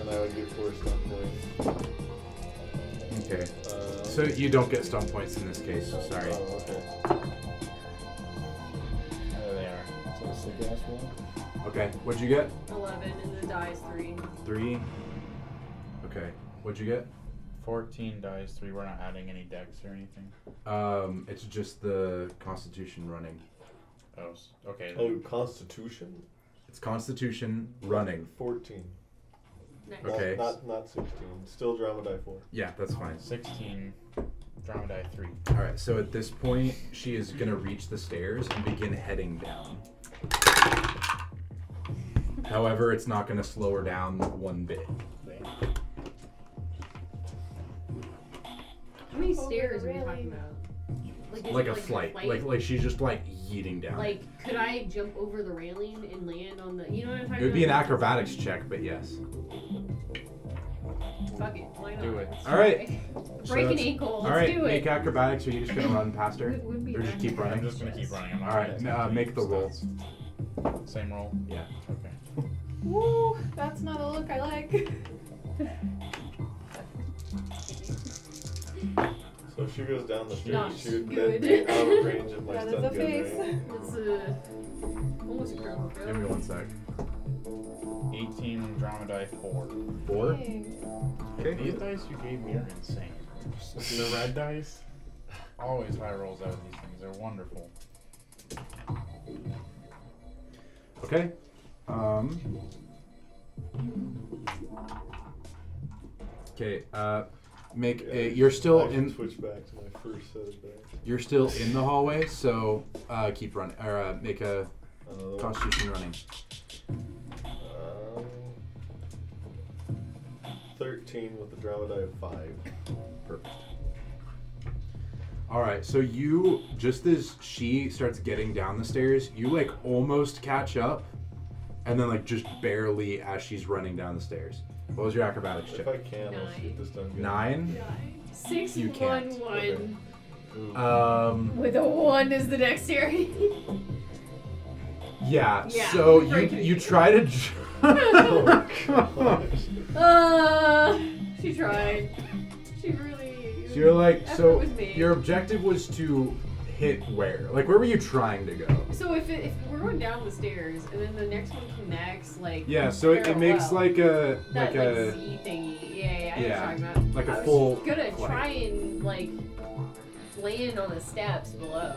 S3: And I would get 4 stun points.
S1: Okay.
S3: Um,
S1: So you don't get stun points in this case. Sorry.
S3: Oh, okay.
S5: There they are.
S4: So it's the gas roll.
S1: Okay. What'd you get?
S6: Eleven and the die is three.
S1: Three. Okay. What'd you get?
S5: Fourteen dice, three. We're not adding any decks or anything.
S1: Um, it's just the Constitution running.
S5: Oh, s- okay.
S3: Oh, Constitution?
S1: It's Constitution running.
S3: 14.
S6: Nice.
S3: Not-
S1: Okay.
S3: Not, not, 16. Still drama die 4.
S1: Yeah, that's
S3: Oh.
S1: fine.
S5: Sixteen. Drama die three.
S1: All right, so at this point, she is gonna reach the stairs and begin heading down. However, it's not gonna slow her down one bit.
S6: How many
S2: Oh,
S6: stairs are we
S2: really?
S6: talking about? Like, is
S1: Like
S6: it
S1: a flight, like like she's just like yeeting down.
S6: Like, could I jump over the railing and land on the? You know what I'm talking about?
S1: it would be an acrobatics check, but yes.
S6: Fuck it, why not?
S5: Do it.
S6: Let's
S1: All right.
S6: try.
S1: So
S6: Break an
S1: it's-
S6: ankle.
S1: All
S6: Let's
S1: right,
S6: do
S1: make
S6: it.
S1: acrobatics. Are you just gonna run past her?
S6: It would be
S1: Or just keep
S6: fun.
S1: running?
S5: I'm just gonna keep running. I'm not
S1: All right,
S5: gonna
S1: uh,
S5: complete
S1: make the roll.
S5: stats. Same roll.
S1: Yeah.
S5: Okay.
S2: Woo! That's not a look I like.
S3: So if she goes down the stairs,
S6: Not
S3: she would
S6: good.
S3: then be out of range of my
S2: That is
S3: stun
S2: a
S3: gun,
S2: face.
S3: right?
S6: It's a almost a crowd.
S1: Give me one sec.
S5: Eighteen. Drama die four.
S1: Four.
S2: Dang.
S1: Okay.
S5: These dice you gave me are insane. The red dice, always high rolls out of these things. They're wonderful.
S1: Okay. Um. Okay. Uh, make
S3: Yeah.
S1: a, you're still
S3: I should
S1: in
S3: Switch back to my first set of dice.
S1: you're still in the hallway, so uh, keep running or uh, make a
S3: Uh,
S1: Constitution running.
S3: um, 13 with the drama die of 5.
S1: Perfect. All right. So you just as she starts getting down the stairs, you like almost catch up, and then like just barely as she's running down the stairs. What was your acrobatics
S3: If
S1: check?
S3: I can, I'll shoot this done good.
S1: Nine.
S6: Six
S1: You
S6: one
S1: can't.
S6: one.
S3: Ooh.
S1: Um,
S6: With a one is the dexterity.
S1: yeah.
S6: Yeah,
S1: So
S6: you're
S1: you
S6: breaking.
S1: you try to.
S6: uh, she tried. She really.
S1: so you're like
S6: effort
S1: so.
S6: was made.
S1: Your objective was to hit where? Like where were you trying to go?
S6: So if, it, if we're going down the stairs and then the next one connects, like
S7: Yeah, so it, it makes
S6: parallel.
S7: like a like
S6: that like,
S7: a
S6: Z thingy. Yeah, yeah,
S7: Yeah,
S6: I know what you're talking about.
S7: like a
S6: I was
S7: full
S6: Gonna
S7: flight.
S6: try and like land on the steps below.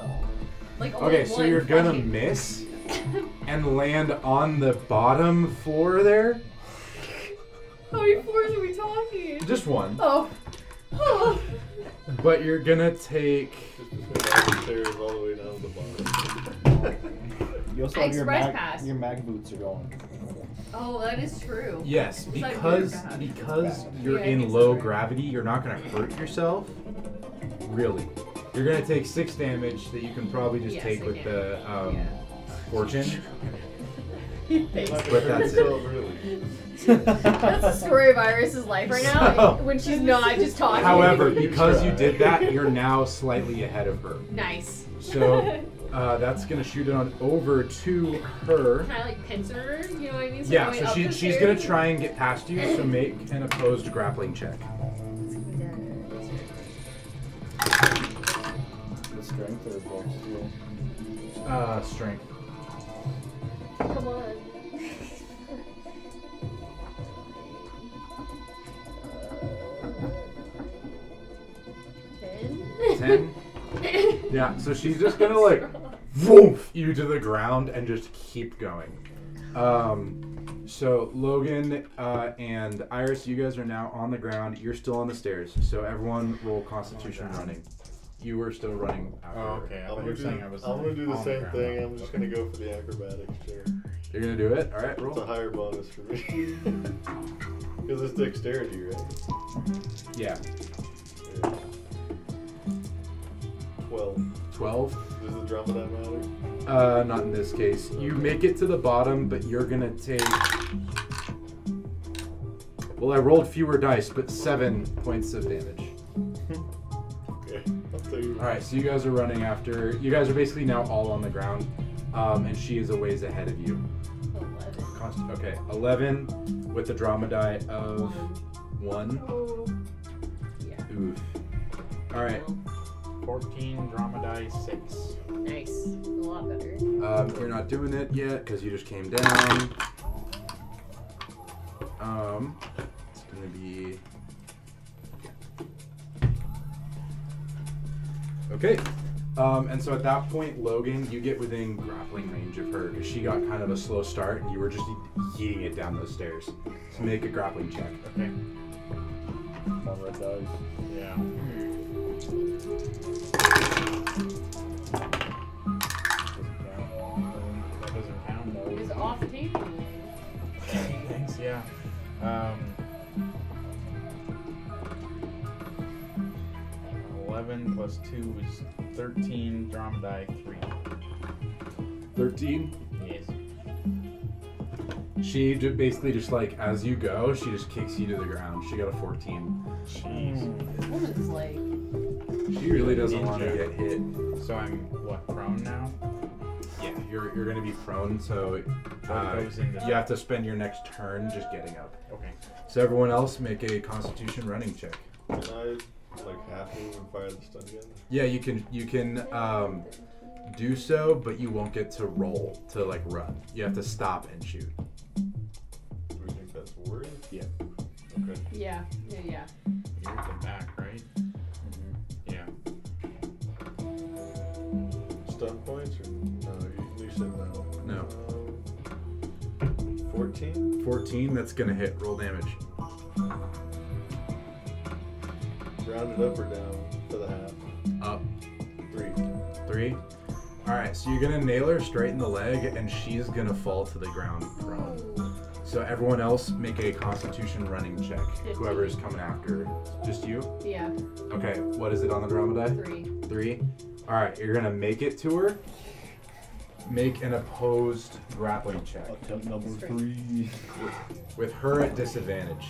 S6: Like only
S7: Okay, so
S6: one
S7: you're gonna
S6: fucking-
S7: miss and land on the bottom floor there?
S6: How many fours are we talking?
S1: Just one.
S6: Oh. Oh.
S1: But you're gonna take.
S3: Just between all the stairs all the way down to the bottom.
S4: You also have your
S6: Express
S4: mag,
S6: pass.
S4: your mag boots are going.
S6: Oh, that is true.
S1: Yes,
S6: It's like
S1: because
S6: really bad.
S1: because
S4: It's
S1: you're
S6: Yeah, I
S1: in
S6: guess
S1: low
S6: that's right.
S1: gravity, you're not gonna hurt yourself. Really, you're gonna take six damage that you can probably just
S6: Yes,
S1: take
S6: I
S1: with
S6: can.
S1: the um,
S6: Yeah.
S1: fortune.
S6: Thanks.
S3: Not
S1: But that's
S3: very well, really.
S6: That's the story of Iris's life right now.
S1: So-
S6: when she's not just talking.
S1: However, because you did that, you're now slightly ahead of her.
S6: nice.
S1: So uh, that's gonna shoot it on over to her.
S6: Kind of like pincer, her, you know what I mean?
S1: Yeah,
S6: going
S1: so
S6: up
S1: she,
S6: the
S1: she's gonna
S6: stairs.
S1: try and get past you. So make an opposed grappling check.
S4: The strength or both.
S1: Uh, strength.
S6: Come on. Ten.
S1: Ten. Yeah, so she's just gonna like woof you to the ground and just keep going. Um, so Logan uh, and Iris, you guys are now on the ground. You're still on the stairs. So everyone roll Constitution
S5: Oh God.
S1: running. You were still running. After
S5: Oh,
S1: her.
S5: okay. I
S3: I'm
S5: thought you
S3: gonna
S5: were saying
S3: do,
S5: I was.
S3: I'm gonna do
S5: on
S3: the same
S5: ground.
S3: thing. I'm just gonna go for the acrobatics chair.
S1: You're gonna do it. All right,
S3: It's a
S1: roll.
S3: higher bonus for me. Because it's dexterity, right?
S1: Yeah,
S3: Yeah. Twelve.
S1: twelve.
S3: Does the drama that matter?
S1: Uh, not in this case. You make it to the bottom, but you're gonna take. Well, I rolled fewer dice, but seven points of damage.
S3: Okay. I'll tell you.
S1: All right, so you guys are running after. You guys are basically now all on the ground, um, and she is a ways ahead of you.
S6: Eleven.
S1: Const- okay, eleven with the drama die of one.
S6: Oh. Yeah.
S1: Oof. All right,
S5: Fourteen drama dice six.
S6: Nice. A lot better.
S1: um, you're not doing it yet because you just came down. Um, it's gonna be. Okay. Um, and so at that point, Logan, you get within grappling range of her because she got kind of a slow start, and you were just yeeting it down those stairs. So make a grappling check.
S5: Okay.
S4: All red dice.
S5: Yeah.
S4: Doesn't count.
S5: That doesn't count though.
S6: It was off the table.
S5: Thanks. Yeah. Um. Eleven plus two is thirteen. Drama die three.
S1: Thirteen.
S5: Yes.
S1: She ju- basically just like as you go, she just kicks you to the ground. She got a fourteen.
S5: Jeez.
S6: This woman's like,
S1: She really doesn't want to
S5: Ninja.
S1: get hit.
S5: So I'm what prone now?
S1: Yeah, you're you're gonna be prone, so
S5: That
S1: uh,
S5: goes into-
S1: you have to spend your next turn just getting up.
S5: Okay.
S1: So everyone else, make a Constitution running check.
S3: Can I like half move and fire the stun gun?
S1: Yeah, you can you can um, do so, but you won't get to roll to like run. You have to stop and shoot.
S3: Do we think that's worth? it?
S1: Yeah.
S3: Okay.
S6: yeah, yeah, yeah.
S5: You're at the back, right? Yeah.
S3: Stun points or no? You, you said no.
S1: No,
S3: Um, Fourteen.
S1: fourteen. That's gonna hit. Roll damage.
S3: Round it up or down for the half.
S1: Up.
S3: Three.
S1: Three. All right, so you're gonna nail her straight in the leg, and she's gonna fall to the ground prone. So everyone else, make a Constitution running check. Whoever is coming after, her. just you.
S6: Yeah,
S1: Okay, what is it on the drama die?
S6: three.
S1: Three. All right, you're gonna make it to her, Make an opposed grappling check
S4: Attempt number three.
S1: with her at disadvantage.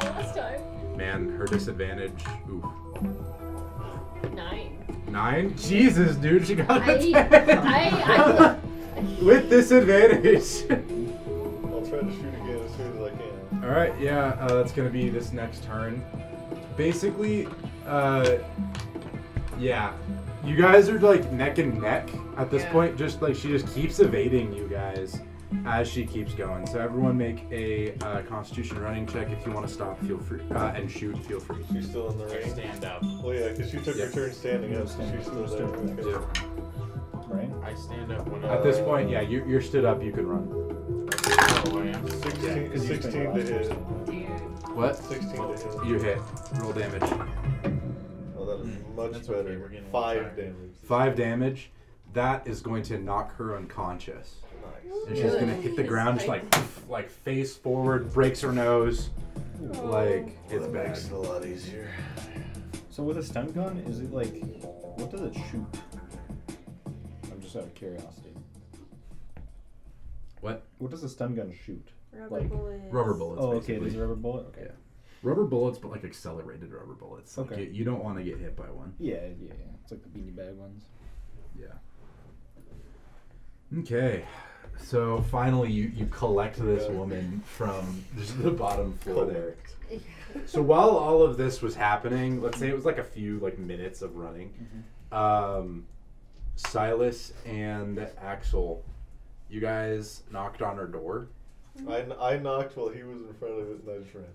S6: Last time.
S1: Man, her disadvantage. Ooh.
S6: Nine.
S1: Nine? Jesus, dude, she got a
S6: I-
S1: ten.
S6: I-
S1: With disadvantage.
S3: I'll try to shoot again as soon as I can.
S1: All right, yeah, uh, that's gonna be this next turn. Basically, uh, yeah, you guys are like neck and neck at this
S6: Yeah.
S1: point. Just like she just keeps evading you guys as she keeps going. So everyone make a uh, Constitution running check if you want to stop. Feel free uh, and shoot. Feel free.
S3: She's still in the
S5: Or
S3: ring.
S5: stand up.
S3: Well, yeah, because she took
S1: Yeah.
S3: her turn standing up, so she's still there. Okay.
S1: Yeah.
S4: Right?
S5: I stand up when
S1: At this point, yeah, you, you're stood up. You can run.
S5: Oh, I am.
S3: 16, 16 to hit.
S6: Dude.
S1: What?
S3: 16 to hit.
S1: You hit. Roll damage.
S3: Oh, that is much
S5: That's okay,
S3: better.
S5: we're getting
S3: Five
S5: tired.
S3: damage.
S1: Five damage. That is going to knock her unconscious.
S3: Nice.
S1: And she's gonna hit the
S6: Yes,
S1: ground, just
S6: I-
S1: like, like face forward, breaks her nose, like it's
S3: That
S1: bad.
S3: makes it a lot easier.
S4: So with a stun gun, is it like what does it shoot? I'm just out of curiosity.
S1: What?
S4: What does a stun gun shoot?
S2: Rubber
S4: Like-
S2: bullets.
S1: Rubber bullets.
S4: oh, okay. It
S1: basically.
S4: is a rubber bullet. Okay.
S1: Rubber bullets, but like accelerated rubber bullets. Like,
S4: Okay.
S1: You, you don't want to get hit by one.
S4: Yeah, yeah, yeah. It's like the beanie bag ones.
S1: Yeah. Okay. So finally, you you collect this
S3: Yeah.
S1: woman from just the bottom floor there.
S3: Collect.
S1: So while all of this was happening, let's say it was like a few like minutes of running,
S4: Mm-hmm.
S1: um, Silas and Axel, you guys knocked on her door,
S3: I, kn- I knocked while he was in front of his knife friend.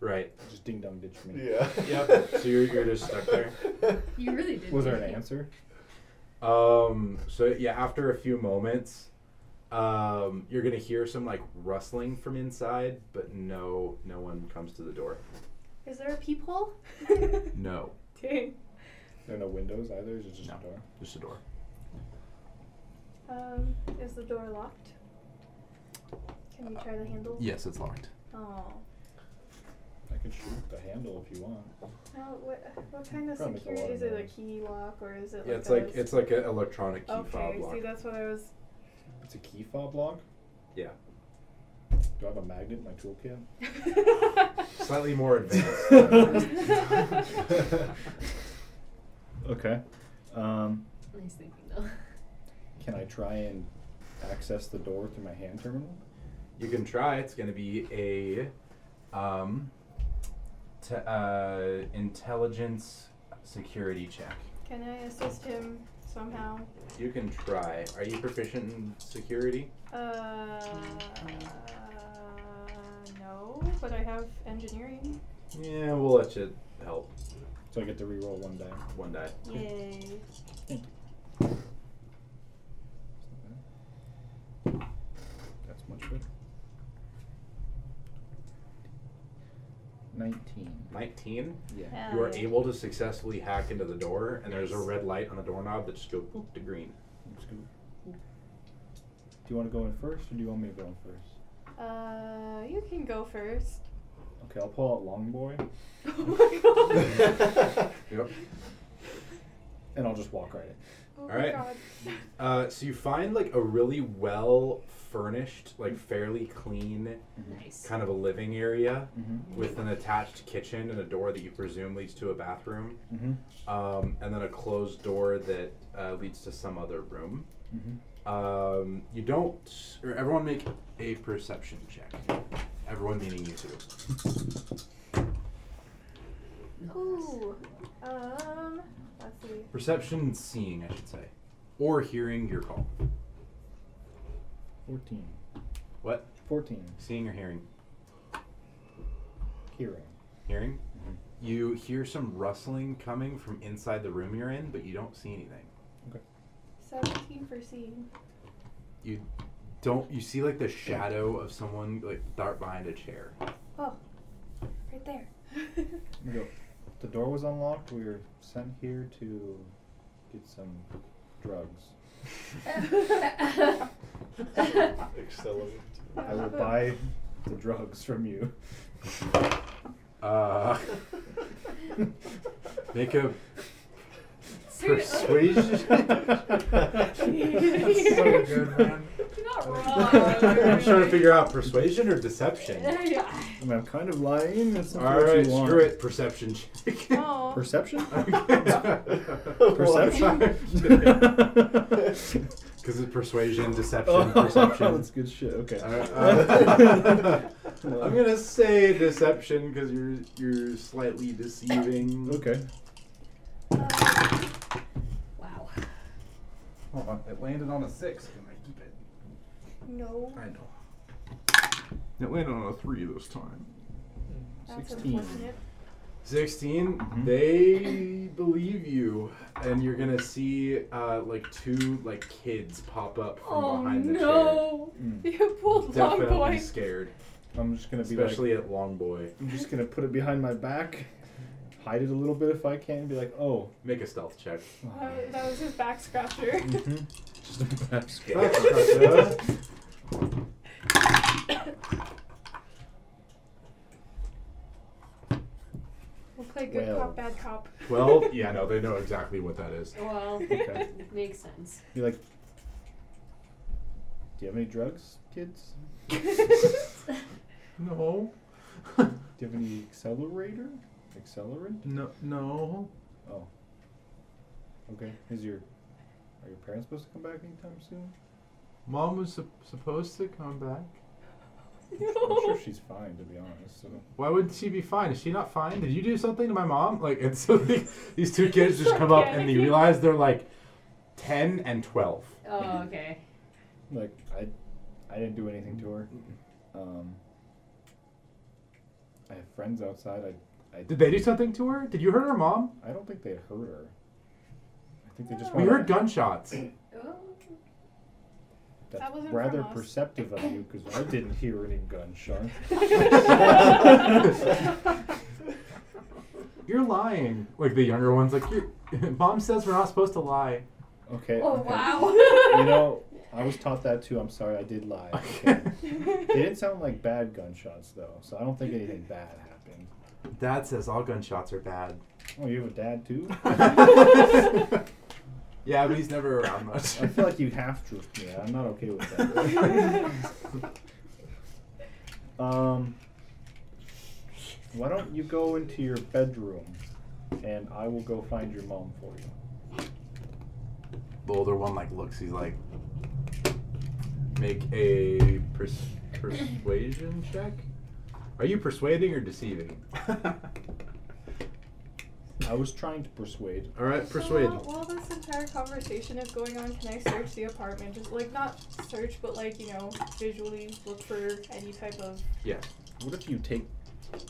S1: right?
S4: Just ding dong ditch me.
S3: Yeah.
S1: Yep. So you're- you're just stuck there?
S6: You really did.
S4: Was there
S6: take
S4: an
S6: it.
S4: answer?
S1: Um, so yeah, after a few moments, um, you're gonna hear some like rustling from inside, but no, no one comes to the door.
S2: Is there a peephole?
S1: No,
S2: Dang.
S4: There are no windows either. Is it just
S1: No.
S4: a door?
S1: just a door.
S2: Um, is the door locked? Can you try the handle?
S1: Yes, it's locked.
S2: Oh.
S4: I could shoot the handle if you want.
S2: How, what, what kind of
S4: Probably make a
S2: security
S4: lot
S2: is
S4: of
S2: it? A
S4: noise.
S2: key lock or is it
S1: Yeah,
S2: like
S1: it's
S2: a
S1: like it's like an electronic key fob
S2: Okay,
S1: lock.
S2: see that's what I was
S4: It's a key fob lock.
S1: Yeah.
S4: Do I have a magnet in my toolkit?
S1: Slightly more advanced.
S4: Okay. Um,
S6: Nice thinking though.
S4: can I try and access the door through my hand terminal?
S1: you can try. It's gonna be a, um, t- uh, intelligence security check.
S2: Can I assist him somehow?
S1: You can try. Are you proficient in security?
S2: Uh, no, but I have engineering.
S1: Yeah, we'll let you help.
S4: So I get to re-roll one die.
S1: One die.
S2: Yay.
S4: That's much better. Nineteen.
S1: 19.
S4: Yeah.
S1: You
S2: Um,
S1: are able to successfully hack into the door, and there's a
S6: Nice.
S1: red light on the doorknob that just goes boop to green.
S4: Let's go. Do you want to go in first, or do you want me to go in first?
S2: Uh, you can go first.
S4: Okay, I'll pull out Long Boy,
S2: Oh my god.
S1: Yep.
S4: and I'll just walk right in.
S2: Oh my
S1: Alright.
S2: god.
S1: Uh, so you find like a really well furnished, like fairly clean
S6: Nice.
S1: kind of a living area
S4: Mm-hmm.
S1: with an attached kitchen and a door that you presume leads to a bathroom,
S4: Mm-hmm.
S1: um, and then a closed door that uh, leads to some other room.
S4: Mm-hmm.
S1: Um, you don't, or everyone make a perception check. Everyone meaning you two.
S2: Ooh. Um, let's see.
S1: Perception, seeing, I should say, or hearing your call.
S4: Fourteen.
S1: What?
S4: Fourteen.
S1: Seeing or hearing?
S4: Hearing.
S1: Hearing. You hear some rustling coming from inside the room you're in, but you don't see anything.
S2: 17 for seeing.
S1: Don't you see like the shadow of someone like dart behind a chair?
S2: Oh, Right there.
S4: Here we go. The door was unlocked. We were sent here to get some drugs.
S5: oh,
S3: Accelerate.
S4: I will buy the drugs from you.
S1: Uh, make a
S7: Persuasion.
S5: so good, man.
S6: You're not
S4: I'm
S7: I'm trying to
S6: wrong.
S7: figure out persuasion or deception.
S6: Yeah.
S4: I mean, I'm kind of lying. It's not
S7: All
S4: what
S7: right,
S4: you want.
S7: screw it. Perception check.
S2: Aw.
S4: Perception?
S7: Perception.
S4: Perception?
S7: Because it's persuasion, deception,
S4: Oh, That's
S7: perception.
S4: good shit. Okay.
S7: All right, uh, I'm gonna say deception because you're you're slightly deceiving.
S4: okay.
S2: Oh, uh,
S6: Wow.
S1: Hold on, it landed on a six. Can I keep it?
S2: No.
S1: I know. It landed on a three this time.
S2: That's
S4: 16.
S2: unfortunate.
S7: 16
S1: Mm-hmm.
S4: Mhm.
S7: they believe you and you're gonna see uh, like two like kids pop up from
S2: Oh
S7: behind the
S2: no!
S4: Mm.
S2: You
S7: chair
S2: pulled long
S7: definitely
S2: boy.
S7: scared
S4: I'm just gonna be
S7: especially at long boy
S4: like, I'm just gonna put it behind my back, hide it a little bit if I can, and be like, oh.
S7: make a stealth check
S2: That was, Uh, that was his back scratcher.
S4: Mhm. Just a back scratch.
S7: That's-
S2: We'll play good
S4: Well.
S2: cop, bad cop.
S7: 12 yeah no they know exactly what that is
S6: Well,
S4: Okay.
S6: makes sense.
S4: Be like, do you have any drugs, kids?
S1: No,
S4: Do you have any accelerator? Accelerant?
S1: no, no.
S4: Oh. Okay. Is your are your parents supposed to come back anytime soon?
S1: Mom was sup supposed to come back.
S4: I'm sure
S2: no.
S4: she's fine, to be honest. So.
S1: Why would she be fine? Is she not fine? Did you do something to my mom? Like, and so the, these two kids just come up and you realize they're like
S7: 10 and 12
S6: Oh, okay.
S4: Like I, I didn't do anything to her. Um, I have friends outside. I, I,
S1: Did they do something to her? Did you hurt her mom?
S4: I don't think they hurt her. I think they just
S1: We
S4: wanna-
S1: heard gunshots.
S6: Oh,
S4: That's
S2: That wasn't
S4: rather
S2: from us.
S4: perceptive of you because I didn't hear any gunshots.
S1: You're lying. Like the younger one's like, You're, mom says we're not supposed to lie.
S4: Okay.
S6: oh
S4: okay.
S6: wow.
S4: You know, I was taught that too. I'm sorry, I did lie. Okay. they didn't sound like bad gunshots though, so I don't think anything bad happened.
S1: Dad says all gunshots are bad.
S4: Oh, you have a dad too?
S1: Yeah, but he's never around much.
S4: I feel like you half drooped me. I'm not okay with that. Um, why don't you go into your bedroom, and I will go find your mom for you.
S1: The older one like looks. He's like, make a pers- persuasion check. Are you persuading or deceiving?
S4: I was trying to persuade.
S1: All right,
S2: So
S1: persuade.
S2: while, while this entire conversation is going on, can I search the apartment? Just like not search, but like you know, visually look for any type of.
S4: What if you take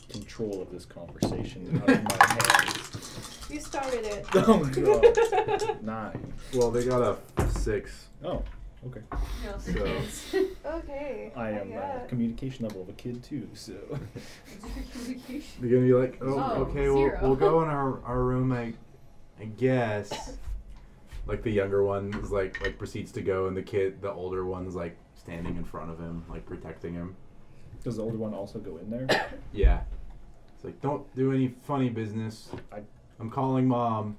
S4: control of this conversation out of my hands?
S2: You started it.
S4: Oh my god. Nine.
S1: Well, they got a six.
S4: Oh, okay.
S6: No,
S1: So-
S6: kids.
S2: okay.
S4: I am uh,
S2: yeah.
S4: communication level of a kid too, so.
S1: They're gonna be like, oh,
S6: Oh,
S1: okay, we'll,
S6: zero.
S1: we'll go in our, our room, I, I guess. Like the younger one is like like proceeds to go, and the kid, the older one's like standing in front of him, like protecting him.
S4: Does the older one also go in there?
S1: Yeah, it's like don't do any funny business. I,
S4: I-
S1: I'm calling mom.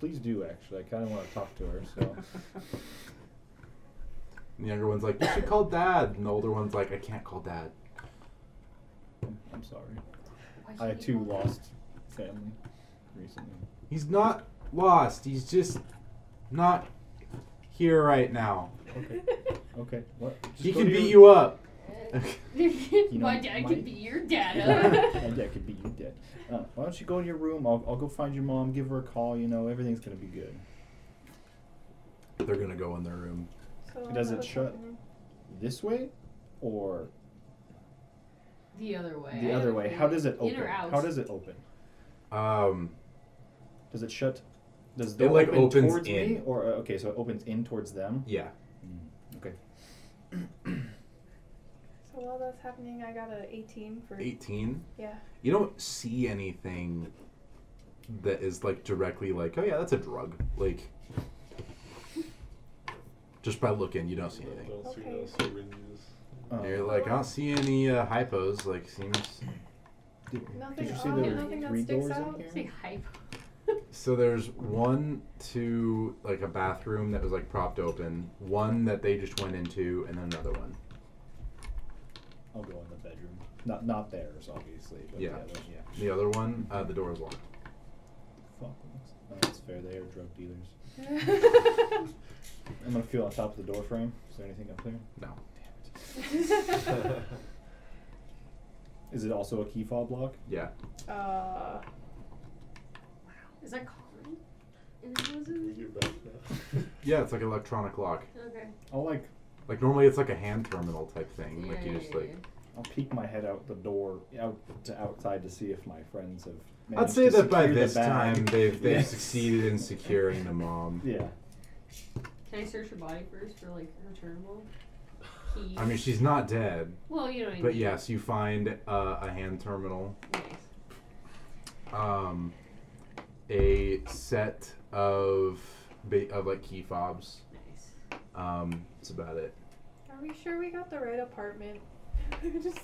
S4: Please do, actually. I kind of want to talk to her, so.
S1: And the younger one's like, you should call dad, and the older one's like, I can't call dad.
S4: I'm sorry.
S6: Why'd
S4: I
S6: you
S4: too
S6: leave all
S4: lost family recently.
S1: He's not lost. He's just not here right now.
S4: Okay. Okay. What? Just
S1: he
S4: go
S1: can
S4: to your-
S1: beat you up.
S6: that?
S4: You
S6: my
S4: know,
S6: dad
S4: my-
S6: could be your dad. huh?
S4: My dad could beat you dead. Uh, why don't you go in your room? I'll, I'll go find your mom, give her a call. You know, everything's going to be good.
S1: They're gonna go in their room.
S2: So
S4: It doesn't
S2: that was
S4: shut.
S2: happening.
S4: This way or
S6: the other way.
S4: the
S6: I
S4: other
S6: don't
S4: way?
S6: know.
S4: How does it open?
S6: In or out?
S4: How does it open?
S1: Um,
S4: Does it shut? Does the
S1: It, like,
S4: open
S1: opens
S4: towards me
S1: in.
S4: or uh, okay? So it opens in towards them.
S1: yeah.
S2: So while that's happening, I got a 18 for.
S1: 18
S2: Yeah.
S1: you don't see anything that is like directly like oh yeah that's a drug like just by looking you don't see anything
S3: Don't see
S2: Okay.
S3: those syringes.
S4: Um,
S1: you're like i don't see any uh, hypos like seems
S4: did,
S2: Nothing.
S4: did you see
S2: on,
S6: oh,
S4: there were
S2: nothing that
S4: three
S2: sticks
S4: doors
S2: out.
S4: in
S6: Say
S4: here?
S6: hype.
S1: So there's one to like a bathroom that was like propped open, one that they just went into, and then another one.
S4: I'll go in the bedroom. Not not theirs, obviously. But
S1: Yeah.
S4: The other, yeah.
S1: The other one, uh, the door is locked.
S4: Fuck. that's- no, That's fair. They are drug dealers. I'm gonna feel on top of the door frame. Is there anything up there?
S1: No.
S4: Is it also a key fob block?
S1: Yeah.
S2: uh,
S6: Is that common? In the houses?
S3: We get back now.
S1: Yeah, it's like an electronic lock.
S6: Okay.
S4: I'll like
S1: Like normally it's like a hand terminal type thing. like you just like.
S4: I'll peek my head out the door out to outside to see if my friends have.
S1: I'd
S4: managed
S1: say
S4: to
S1: that by
S4: secure the
S1: this
S4: bag.
S1: time they've they've
S4: Yes.
S1: succeeded in securing the mom.
S4: Yeah.
S6: Can I search her body first for like returnable keys?
S1: I mean, she's not dead,
S6: well, you know what I
S1: but
S6: mean.
S1: yes, you find uh, a hand terminal,
S6: Nice.
S1: um, a set of ba- of like key fobs.
S6: Nice.
S1: Um, that's about it.
S2: are we sure we got the right apartment? Just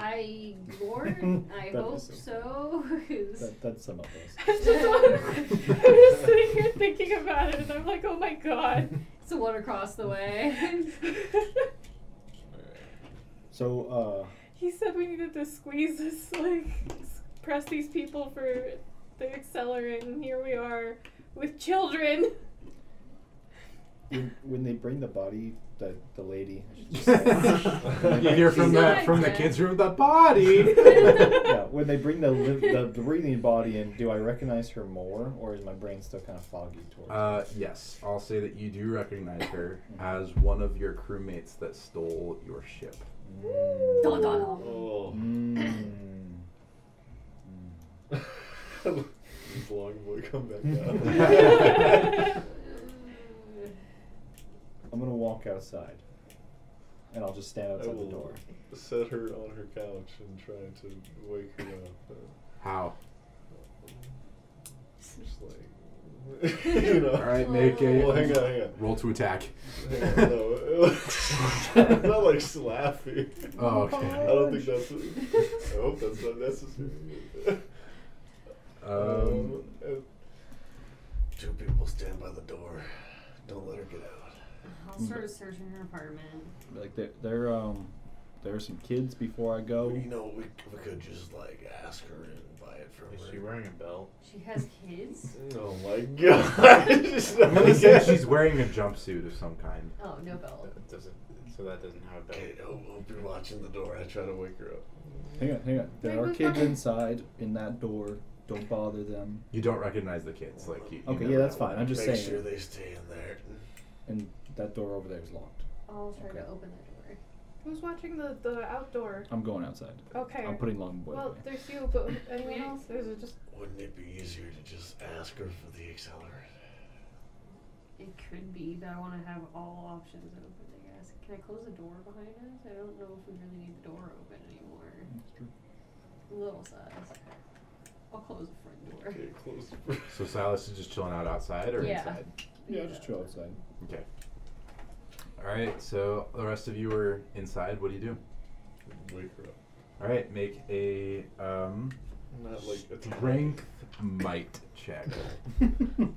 S6: I Lord, I
S4: That'd be
S6: hope
S4: so
S6: so. 'cause-
S4: That, that's some of us.
S2: I just wanna- I'm just sitting here thinking about it, and I'm like, oh my god.
S6: it's the one across the way.
S4: So, uh,
S2: he said we needed to squeeze this, like, s- press these people for the accelerant, and here we are with children.
S4: uh, when, when they bring the body, the the lady. I should just say-
S1: you hear from
S6: She's
S1: the
S6: not
S1: from the
S6: dead.
S1: kids room the body.
S4: yeah, when they bring the, liv- the the breathing body in, do I recognize her more, or is my brain still kind of foggy towards?
S1: Uh, yes, I'll say that you do recognize her as one of your crewmates that stole your ship.
S6: Dun, dun, dun.
S3: Oh.
S4: Mm.
S3: This long boy come back out.
S6: Uh,
S4: I'm gonna walk outside, and I'll just stand
S3: I
S4: outside the
S3: will-
S4: door.
S3: Set her on her couch and try to wake her up.
S1: How?
S3: Just like, you know.
S1: All right, make a
S3: Well, hang on, hang on.
S1: roll to attack.
S3: Hang on, no. not like slappy.
S1: Oh,
S3: I
S1: okay.
S3: don't think that's. I hope that's not necessary.
S1: Um,
S3: and- two people stand by the door. Don't let her get out.
S6: I'll start searching her apartment.
S4: Like there, there um, there are some kids before I go.
S3: You know, we, we could just like ask her and buy it from
S5: Is she
S3: her.
S5: wearing a belt?
S6: She has kids.
S3: Oh my god!
S1: I'm
S3: Um,
S1: gonna say she's wearing a jumpsuit of some kind.
S6: Oh no, belt.
S5: That doesn't. So that doesn't have a belt.
S3: Okay, hope, hope you're watching the door. I try to wake her up.
S4: Hang on, hang on. There
S2: Wait,
S4: are
S2: who's
S4: kids
S2: that?
S4: inside in that door. Don't bother them.
S1: You don't recognize the kids, like you. you
S4: Okay,
S1: never
S4: yeah, that's
S1: know.
S4: fine. I'm just
S3: Make
S4: saying.
S3: sure they stay in there.
S4: And that door over there is locked.
S6: I'll try
S4: Okay.
S6: to open that door.
S2: Who's watching the, the outdoor?
S4: I'm going outside.
S2: Okay.
S4: I'm putting long boy
S2: well,
S4: away.
S2: there's you, but anyone else? There's a just.
S3: Wouldn't it be easier to just ask her for the accelerant?
S6: It could be, but I want to have all options open. I guess. Can I close the door behind us? I don't know if we really need the door open anymore.
S4: That's true.
S6: Little size. I'll close the front door.
S3: Okay, close the door.
S1: So Silas is just chilling out outside or
S6: Yeah.
S1: inside.
S4: Yeah, just chill outside.
S1: Okay. All right. So the rest of you are inside. What do you do?
S3: Wake her up.
S1: All right, make a um,
S3: Not like attack.
S1: strength might check.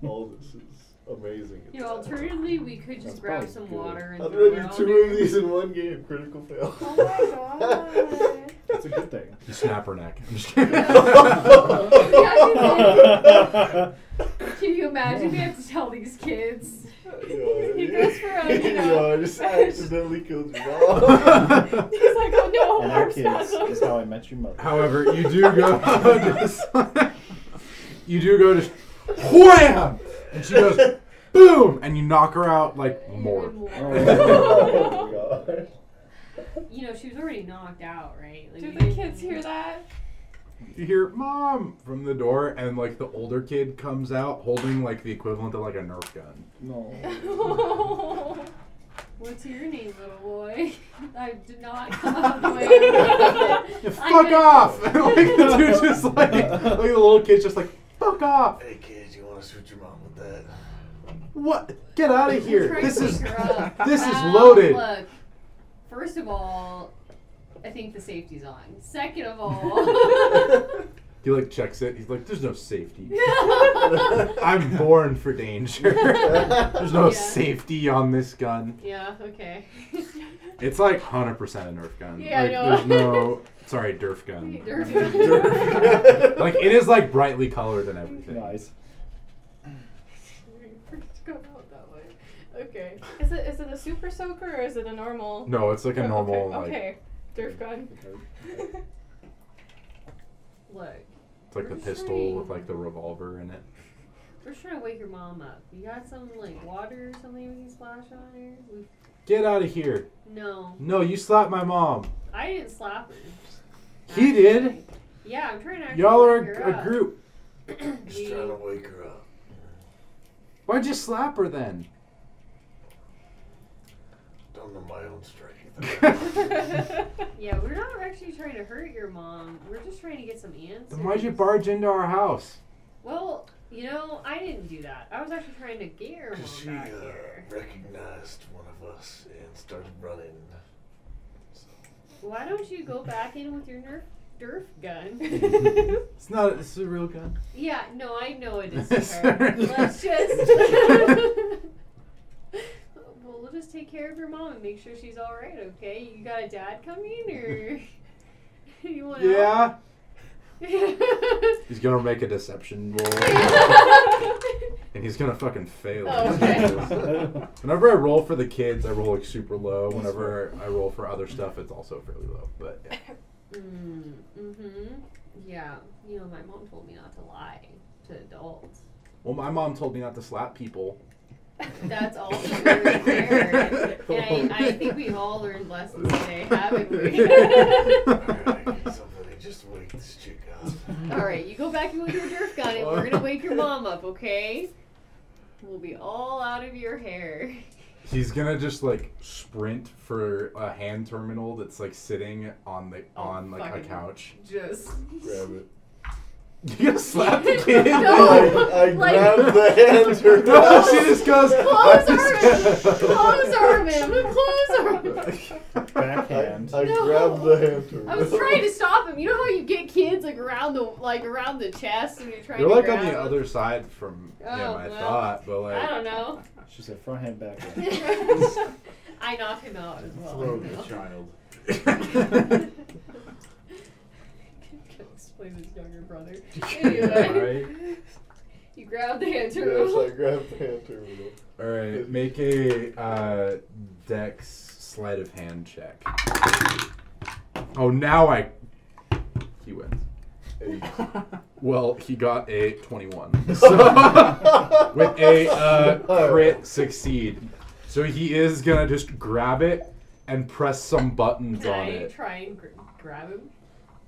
S3: All this is amazing.
S6: You know, alternatively, we could
S4: That's
S6: just grab
S4: probably
S6: some
S4: good.
S6: water and
S3: How
S6: throw
S3: did
S6: it
S3: I
S6: on
S3: do two
S6: her.
S3: of these in one game? Critical fail.
S2: Oh my god.
S4: That's a good thing.
S1: You snap her neck. I'm just kidding.
S6: Yeah, Can you imagine? We have to tell these kids.
S2: He goes for a, you
S3: I
S2: know,
S3: just accidentally killed your mom.
S2: He's like, oh no,
S4: and our
S2: arm
S4: kids
S2: spasm.
S4: is how I met your mother.
S1: However, you do go. you do go to. Wham! And she goes, boom! And you knock her out like more.
S6: Even more.
S4: Oh.
S3: God.
S6: You know, she was already knocked out, right? Like,
S2: Do
S6: we
S2: the
S6: didn't-
S2: kids hear that?
S1: You hear mom from the door, and like the older kid comes out holding like the equivalent of like a Nerf gun.
S4: No.
S6: What's your name, little boy? I did not come up with.
S1: Yeah,
S6: I
S1: fuck
S6: know.
S1: off! like the dude just like like the little kid's just like fuck off.
S3: Hey kids, you want to shoot your mom with that?
S1: What? Get out of here!
S6: Trying
S1: This
S6: to
S1: is
S6: pick her up.
S1: this is
S6: Well,
S1: loaded.
S6: Look, first of all, I think the safety's on. Second of all,
S1: He like checks it. He's like, "There's no safety.
S7: I'm born for danger. There's no
S6: Yeah.
S7: safety on this gun.
S6: yeah, okay.
S1: It's like hundred percent a Nerf gun.
S6: Yeah, I
S1: like,
S6: know.
S1: There's no sorry Nerf gun.
S6: Derp.
S1: like it is like brightly colored and everything.
S4: Nice.
S6: First come out that way. Okay.
S2: Is it is it a super soaker or is it a normal?
S1: No, it's like a
S2: Oh,
S1: normal
S2: Okay.
S1: like
S2: okay. Derf gun.
S6: Look,
S1: it's like the
S6: We're
S1: pistol
S6: free.
S1: with like the revolver in it.
S6: we're trying to wake your mom up. You got some like water or something we can splash on her? We,
S1: Get out of here!
S6: no,
S1: No, you slapped my mom.
S6: I didn't slap her.
S1: He did.
S6: Actually. Yeah, I'm trying to. actually
S1: Y'all are
S6: wake her
S1: a, a
S6: up.
S1: group.
S6: We-
S5: Just trying to wake her up.
S1: Why'd you slap her then?
S5: Don't know my own strength.
S6: yeah, we're not actually trying to hurt your mom. We're just trying to get some answers.
S1: Then why'd you barge into our house?
S6: Well, you know, I didn't do that. I was actually trying to get your mom
S5: Because
S2: Oh,
S5: she uh,
S6: back here.
S5: recognized one of us and started running. So,
S6: Why don't you go back in with your Nerf Derf gun?
S1: It's not. This is a real gun.
S6: Yeah, no, I know it is
S1: Sorry.
S6: her. Let's just. well, we'll just take care of your mom and make sure she's all right. Okay, you got a dad coming, or you want?
S1: Yeah.
S6: Help?
S1: He's gonna make a deception roll, and he's gonna fucking fail.
S6: Oh, okay.
S1: Whenever I roll for the kids, I roll like super low. Whenever I roll for other stuff, it's also fairly low. But yeah.
S6: Mm, hmm Yeah, you know, my mom told me not to lie to adults.
S1: well, my mom told me not to slap people.
S6: That's also very fair. And I, I think we've all learned lessons today, haven't we?
S5: alright, somebody just wake this chick up.
S6: all right, you go back in with your Nerf gun, and we're gonna wake your mom up, okay? We'll be all out of your hair.
S1: He's gonna just like sprint for a hand terminal that's like sitting on the
S6: Oh,
S1: on like a
S6: fucking-
S1: couch.
S6: Just
S3: Grab it.
S1: You gonna slap the kid?
S6: No.
S3: I, I
S6: Like-
S3: grabbed the hand
S1: No,
S3: terminal.
S1: Oh, she just goes.
S6: Close close
S1: "I'm
S6: arm him, close arm. him."
S1: just-"
S4: Backhand.
S3: I, I
S6: No.
S3: grabbed the hand terminal.
S6: I was trying to stop him. You know how you get kids like around the like around the chest and you're trying
S1: You're
S6: to
S1: like
S6: grab
S1: on the
S6: them?
S1: other side from him,
S6: Oh,
S1: I
S6: well.
S1: thought, but like
S6: I don't know.
S4: She said front hand, back hand.
S6: I knock him out as well.
S5: Throw
S6: you
S5: the
S6: know.
S5: child.
S6: Explain his younger brother. Anyway, you grab the hand
S3: Yes, I
S6: turtle.
S3: grabbed the hand terminal.
S1: All right, make a uh, dex sleight of hand check. Oh, now I. He wins. Well, he got a 21. So, with a uh, crit succeed. So he is gonna just grab it and press some buttons
S6: Can
S1: on
S6: I
S1: it.
S6: try and gr- grab him?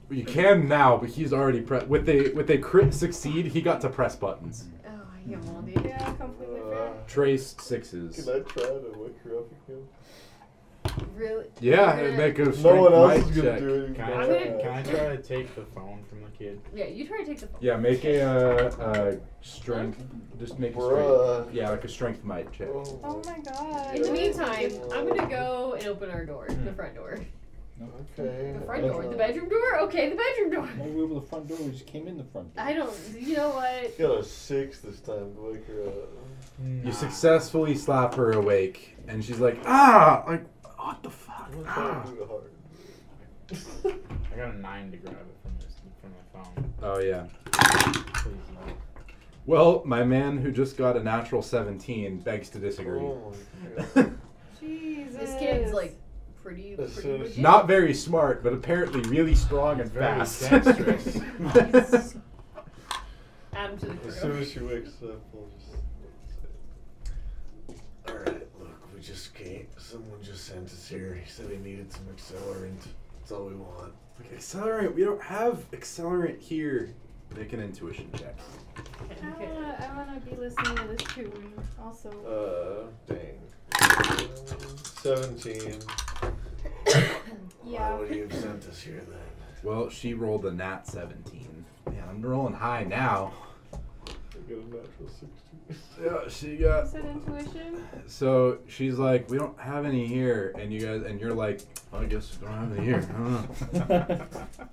S1: You can now, but he's already pre- with a with a crit succeed. He got to press buttons.
S6: Oh, I get moldy.
S2: yeah, completely fair.
S3: Uh,
S1: Trace sixes.
S3: can I try to wake her up again?
S6: Really?
S1: Yeah,
S6: You're
S1: and
S6: gonna-
S1: make a
S3: No one else
S1: strength
S3: is gonna
S1: check.
S3: do anything.
S5: Can
S6: I'm
S5: I,
S6: gonna-
S5: can I try to take the phone from the kid?
S6: Yeah, you try to take the phone.
S1: Yeah, make a uh, uh, strength. Just make a
S3: Bruh.
S1: strength. Yeah, like a strength might check.
S2: Oh my god.
S6: In the meantime, I'm gonna go and open our door, the front door,
S3: Okay.
S6: the front door, the bedroom door. Okay, the bedroom door.
S4: Why we over the front door? We just came in the front door.
S6: I don't. You know what?
S3: Got a six this time to wake her up.
S1: You successfully slap her awake, and she's like, ah, like, what the fuck?
S3: I'm gonna try
S1: Ah.
S3: to do the hard.
S5: I got a nine to grab it from this from my phone.
S1: Oh yeah.
S5: Please no.
S1: Well, my man who just got a natural 17 begs to disagree.
S3: Oh my god.
S2: Jesus.
S6: This kid's like pretty,
S3: This
S6: pretty
S3: is-
S6: legit.
S1: Not very smart, but apparently really strong and
S5: Very
S1: fast.
S5: dexterous.
S6: Add him
S3: As
S6: to the crew.
S3: soon as she wakes up, we'll just.
S5: Alright, look, we just came. Someone just sent us here. He said he needed some accelerant. That's all we want.
S1: Like, accelerate. We don't have accelerant here. Make an intuition check.
S2: I
S6: Okay.
S2: wanna, Ah, I wanna be listening to this tune also.
S3: Uh, dang. Uh, Seventeen.
S2: yeah.
S5: Why would he have sent us here then?
S1: Well, she rolled a nat 17. Man, I'm rolling high now.
S3: I got a natural sixteen.
S1: Yeah, she
S6: Uh,
S1: got.
S2: Is it intuition?
S1: So she's like, we don't have any here, and you guys, and you're like, well, I guess we don't have any here. I don't know.
S2: I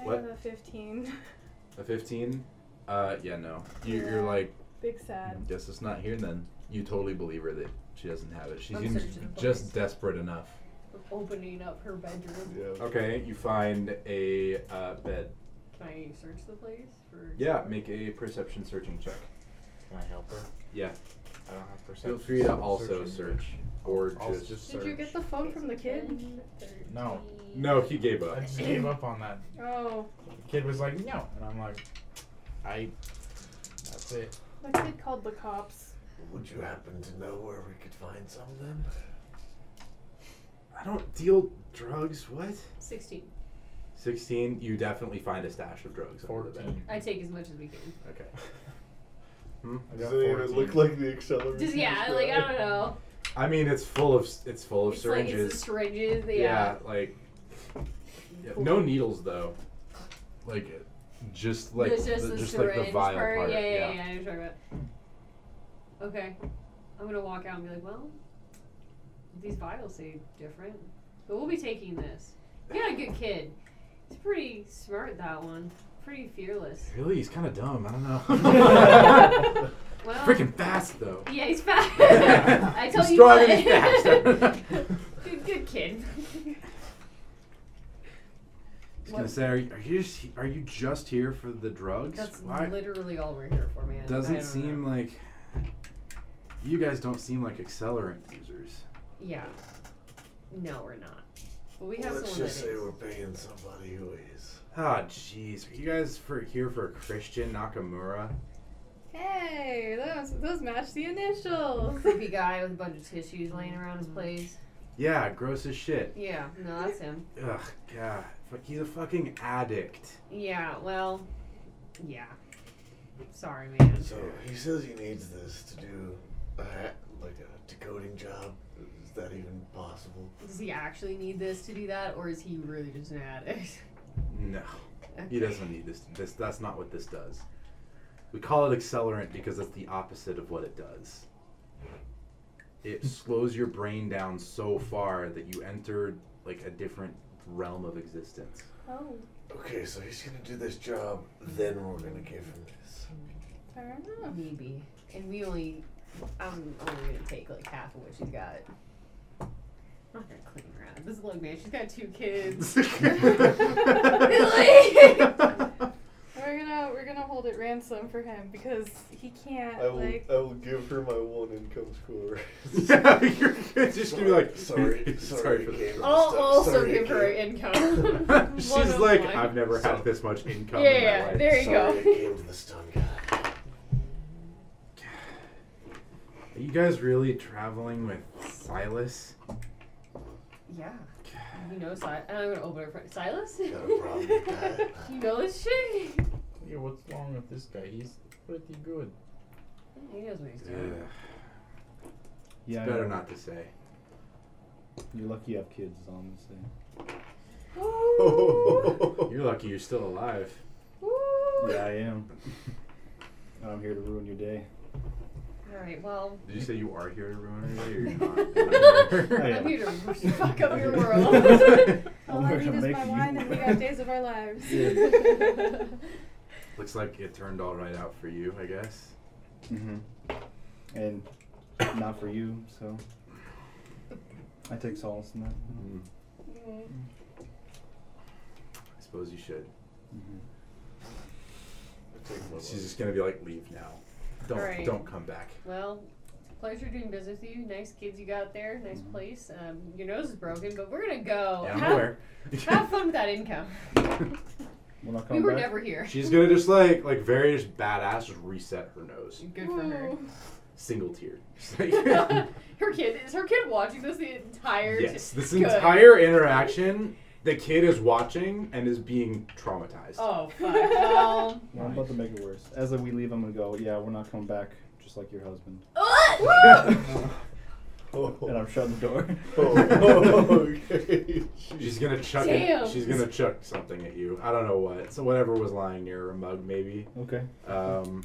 S2: I
S1: What?
S2: have a 15.
S1: A 15? Uh, yeah, no. You're, you're like,
S2: Big sad.
S1: guess it's not here then. You totally believe her that she doesn't have it. She
S6: I'm
S1: seems
S6: searching the
S1: just
S6: place.
S1: desperate enough.
S6: Opening up her bedroom.
S3: Yeah.
S1: Okay, you find a uh, bed.
S6: Can I search the place for?
S1: Yeah, make a perception searching check.
S5: Can I help her?
S1: Yeah.
S5: I don't have perception.
S1: Feel free to also
S5: Searching.
S1: search. Or
S5: I'll
S1: just.
S5: just
S2: Did you
S5: search.
S2: get the phone from the kid?
S5: No.
S1: No, he gave
S5: I
S1: up.
S5: just gave up on that.
S2: Oh,
S5: The kid was like, no. And I'm like, I. That's it.
S2: the kid called the cops.
S8: Would you happen to know where we could find some of them?
S1: I don't deal drugs. What?
S6: Sixteen.
S1: 16, you definitely find a stash of drugs. under the bed.
S5: 14.
S6: I take as much as we can.
S1: Okay.
S5: I got
S3: Does it even
S5: 14.
S3: look like the accelerator?
S6: Just yeah, like I don't know.
S1: I mean, it's full of it's full of
S6: It's like
S1: syringes.
S6: it's the syringes. Yeah.
S1: yeah, like yeah, no needles though. Like just like
S6: There's just
S1: the,
S6: the
S1: just like
S6: syringe
S1: the vial
S6: part.
S1: part.
S6: Yeah, yeah, yeah. I know what you're talking about. Okay, I'm gonna walk out and be like, well, these vials say different, but we'll be taking this. Yeah, good kid. He's pretty smart. That one. Pretty fearless.
S1: Really, he's kind of dumb. I don't know.
S6: Well,
S1: Freaking fast though.
S6: Yeah, he's fast. I told
S1: He's
S6: you
S1: strong
S6: what.
S1: and he's fast.
S6: good, good kid.
S1: I was
S6: What-
S1: gonna say, are you, are you just are you just here for the drugs?
S6: That's
S1: Why
S6: literally all we're here for, man. I
S1: doesn't
S6: don't
S1: seem
S6: know.
S1: like you guys don't seem like accelerant users.
S6: Yeah. No, we're not. But we have
S8: Let's
S6: someone
S8: just
S6: that
S8: say
S6: is.
S8: we're paying somebody who is.
S1: Ah, jeez, are you guys for here for Christian Nakamura?
S2: Hey, those those match the initials.
S6: creepy guy with a bunch of tissues laying around his place.
S1: Yeah, gross as shit.
S6: Yeah, no, that's him.
S1: Ugh, God, Fuck, he's a fucking addict.
S6: Yeah, well, yeah. Sorry, man.
S8: So he says he needs this to do a, ha- like a decoding job. Is that even possible?
S6: Does he actually need this to do that, or is he really just an addict?
S1: No,
S6: Okay.
S1: he doesn't need this. This that's not what this does. We call it accelerant because it's the opposite of what it does. It slows your brain down so far that you enter like a different realm of existence.
S2: Oh,
S8: Okay, so he's gonna do this job, then we're gonna give him this.
S2: fair enough.
S6: Maybe. And we only, I'm only gonna take like half of what she's got. I'm not gonna clean her out. This look, man, she's got two kids.
S2: We're gonna we're gonna hold it ransom for him because he can't
S3: I will,
S2: like.
S3: I will give her my one income score.
S1: yeah, you're good. just gonna be like
S8: sorry, sorry,
S1: sorry for
S8: it
S1: the
S8: came
S6: I'll
S8: out stuck.
S6: also
S8: Sorry, it
S6: give her
S8: came-
S6: income. One
S1: She's
S6: of
S1: like,
S6: one.
S1: I've never had this much income.
S6: Yeah,
S1: in my
S6: yeah,
S1: life."
S6: there you
S8: sorry,
S6: go.
S8: it came to the stun guy.
S1: Are you guys really traveling with Silas?
S6: Yeah. You know, si- and I'm gonna open it for Silas.
S8: Got a problem with that?
S6: you know this shit.
S5: Yeah, what's wrong with this guy? He's pretty good.
S6: He knows what he's doing.
S1: Ugh,
S4: Yeah, I
S1: better
S4: know.
S1: not to say.
S4: You're lucky you have kids, is all I'm gonna say.
S1: You're lucky you're still alive.
S4: Yeah, I am. And I'm here to ruin your day.
S6: All right. Well,
S1: Did you say you are here to ruin her day or
S4: I
S1: you're
S4: am.
S6: I'm here to fuck up your
S1: not?
S6: world.
S2: All I
S4: We're
S2: need is my
S4: making you-
S2: wine, and we got days of our lives.
S1: Looks like it turned all right out for you, I guess.
S4: Mm-hmm. And not for you, so. I take solace in that.
S1: Mm. I suppose you should.
S4: Mm-hmm.
S1: She's just gonna be like, leave now. Don't
S6: Alright.
S1: don't come back.
S6: well, it's a pleasure doing business with you. Nice kids you got there. Nice place. Um, your nose is broken, but we're gonna
S1: Mm-hmm.
S6: go.
S1: Yeah, I'm
S6: have,
S1: aware.
S6: have fun with that income.
S4: We're not
S6: we
S4: coming
S6: were
S4: back.
S6: never here.
S1: She's gonna just like like very just badass just reset her nose.
S6: Good for her.
S1: Single tear. Just like-
S6: her kid is her kid watching this the entire.
S1: yes. This
S6: Good.
S1: entire interaction, the kid is watching and is being traumatized.
S6: Oh fuck. Well.
S4: No, I'm about to make it worse. As we leave, I'm gonna go. Yeah, we're not coming back. Just like your husband.
S3: Oh,
S4: And I'm shutting the door.
S3: oh, okay.
S1: She's gonna chuck
S6: Damn.
S1: it. She's gonna chuck something at you. I don't know what. So whatever was lying near her mug, maybe.
S4: okay.
S1: Um,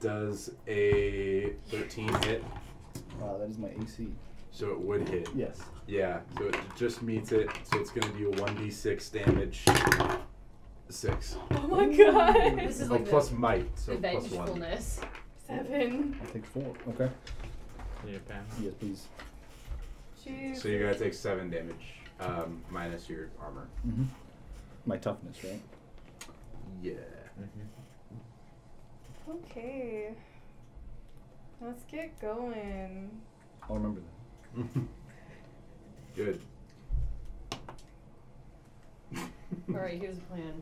S1: does a thirteen hit?
S4: Wow, that is my AC.
S1: So it would hit.
S4: Yes.
S1: Yeah, so it just meets it. So it's going to do a 1d6 damage. Six.
S2: Oh my god.
S6: This is
S1: Oh,
S6: like the,
S1: plus might, so
S6: the
S1: plus one.
S6: vengefulness.
S2: Seven.
S4: I'll take four. Okay.
S5: Yeah, Pam.
S4: Yes, please.
S2: Jeez.
S1: So you're going to take seven damage, um, minus your armor.
S4: Mm-hmm. My toughness, right?
S1: Yeah. Mm-hmm.
S2: Okay. Let's get going.
S4: I'll remember that.
S1: Good.
S6: All right, here's the plan.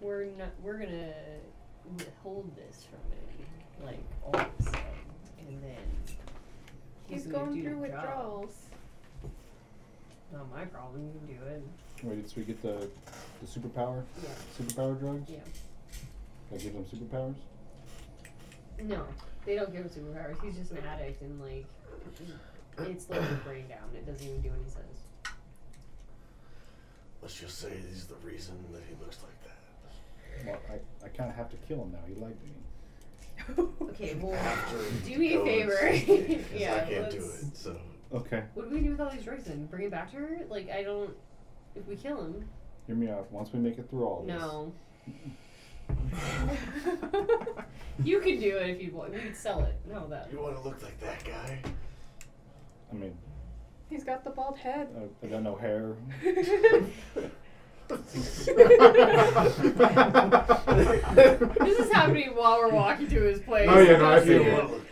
S6: We're not. We're gonna withhold this from it, like all of a sudden, and then
S2: He's
S6: gonna
S2: going
S6: do
S2: through
S6: the job.
S2: withdrawals.
S6: Not my problem. You can do it.
S4: Wait, so we get the the superpower
S6: Yeah.
S4: superpower drugs?
S6: Yeah.
S4: I give them superpowers.
S6: No, they don't give him superpowers. He's just an addict, and like it's like his brain down. It doesn't even do what he says.
S8: Let's just say he's the reason that he looks like that.
S4: Well, I, I kind of have to kill him now. He liked me.
S6: Okay, well,
S8: After
S6: do me a
S8: Go and
S6: favor.
S8: see Jake, 'cause
S6: yeah,
S8: I can't do
S6: let's-
S8: it. So
S4: Okay.
S6: What do we do with all these drugs then? Bring it back to her? Like I don't. If we kill him,
S4: Hear me out. Once we make it through all of this.
S6: no. you could do it if you want. We could sell it. No, that.
S8: you want to look like that guy?
S4: I mean,
S2: He's got the bald head.
S4: I, I got no hair.
S6: This is happening while we're walking to his place.
S1: Oh, yeah, no, I
S6: Just
S1: feel
S6: do
S8: You
S1: it.
S8: want to
S6: it.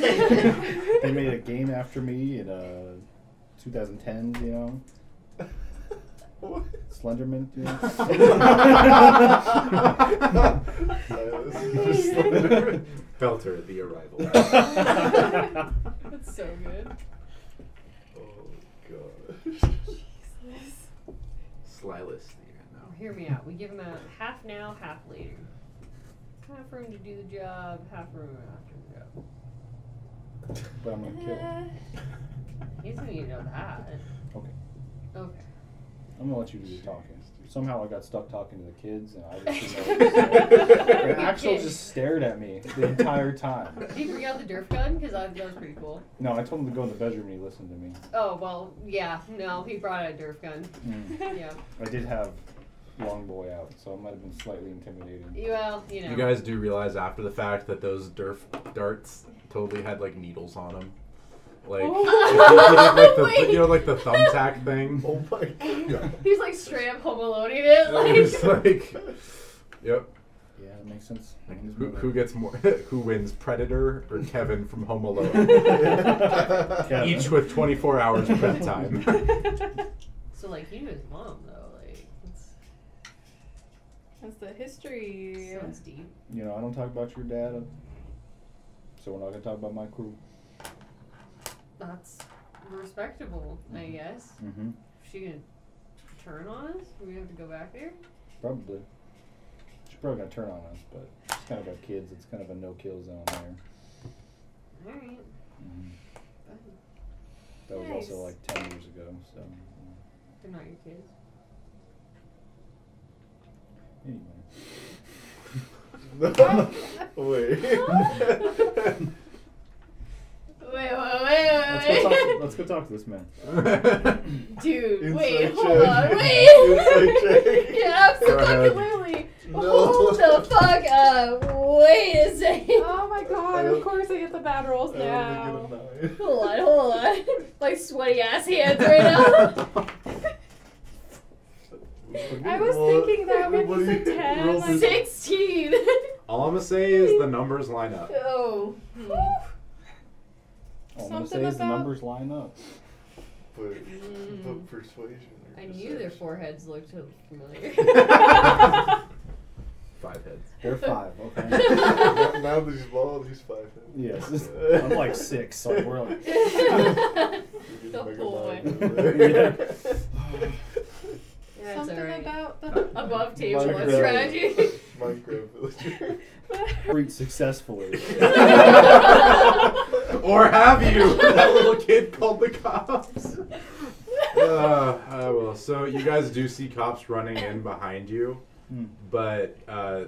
S8: look like that guy?
S4: they made a game after me in uh, 2010s, you know. Oh Slenderman, you know.
S1: Belter, the arrival.
S6: That's so good.
S1: Oh, Slyless, yeah,
S6: Well, Oh, Hear me out. We give him a half now, half later. Half room to do the job, half room after the job.
S4: but I'm gonna kill. him.
S6: He's gonna need to know that.
S4: Okay.
S6: Okay.
S4: I'm gonna let you do the talking. Somehow I got stuck talking to the kids, and I just didn't know. what to say. And Axel
S6: Axel
S4: just stared at me the entire time.
S6: Did you bring out the Nerf gun? Because that was pretty cool.
S4: No, I told him to go in the bedroom, and he listened to me.
S6: Oh well, yeah. No, he brought out a Nerf gun.
S4: Mm.
S6: Yeah.
S4: I did have Long Boy out, so it might have been slightly intimidating.
S6: You- Well, you know.
S1: You guys do realize after the fact that those derf darts totally had like needles on them, like, like the, you know, like the thumbtack thing.
S8: Oh my god.
S6: He's like straight up home aloneing it.
S1: It was
S6: Like.
S1: like, yep.
S4: Yeah, that makes sense.
S1: Who, who gets more? who wins, Predator or Kevin from Home Alone?
S4: Kevin.
S1: Each with 24 hours prep time.
S6: So like he knew his mom though. Like it's
S2: That's the history.
S6: sounds deep.
S4: You know, I don't talk about your dad, so we're not gonna talk about my crew.
S6: That's respectable, I guess.
S4: Mm-hmm.
S6: She gonna turn on us? We have to go back there?
S4: Probably. She's probably gonna turn on us, but she's kind of got kids. It's kind of a no-kill zone there.
S6: Alright.
S4: Mhm.
S6: Fine.
S4: That was
S2: Nice.
S4: also like ten years ago, so
S6: They're not your kids.
S4: anyway.
S6: Wait, wait, wait,
S4: Let's go
S6: wait,
S4: talk. Let's go talk to this man.
S6: wait. Dude, wait,
S3: Inside
S6: hold
S3: joke.
S6: on,
S3: Inside
S6: wait.
S3: joke.
S6: yeah,
S1: Go ahead.
S6: absolutely.
S3: No.
S6: Hold the fuck up. Wait a second.
S2: Oh my god, of course I get the bad rolls now.
S6: Hold on, hold on. My sweaty ass hands right now.
S2: I was thinking that when you said 10.
S3: roll
S2: I'm
S3: this-
S6: 16.
S1: All I'm gonna say is the numbers line up.
S6: oh.
S4: All I'm gonna
S2: Something
S4: say is the
S2: about-
S4: numbers line up.
S3: But,
S6: Mm.
S3: but persuasion. or
S6: I knew their
S3: deception.
S6: foreheads looked so familiar.
S1: Five heads.
S4: They're five. Okay.
S3: now, now that he's bald, he's five.
S4: yes. I'm like six, so we're like.
S6: The whole way. Yeah, it's
S2: Something
S6: alright.
S2: about the.
S6: Above table
S3: Minecraft.
S6: strategy.
S3: Minecraft villager.
S4: Freak successfully.
S1: Or have you? That little kid called the cops. Uh, I will. So you guys do see cops running in behind you,
S4: Hmm.
S1: but uh,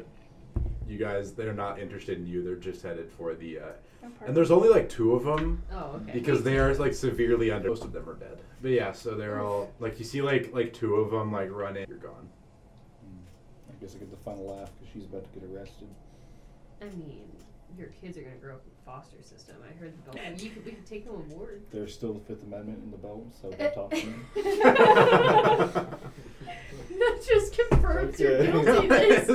S1: you guys, they're not interested in you. They're just headed for the. Uh,
S2: No part.
S1: and there's only like two of them
S6: Oh, okay.
S1: because they are like severely under. Most of them are dead. But yeah, so they're all like you see like like two of them like run in. You're gone.
S4: I guess I get the final laugh because she's about to get arrested.
S6: I mean, your kids are gonna grow up in foster system. I heard the bell. You could, we could take them aboard.
S4: There's still the Fifth Amendment in the bill, so don't talk to me.
S6: that just confirms
S3: Okay.
S6: your guiltiness.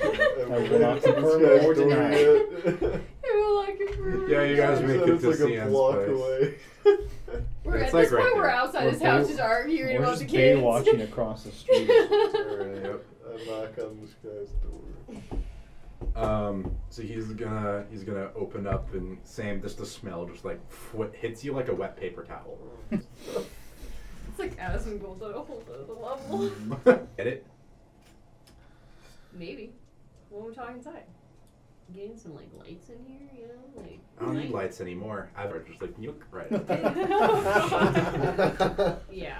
S4: we're not
S3: This
S4: confirmed
S3: guy's door
S4: or denied.
S3: yet.
S6: It will not confirm.
S1: Yeah, you guys make it
S3: It's
S1: to
S3: like a
S1: Cian's
S3: block
S1: place.
S3: away.
S6: We're
S1: It's
S6: at
S1: like
S6: this point.
S1: right
S6: We're
S1: there.
S6: outside
S4: We're
S6: his house,
S4: bay-
S6: just arguing
S4: We're
S6: about
S4: just
S6: the kids.
S4: watching across the street.
S3: Alright,
S1: Yep.
S3: I knock on this guy's door.
S1: Um, so he's gonna he's gonna open up and Sam just the smell just like what hits you like a wet paper towel.
S6: it's like Addison Gold on a whole other level.
S1: Get it?
S6: Maybe when we talk inside, getting some like lights in here, you know, like.
S1: I don't need
S6: light-
S1: lights anymore. I've just like nuke right. up.
S6: Yeah.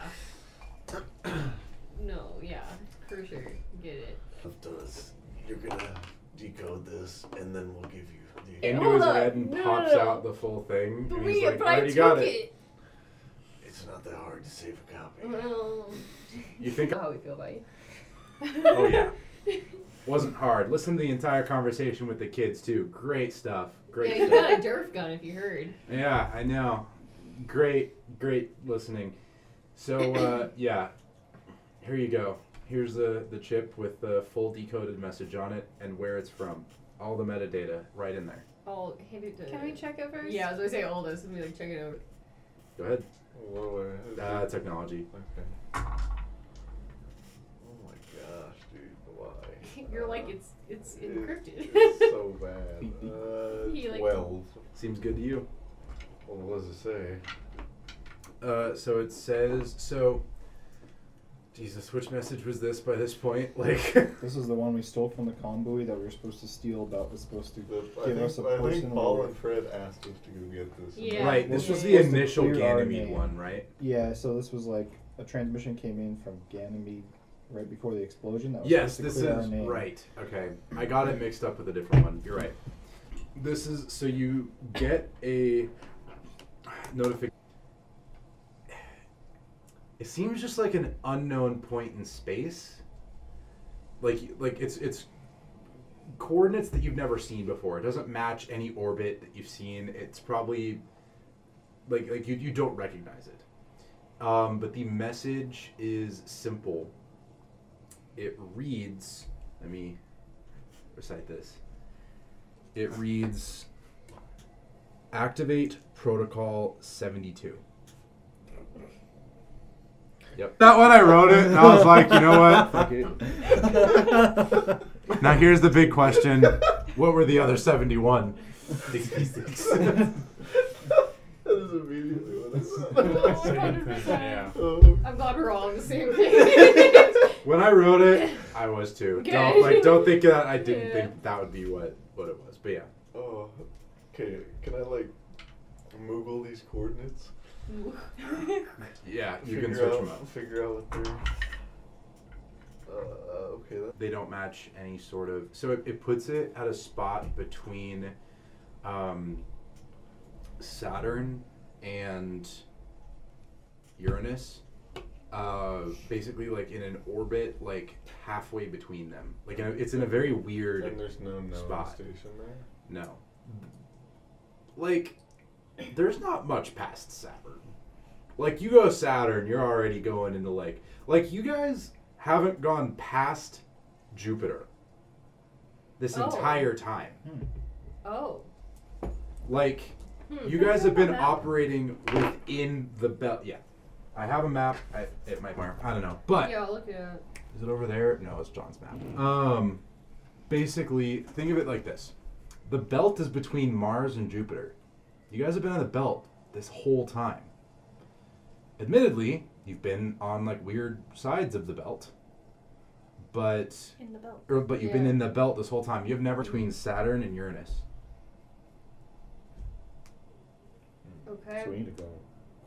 S6: no, yeah, for sure, get it.
S8: After this, you're gonna decode this, and then we'll give you the.
S1: Into
S6: Hold
S1: his
S6: up.
S1: head and
S6: Oh, No, no,
S1: pops
S6: no.
S1: out the full thing.
S6: But
S1: and he's
S6: we,
S1: like,
S6: but
S1: I
S6: I
S1: already
S6: took
S1: got it.
S6: it.
S8: It's not that hard to save a copy.
S3: Oh
S6: Well,
S1: You think-
S6: how we feel about you?
S1: Oh yeah. Wasn't hard. Listen to the entire conversation with the kids too. Great stuff. Great
S6: Yeah, you
S1: stuff.
S6: got a derf gun if you heard.
S1: Yeah, I know. Great, great listening. So uh, yeah, here you go. Here's the the chip with the full decoded message on it and where it's from. All the metadata right in there.
S6: I'll Oh, hand it to.
S2: Can we check it first?
S6: Yeah, I was gonna say all this and be like, check it over.
S1: Go ahead.
S3: Whoa, is it-
S1: Uh, technology.
S3: Okay. Oh my gosh, dude, why?
S6: You're like,
S3: Uh,
S6: it's it's
S3: it-
S6: encrypted.
S3: It's so bad.
S6: He,
S3: Uh,
S6: like-
S3: twelve.
S1: Seems good to you.
S3: Well, what does it say?
S1: Uh, so it says so. Jesus, which message was this by this point? Like,
S4: This is the one we stole from the convoy that we were supposed to steal. That was supposed to
S3: The, I
S4: give
S3: think,
S4: us a
S3: I think
S4: personal.
S3: Paul and Fred asked us to go get this.
S6: Yeah.
S1: right? This was the
S4: Supposed to
S1: initial
S4: clear our
S1: Ganymede
S4: name.
S1: one, right?
S4: Yeah, so this was like a transmission came in from Ganymede right before the explosion. That was
S1: Yes,
S4: supposed
S1: this
S4: to clear our
S1: is
S4: name.
S1: right. Okay, I got it mixed up with a different one. You're right. This is so you get a notification. It seems just like an unknown point in space. Like like it's it's coordinates that you've never seen before. It doesn't match any orbit that you've seen. It's probably like like you you don't recognize it. Um, but the message is simple it reads let me recite this it reads activate protocol 72
S7: That when I wrote it, and I was like, you know what? Now here's the big question: What were the other seventy-one?
S1: 66
S3: That is immediately what I said.
S2: Oh,
S5: Same thing,
S2: 100%.
S5: yeah.
S3: Oh,
S6: I'm glad we're all on the same page.
S1: when i wrote it i was too don't like don't think that i didn't
S6: Yeah.
S1: think that would be what what it was but yeah
S3: oh, okay. Can I like Moogle these coordinates?
S1: yeah you can
S3: Figure
S1: search
S3: out-
S1: them up
S3: Figure out what they're. Uh, okay. That,
S1: they don't match any sort of so it, it puts it at a spot between um, saturn and uranus uh, basically like in an orbit like halfway between them like in a, it's in a very weird
S3: and there's no known
S1: Spot.
S3: station there.
S1: no like there's not much past saturn like you go saturn you're already going into like like you guys haven't gone past jupiter this
S6: Oh.
S1: entire time
S6: oh.
S1: like
S6: Hmm.
S1: you guys have been
S2: Map.
S1: operating within the belt yeah i have a map I, it might i don't know but
S6: Yeah, I'll look it up.
S1: is it over there? No, it's John's map. Um, basically, think of it like this: the belt is between Mars and Jupiter. You guys have been on the belt this whole time. Admittedly, you've been on like weird sides of the belt, but
S2: In the belt.
S1: or, but you've been
S6: Yeah.
S1: in the belt this whole time. You've never between Saturn and Uranus.
S6: Okay.
S4: So we need to go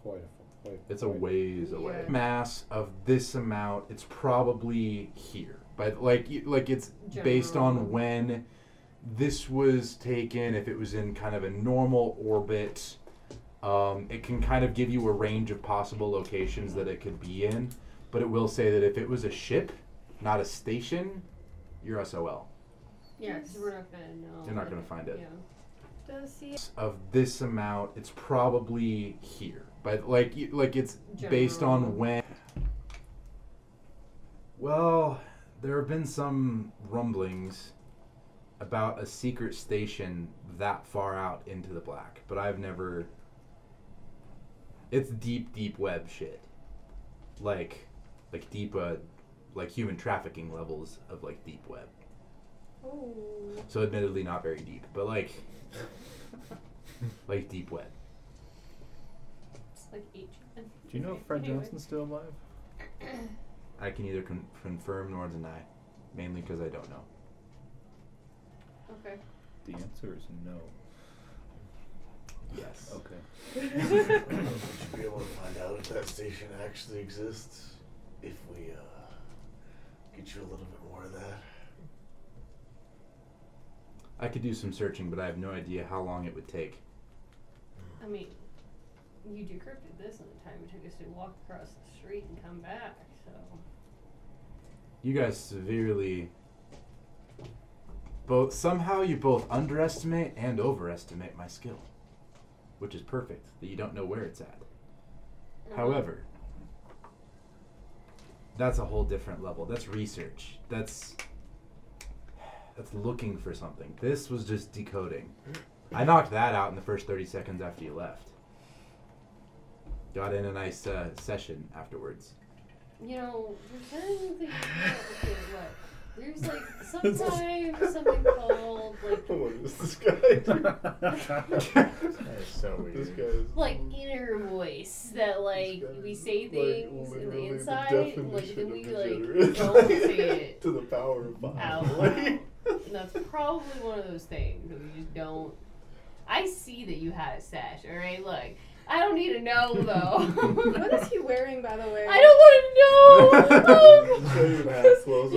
S4: quite a quite.
S1: It's a
S4: quite-
S1: ways away.
S6: Yeah.
S1: Mass of this amount. It's probably here. But like you- like it's based on when this was taken, if it was in kind of a normal orbit. Um, it can kind of give you a range of possible locations that it could be in, but it will say that if it was a ship, not a station, you're SOL.
S6: Yeah, because we're not gonna know.
S1: You're not gonna find it.
S6: Yeah.
S2: Does he
S1: Of this amount, it's probably here, but like you- like it's based
S6: General.
S1: on when. Well, there have been some rumblings about a secret station that far out into the black, but I've never. It's deep, deep web shit, like, like deep, uh, like human trafficking levels of like deep web.
S2: Oh.
S1: So admittedly, not very deep, but like, like deep web.
S6: It's like H.
S4: Do you know if Fred
S6: Anyway.
S4: Johnson's still alive?
S1: I can neither con- confirm nor deny, mainly because I don't know.
S6: Okay.
S4: The answer is no.
S1: Yes.
S4: Okay.
S8: Would you be able to find out if that station actually exists? If we uh, get you a little bit more of that?
S1: I could do some searching, but I have no idea how long it would take.
S6: I mean, you decrypted this in the time it took us to walk across the street and come back. So
S1: You guys severely. Both somehow you both underestimate and overestimate my skill, which is perfect that you don't know where it's at. However, that's a whole different level. That's research. That's that's looking for something. This was just decoding. I knocked that out in the first 30 seconds after you left. Got in a nice uh, session afterwards.
S6: you know, there's anything. you can't- Okay, what? There's like sometimes something called like
S3: What is this guy?
S5: That is so
S3: this
S5: weird.
S3: guy is
S6: like inner voice that like
S3: guy
S6: we
S3: is,
S6: say
S3: like,
S6: things in the
S3: literally the
S6: inside, like
S3: definition
S6: then
S3: of
S6: we like
S3: degenerate.
S6: don't say it
S3: to the power of
S6: out
S3: five.
S6: loud. And that's probably one of those things that we just don't. I see that you had a sash, all right. Look, I don't need to know though.
S2: What is he wearing, by the way?
S6: I don't want to know.
S3: He's not even half clothes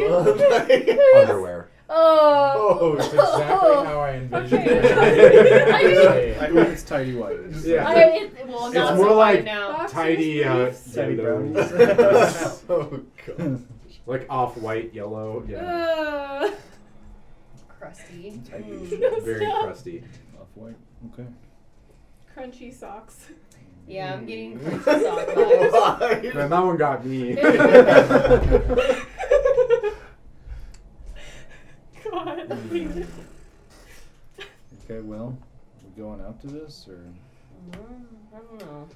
S3: on.
S1: Underwear.
S6: Oh.
S3: oh,
S5: That's exactly how I envisioned it.
S6: I mean-
S4: I think it's tidy white.
S6: I, it, well,
S1: It's
S6: not
S1: more
S6: so
S1: like-
S6: right now.
S2: Boxers,
S1: Tidy, uh,
S2: briefs?
S4: Tidy brownies.
S3: oh god.
S1: like off white, yellow. Yeah.
S2: Uh,
S6: Crusty.
S1: Very
S2: Stop.
S1: crusty.
S4: Off white. Okay.
S2: crunchy socks.
S6: Yeah, I'm getting crusty sock vibes.
S1: Man, that one got me.
S2: God.
S4: Okay. Well, we going out to this or?
S6: Mm, I don't know.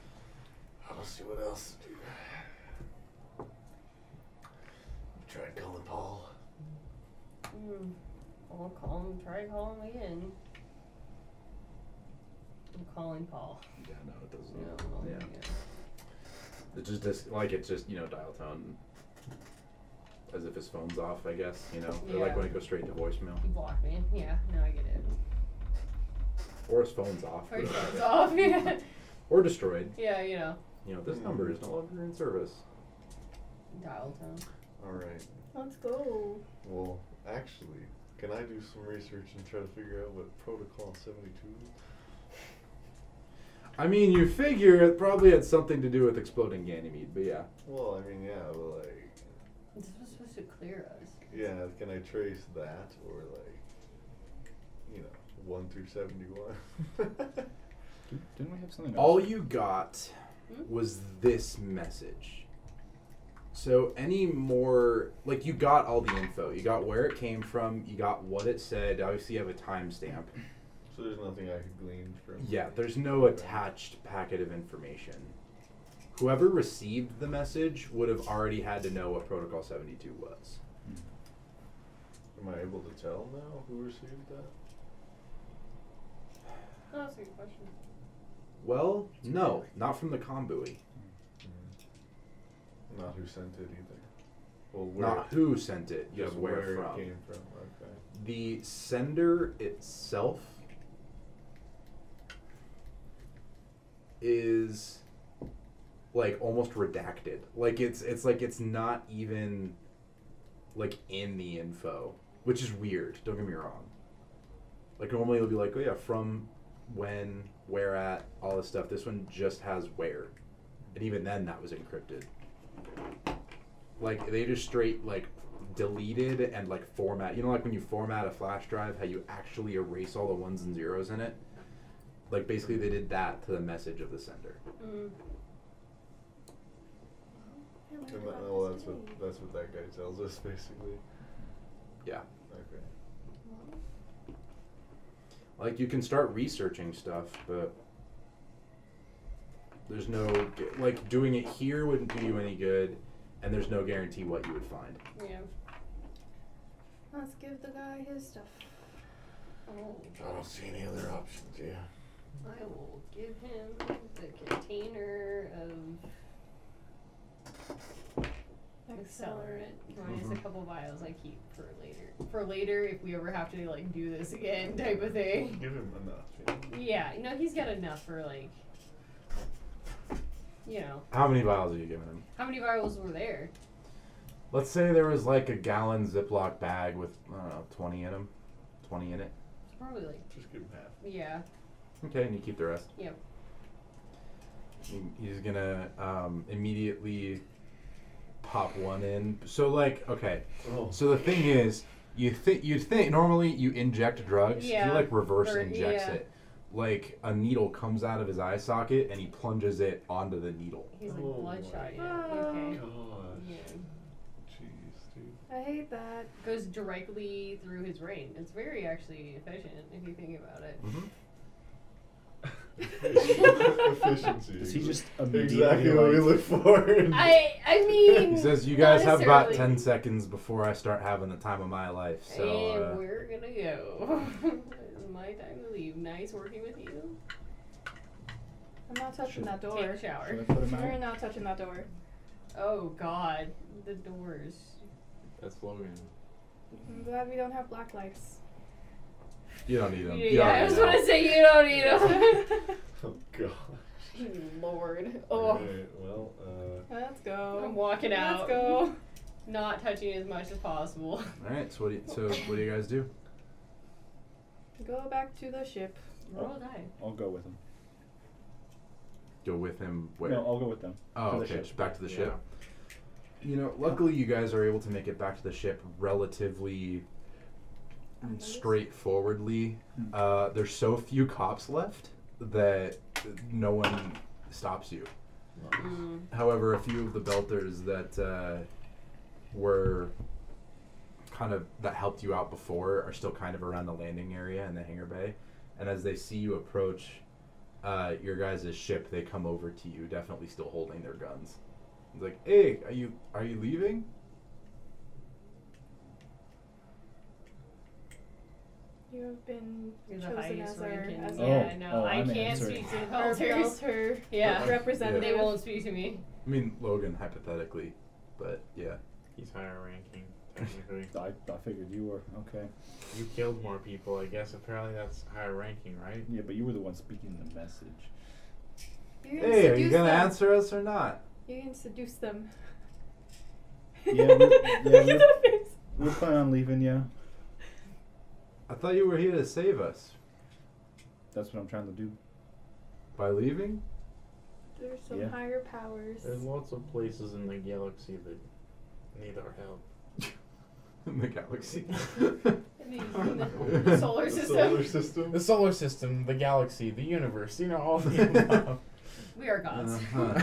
S8: I'll see what else to do. Tried calling Paul.
S6: Mm. I'll call him. Try calling him again. I'm calling Paul.
S1: Yeah, no, it doesn't.
S6: No, no,
S1: Yeah. It just dis- like it's just you know dial tone, as if his phone's off. I guess you know, or
S6: Yeah.
S1: like when it goes straight to voicemail,
S6: You blocked me. Yeah, now I get it.
S1: or his phone's off,
S6: Or
S1: you
S6: your
S1: know,
S6: phone's off. Yeah.
S1: or destroyed.
S6: yeah, you know.
S1: You know, this number is no longer in service.
S6: Dial tone.
S3: Alright.
S2: Let's go.
S3: Well, actually, can I do some research and try to figure out what Protocol 72 is?
S1: I mean, you figure it probably had something to do with exploding Ganymede, but yeah,
S3: Well, I mean, yeah, but like,
S6: This was supposed to clear us.
S3: yeah, can I trace that or like, you know, 1 through 71?
S4: Did, didn't we have something? Else?
S1: all you got
S6: Hmm?
S1: was this message. So any more like you got all the info. You got where it came from, you got what it said. Obviously you have a timestamp.
S3: so there's nothing I could glean from.
S1: Yeah, there's no attached packet of information. Whoever received the message would have already had to know what Protocol 72 was.
S3: Am I able to tell now who received that?
S6: Oh, that's a good question.
S1: Well, no, not from the Kombui.
S3: Not who sent it either. Well, where,
S1: Not who sent it, you
S3: just
S1: have where, from.
S3: it came from. Okay.
S1: The sender itself is like almost redacted. Like it's it's like it's not even like in the info, which is weird. Don't get me wrong. Like normally it'll be like, oh yeah, from when, where at, all this stuff. This one just has where, and even then that was encrypted. Like they just straight like deleted and like format. You know, like when you format a flash drive, how you actually erase all the ones and zeros in it. Like basically they did that to the message of the sender.
S6: Mm.
S2: I learned
S3: And
S2: about
S3: that, well,
S2: this
S3: that's what
S2: today.
S3: that's what that guy tells us basically.
S1: Yeah.
S3: Okay.
S1: Like you can start researching stuff, but there's no like doing it here wouldn't do you any good, and there's no guarantee what you would find.
S6: Yeah.
S2: Let's give the guy his stuff.
S6: Oh,
S8: I don't see any other options. Yeah.
S6: I will give him the container of accelerant.
S1: Mm-hmm.
S6: Minus a couple vials I keep for later. For later, if we ever have to like do this again, type of thing.
S3: Give him enough. Yeah.
S6: Yeah, no, he's got enough for like, you know,
S1: How many vials are you giving him?
S6: how many vials were there?
S1: Let's say there was like a gallon Ziploc bag with I don't know twenty in them, twenty in it.
S6: Probably like,
S3: Just give him half.
S6: yeah,
S1: Okay, and you keep the rest.
S6: Yep.
S1: He- He's gonna um, immediately pop one in. So like, okay.
S3: Oh.
S1: So the thing is, you think you'd think normally you inject drugs. He
S6: Yeah.
S1: like reverse
S6: Or-
S1: injects
S6: yeah.
S1: it. Like a needle comes out of his eye socket and he plunges it onto the needle.
S6: he's like
S3: Oh
S6: bloodshot.
S3: my
S6: Yeah, okay.
S3: Gosh.
S6: Yeah,
S3: Jeez, dude.
S2: I hate that.
S6: goes directly through his brain. It's very actually efficient if you think about it.
S3: Efficiency.
S4: Does he just
S3: exactly
S4: immediately
S3: what we
S4: like,
S3: look for? in-
S6: I I mean,
S1: Hmm. He says, "You
S6: not
S1: guys have about
S6: necessarily.
S1: ten seconds before I start having the time of my life."
S6: and
S1: So uh,
S6: we're gonna go. it's my time to leave. Nice working with you.
S2: I'm not touching
S4: Should-
S2: that
S6: Take
S2: door.
S6: a shower.
S4: should I put him
S2: We're
S4: out?
S2: not touching that door.
S6: Oh God, the doors.
S5: That's Logan.
S2: I'm glad we don't have black lights.
S1: uh, you don't need them.
S6: Yeah, I was gonna say you don't need them.
S3: Oh god.
S6: Lord. Oh,
S3: Alright, well, uh,
S2: Let's go.
S6: I'm walking
S2: Let's
S6: out.
S2: go.
S6: Not touching as much as possible.
S1: All right. So what? Do you, so what do you guys do?
S2: Go back to the ship.
S6: Roll a die.
S4: I'll go with him.
S1: Go with him where?
S4: No, I'll go with them.
S1: oh,
S4: to the
S1: okay.
S4: ship.
S1: just Back to the
S5: Yeah.
S1: ship. You know, luckily you guys are able to make it back to the ship relatively straightforwardly.
S4: Mm.
S1: Uh, there's so few cops left that no one stops you.
S6: Mm.
S1: However, a few of the belters that uh, were kind of that helped you out before are still kind of around the landing area and the hangar bay. And as they see you approach uh, your guys' ship, they come over to you, definitely still holding their guns. It's like, hey, are you are you leaving?
S2: You have been
S6: You're the
S2: chosen
S6: highest
S2: as our,
S6: ranking.
S2: as our,
S6: yeah,
S4: Oh,
S6: no,
S4: oh,
S6: I
S4: I'm
S6: can't
S4: answering.
S6: speak to the
S2: our
S6: cultures.
S2: belter
S6: Yeah,
S2: representative.
S6: they won't speak to me.
S1: I mean, Logan, hypothetically, but yeah.
S5: He's higher ranking, technically.
S4: I, I figured you were okay.
S5: you killed more people, I guess. Apparently, that's higher ranking, right?
S4: Yeah, but you were the one speaking the message.
S2: You can
S1: Hey, are you
S2: seduce
S1: gonna
S2: them.
S1: answer us or not?
S2: You can seduce them.
S4: Yeah, we- yeah,
S2: Look at
S4: we-
S2: the face.
S4: We We're planning on leaving, yeah.
S1: I thought you were here to save us
S4: That's what I'm trying to do.
S1: by leaving.
S2: There's some
S4: Yeah.
S2: higher powers.
S5: There's lots of places in the galaxy that need our help.
S1: In the galaxy.
S6: The solar
S3: the
S6: system.
S3: solar system.
S5: The solar system, the galaxy, the universe, you know, all the above.
S6: We are gods.
S1: Uh-huh.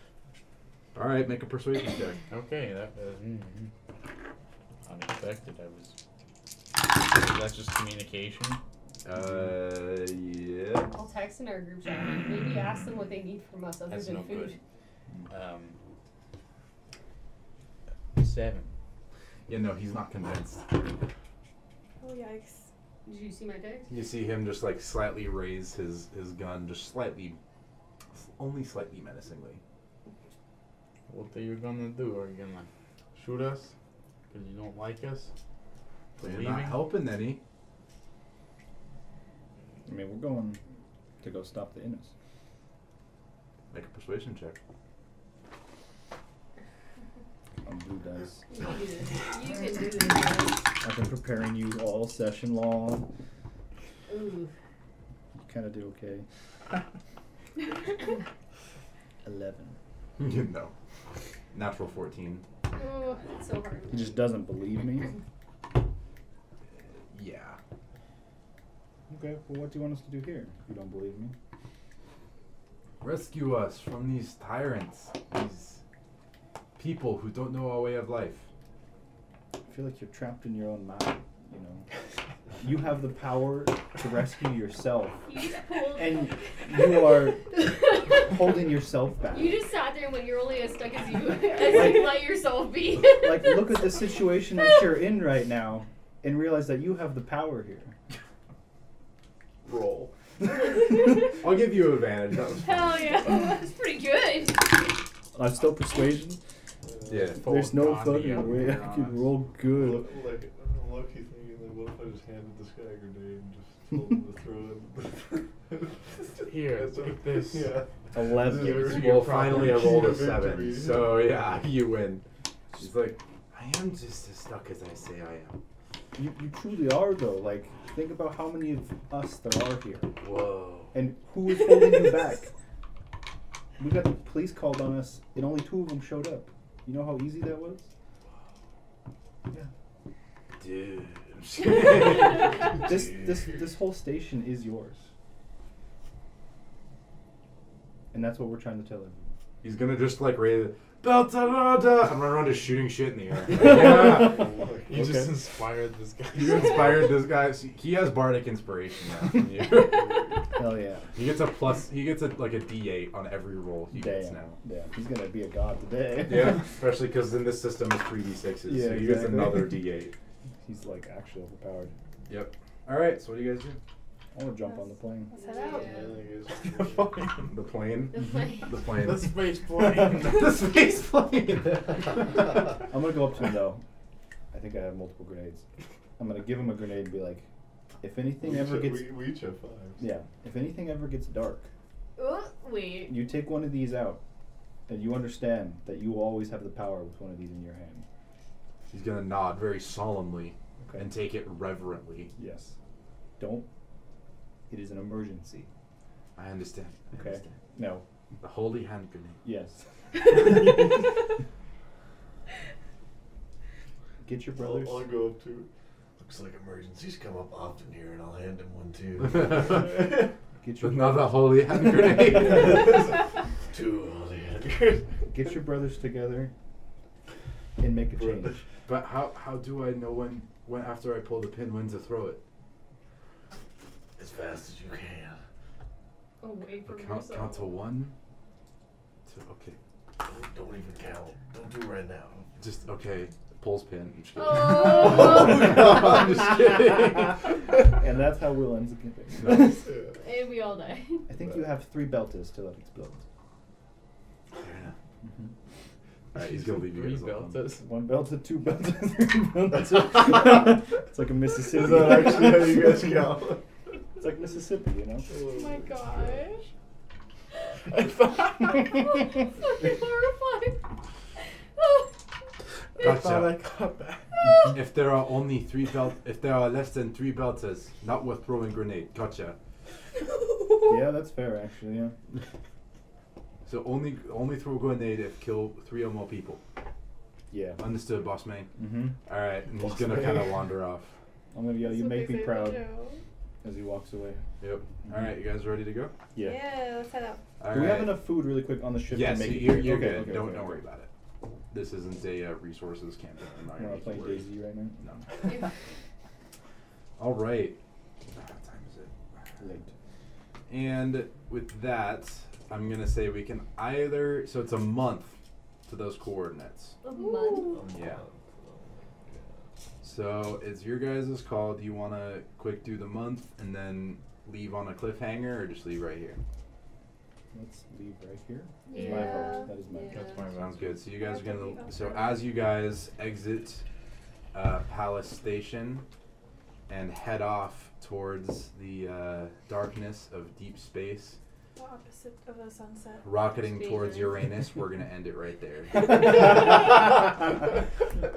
S1: All right, make a persuasion check.
S5: Okay, that was mm, mm. unexpected. I was. That's just communication.
S1: Uh, yeah.
S6: I'll text in our group chat. Maybe ask them what they need from us other
S5: That's
S6: than
S5: no
S6: food.
S5: Um, seven.
S1: Yeah, no, he's not convinced.
S2: Oh yikes.
S6: Did you see my text?
S1: You see him just like slightly raise his his gun, just slightly, only slightly menacingly.
S5: What are you gonna do? Are you gonna shoot us? Cause you don't like us?
S1: But you're
S5: Leaving?
S1: not helping any.
S4: I mean, we're going to go stop the Innes.
S1: Make a persuasion check.
S4: on blue dice.
S6: You can do this. You can do this. guys.
S4: I've been preparing you all session long.
S6: Ooh.
S4: You kind of did okay. Eleven.
S1: no. Natural 14.
S6: Oh, it's so hard.
S4: He just doesn't believe me.
S1: Yeah.
S4: Okay. Well, what do you want us to do here? If you don't believe me.
S1: Rescue us from these tyrants, these people who don't know our way of life.
S4: I feel like you're trapped in your own mind. You know. You have the power to rescue yourself,
S6: You just pulled.
S4: and you are holding yourself back.
S6: You just sat there and went, "You're only as stuck as you as you let yourself be."
S4: like look at the situation that you're in right now and realize that you have the power here.
S7: Roll.
S1: I'll give you advantage. That was
S6: Hell yeah, that's pretty good.
S4: I'm still persuasion.
S1: yeah.
S4: There's no
S5: Gandhi up
S4: fucking way
S5: here
S4: I
S5: on
S4: can
S5: us.
S4: roll good.
S3: Like, I'm lucky thinking, like, what if I just handed this guy a grenade and just told him to throw it?
S5: Here,
S3: That's what-
S5: take this.
S3: Yeah.
S4: Eleven.
S3: This is
S1: Well,
S3: your
S1: finally, I
S3: problem.
S1: rolled a
S3: Key to victory.
S1: seven. So yeah, you win. She's like, I am just as stuck as I say I am.
S4: You, you truly are though. Like think about how many of us there are here,
S1: Whoa.
S4: and who is holding you back. We got the police called on us, and only two of them showed up. You know how easy that was?
S1: Dude.
S4: This this this whole station is yours, and that's what we're trying to tell everyone.
S1: He's gonna just like raise Beltarada. I'm gonna run just shooting shit in the air. yeah.
S5: You
S4: Okay.
S5: just inspired this guy.
S1: You inspired this guy. So He has bardic inspiration now from you.
S4: Hell yeah.
S1: he gets a plus. He gets a, like a D8 on every roll he gets
S4: Damn.
S1: now.
S4: Yeah, he's gonna be a god today.
S1: Yeah, especially because in this system it's three d6s, so he
S4: Yeah,
S1: gets
S4: exactly.
S1: another d8.
S4: he's like actually overpowered.
S1: Yep. All right. So what do you guys do?
S4: I want to jump on the plane.
S2: Let's head out.
S3: Yeah, I guess.
S1: The plane.
S6: The plane.
S1: The plane.
S5: the space plane.
S1: the space plane.
S4: I'm gonna go up to him though. I think I have multiple grenades. I'm gonna give him a grenade and be like, if anything
S3: We
S4: ever
S3: each-
S4: gets
S3: we, we each have five.
S4: yeah, if anything ever gets dark,
S6: Oh, wait.
S4: you take one of these out, and you understand that you always have the power with one of these in your hand.
S1: He's gonna nod very solemnly
S4: Okay.
S1: and take it reverently.
S4: yes. Don't. It is an emergency.
S1: I understand. I
S4: Okay.
S1: understand.
S4: No.
S1: The holy hand grenade.
S4: Yes. Get your brothers.
S3: I'll, I'll go up to
S8: Looks like emergencies come up often here, and I'll hand him one too.
S1: But
S4: Get your
S1: not a holy hand grenade.
S8: two on the hand.
S4: Get your brothers together and make a change.
S1: but how how do I know when when after I pull the pin when to throw it?
S8: as fast as you can.
S6: Away from
S1: Count
S6: yourself.
S1: count to one. To okay.
S8: Don't, don't even count. Don't do it right now.
S1: Just okay. Pulls pin. I'm just kidding.
S6: Oh.
S1: No, I'm just kidding.
S4: And that's how Will ends the campaign.
S1: Nice.
S6: and we all die.
S4: I think you have three belters till it explodes.
S1: Fair enough.
S5: Mm-hmm.
S1: All right, he's gonna leave you
S5: Three
S1: guys alone.
S5: deltas.
S4: One belter, two belters, three belters. it's like a Mississippi.
S3: Is that actually how you guys count?
S4: It's like Mississippi, you know?
S6: Oh my gosh.
S4: I
S6: Fucking horrifying. Oh.
S1: Gotcha.
S5: got that.
S1: If there are only three belt, if there are less than three belters, not worth throwing grenade. Gotcha.
S4: Yeah, that's fair, actually, yeah.
S1: So only only throw grenade if kill three or more people.
S4: Yeah.
S1: Understood, boss man.
S4: Mm-hmm.
S1: All right, and he's
S3: Boss
S1: gonna
S3: man.
S1: kind of wander off.
S4: I'm gonna yell,
S2: That's
S4: you
S2: what
S4: make
S2: they
S4: me
S2: say in
S4: proud,
S2: the show.
S4: as he walks away.
S1: Yep. All right, you guys ready to go?
S4: Yeah.
S2: Yeah, let's head out.
S1: All
S4: Do we have
S1: right.
S4: enough food really quick on the ship
S1: Yes,
S4: to make it?
S1: you're, you're
S4: okay,
S1: good.
S4: okay,
S1: don't
S4: okay,
S1: don't worry
S4: okay.
S1: about it. This isn't a uh, resources campaign. I'm not
S4: We're
S1: gonna
S4: not
S1: make you
S4: playing
S1: worry.
S4: Daisy right now.
S1: No.
S6: If-
S1: All right. Ah, What time is it?
S4: Late.
S1: And with that, I'm gonna say we can either. So it's a month to those coordinates.
S6: a month.
S8: Um,
S1: Yeah. So it's your guys' call. Do you want to quick do the month and then leave on a cliffhanger, or just leave right here?
S4: Let's leave right here. Is my
S2: Yeah.
S4: vote. That is my vote.
S6: Yeah.
S5: That's my
S1: Sounds good. So you guys are
S2: Yeah, leave
S1: gonna.
S2: on
S1: So
S2: Friday.
S1: as you guys exit uh, Palace Station and head off towards the uh, darkness of deep space,
S2: The opposite of a sunset.
S4: Rocketing
S1: Speed
S4: towards
S1: race.
S4: Uranus. We're gonna end it right there.
S3: Right.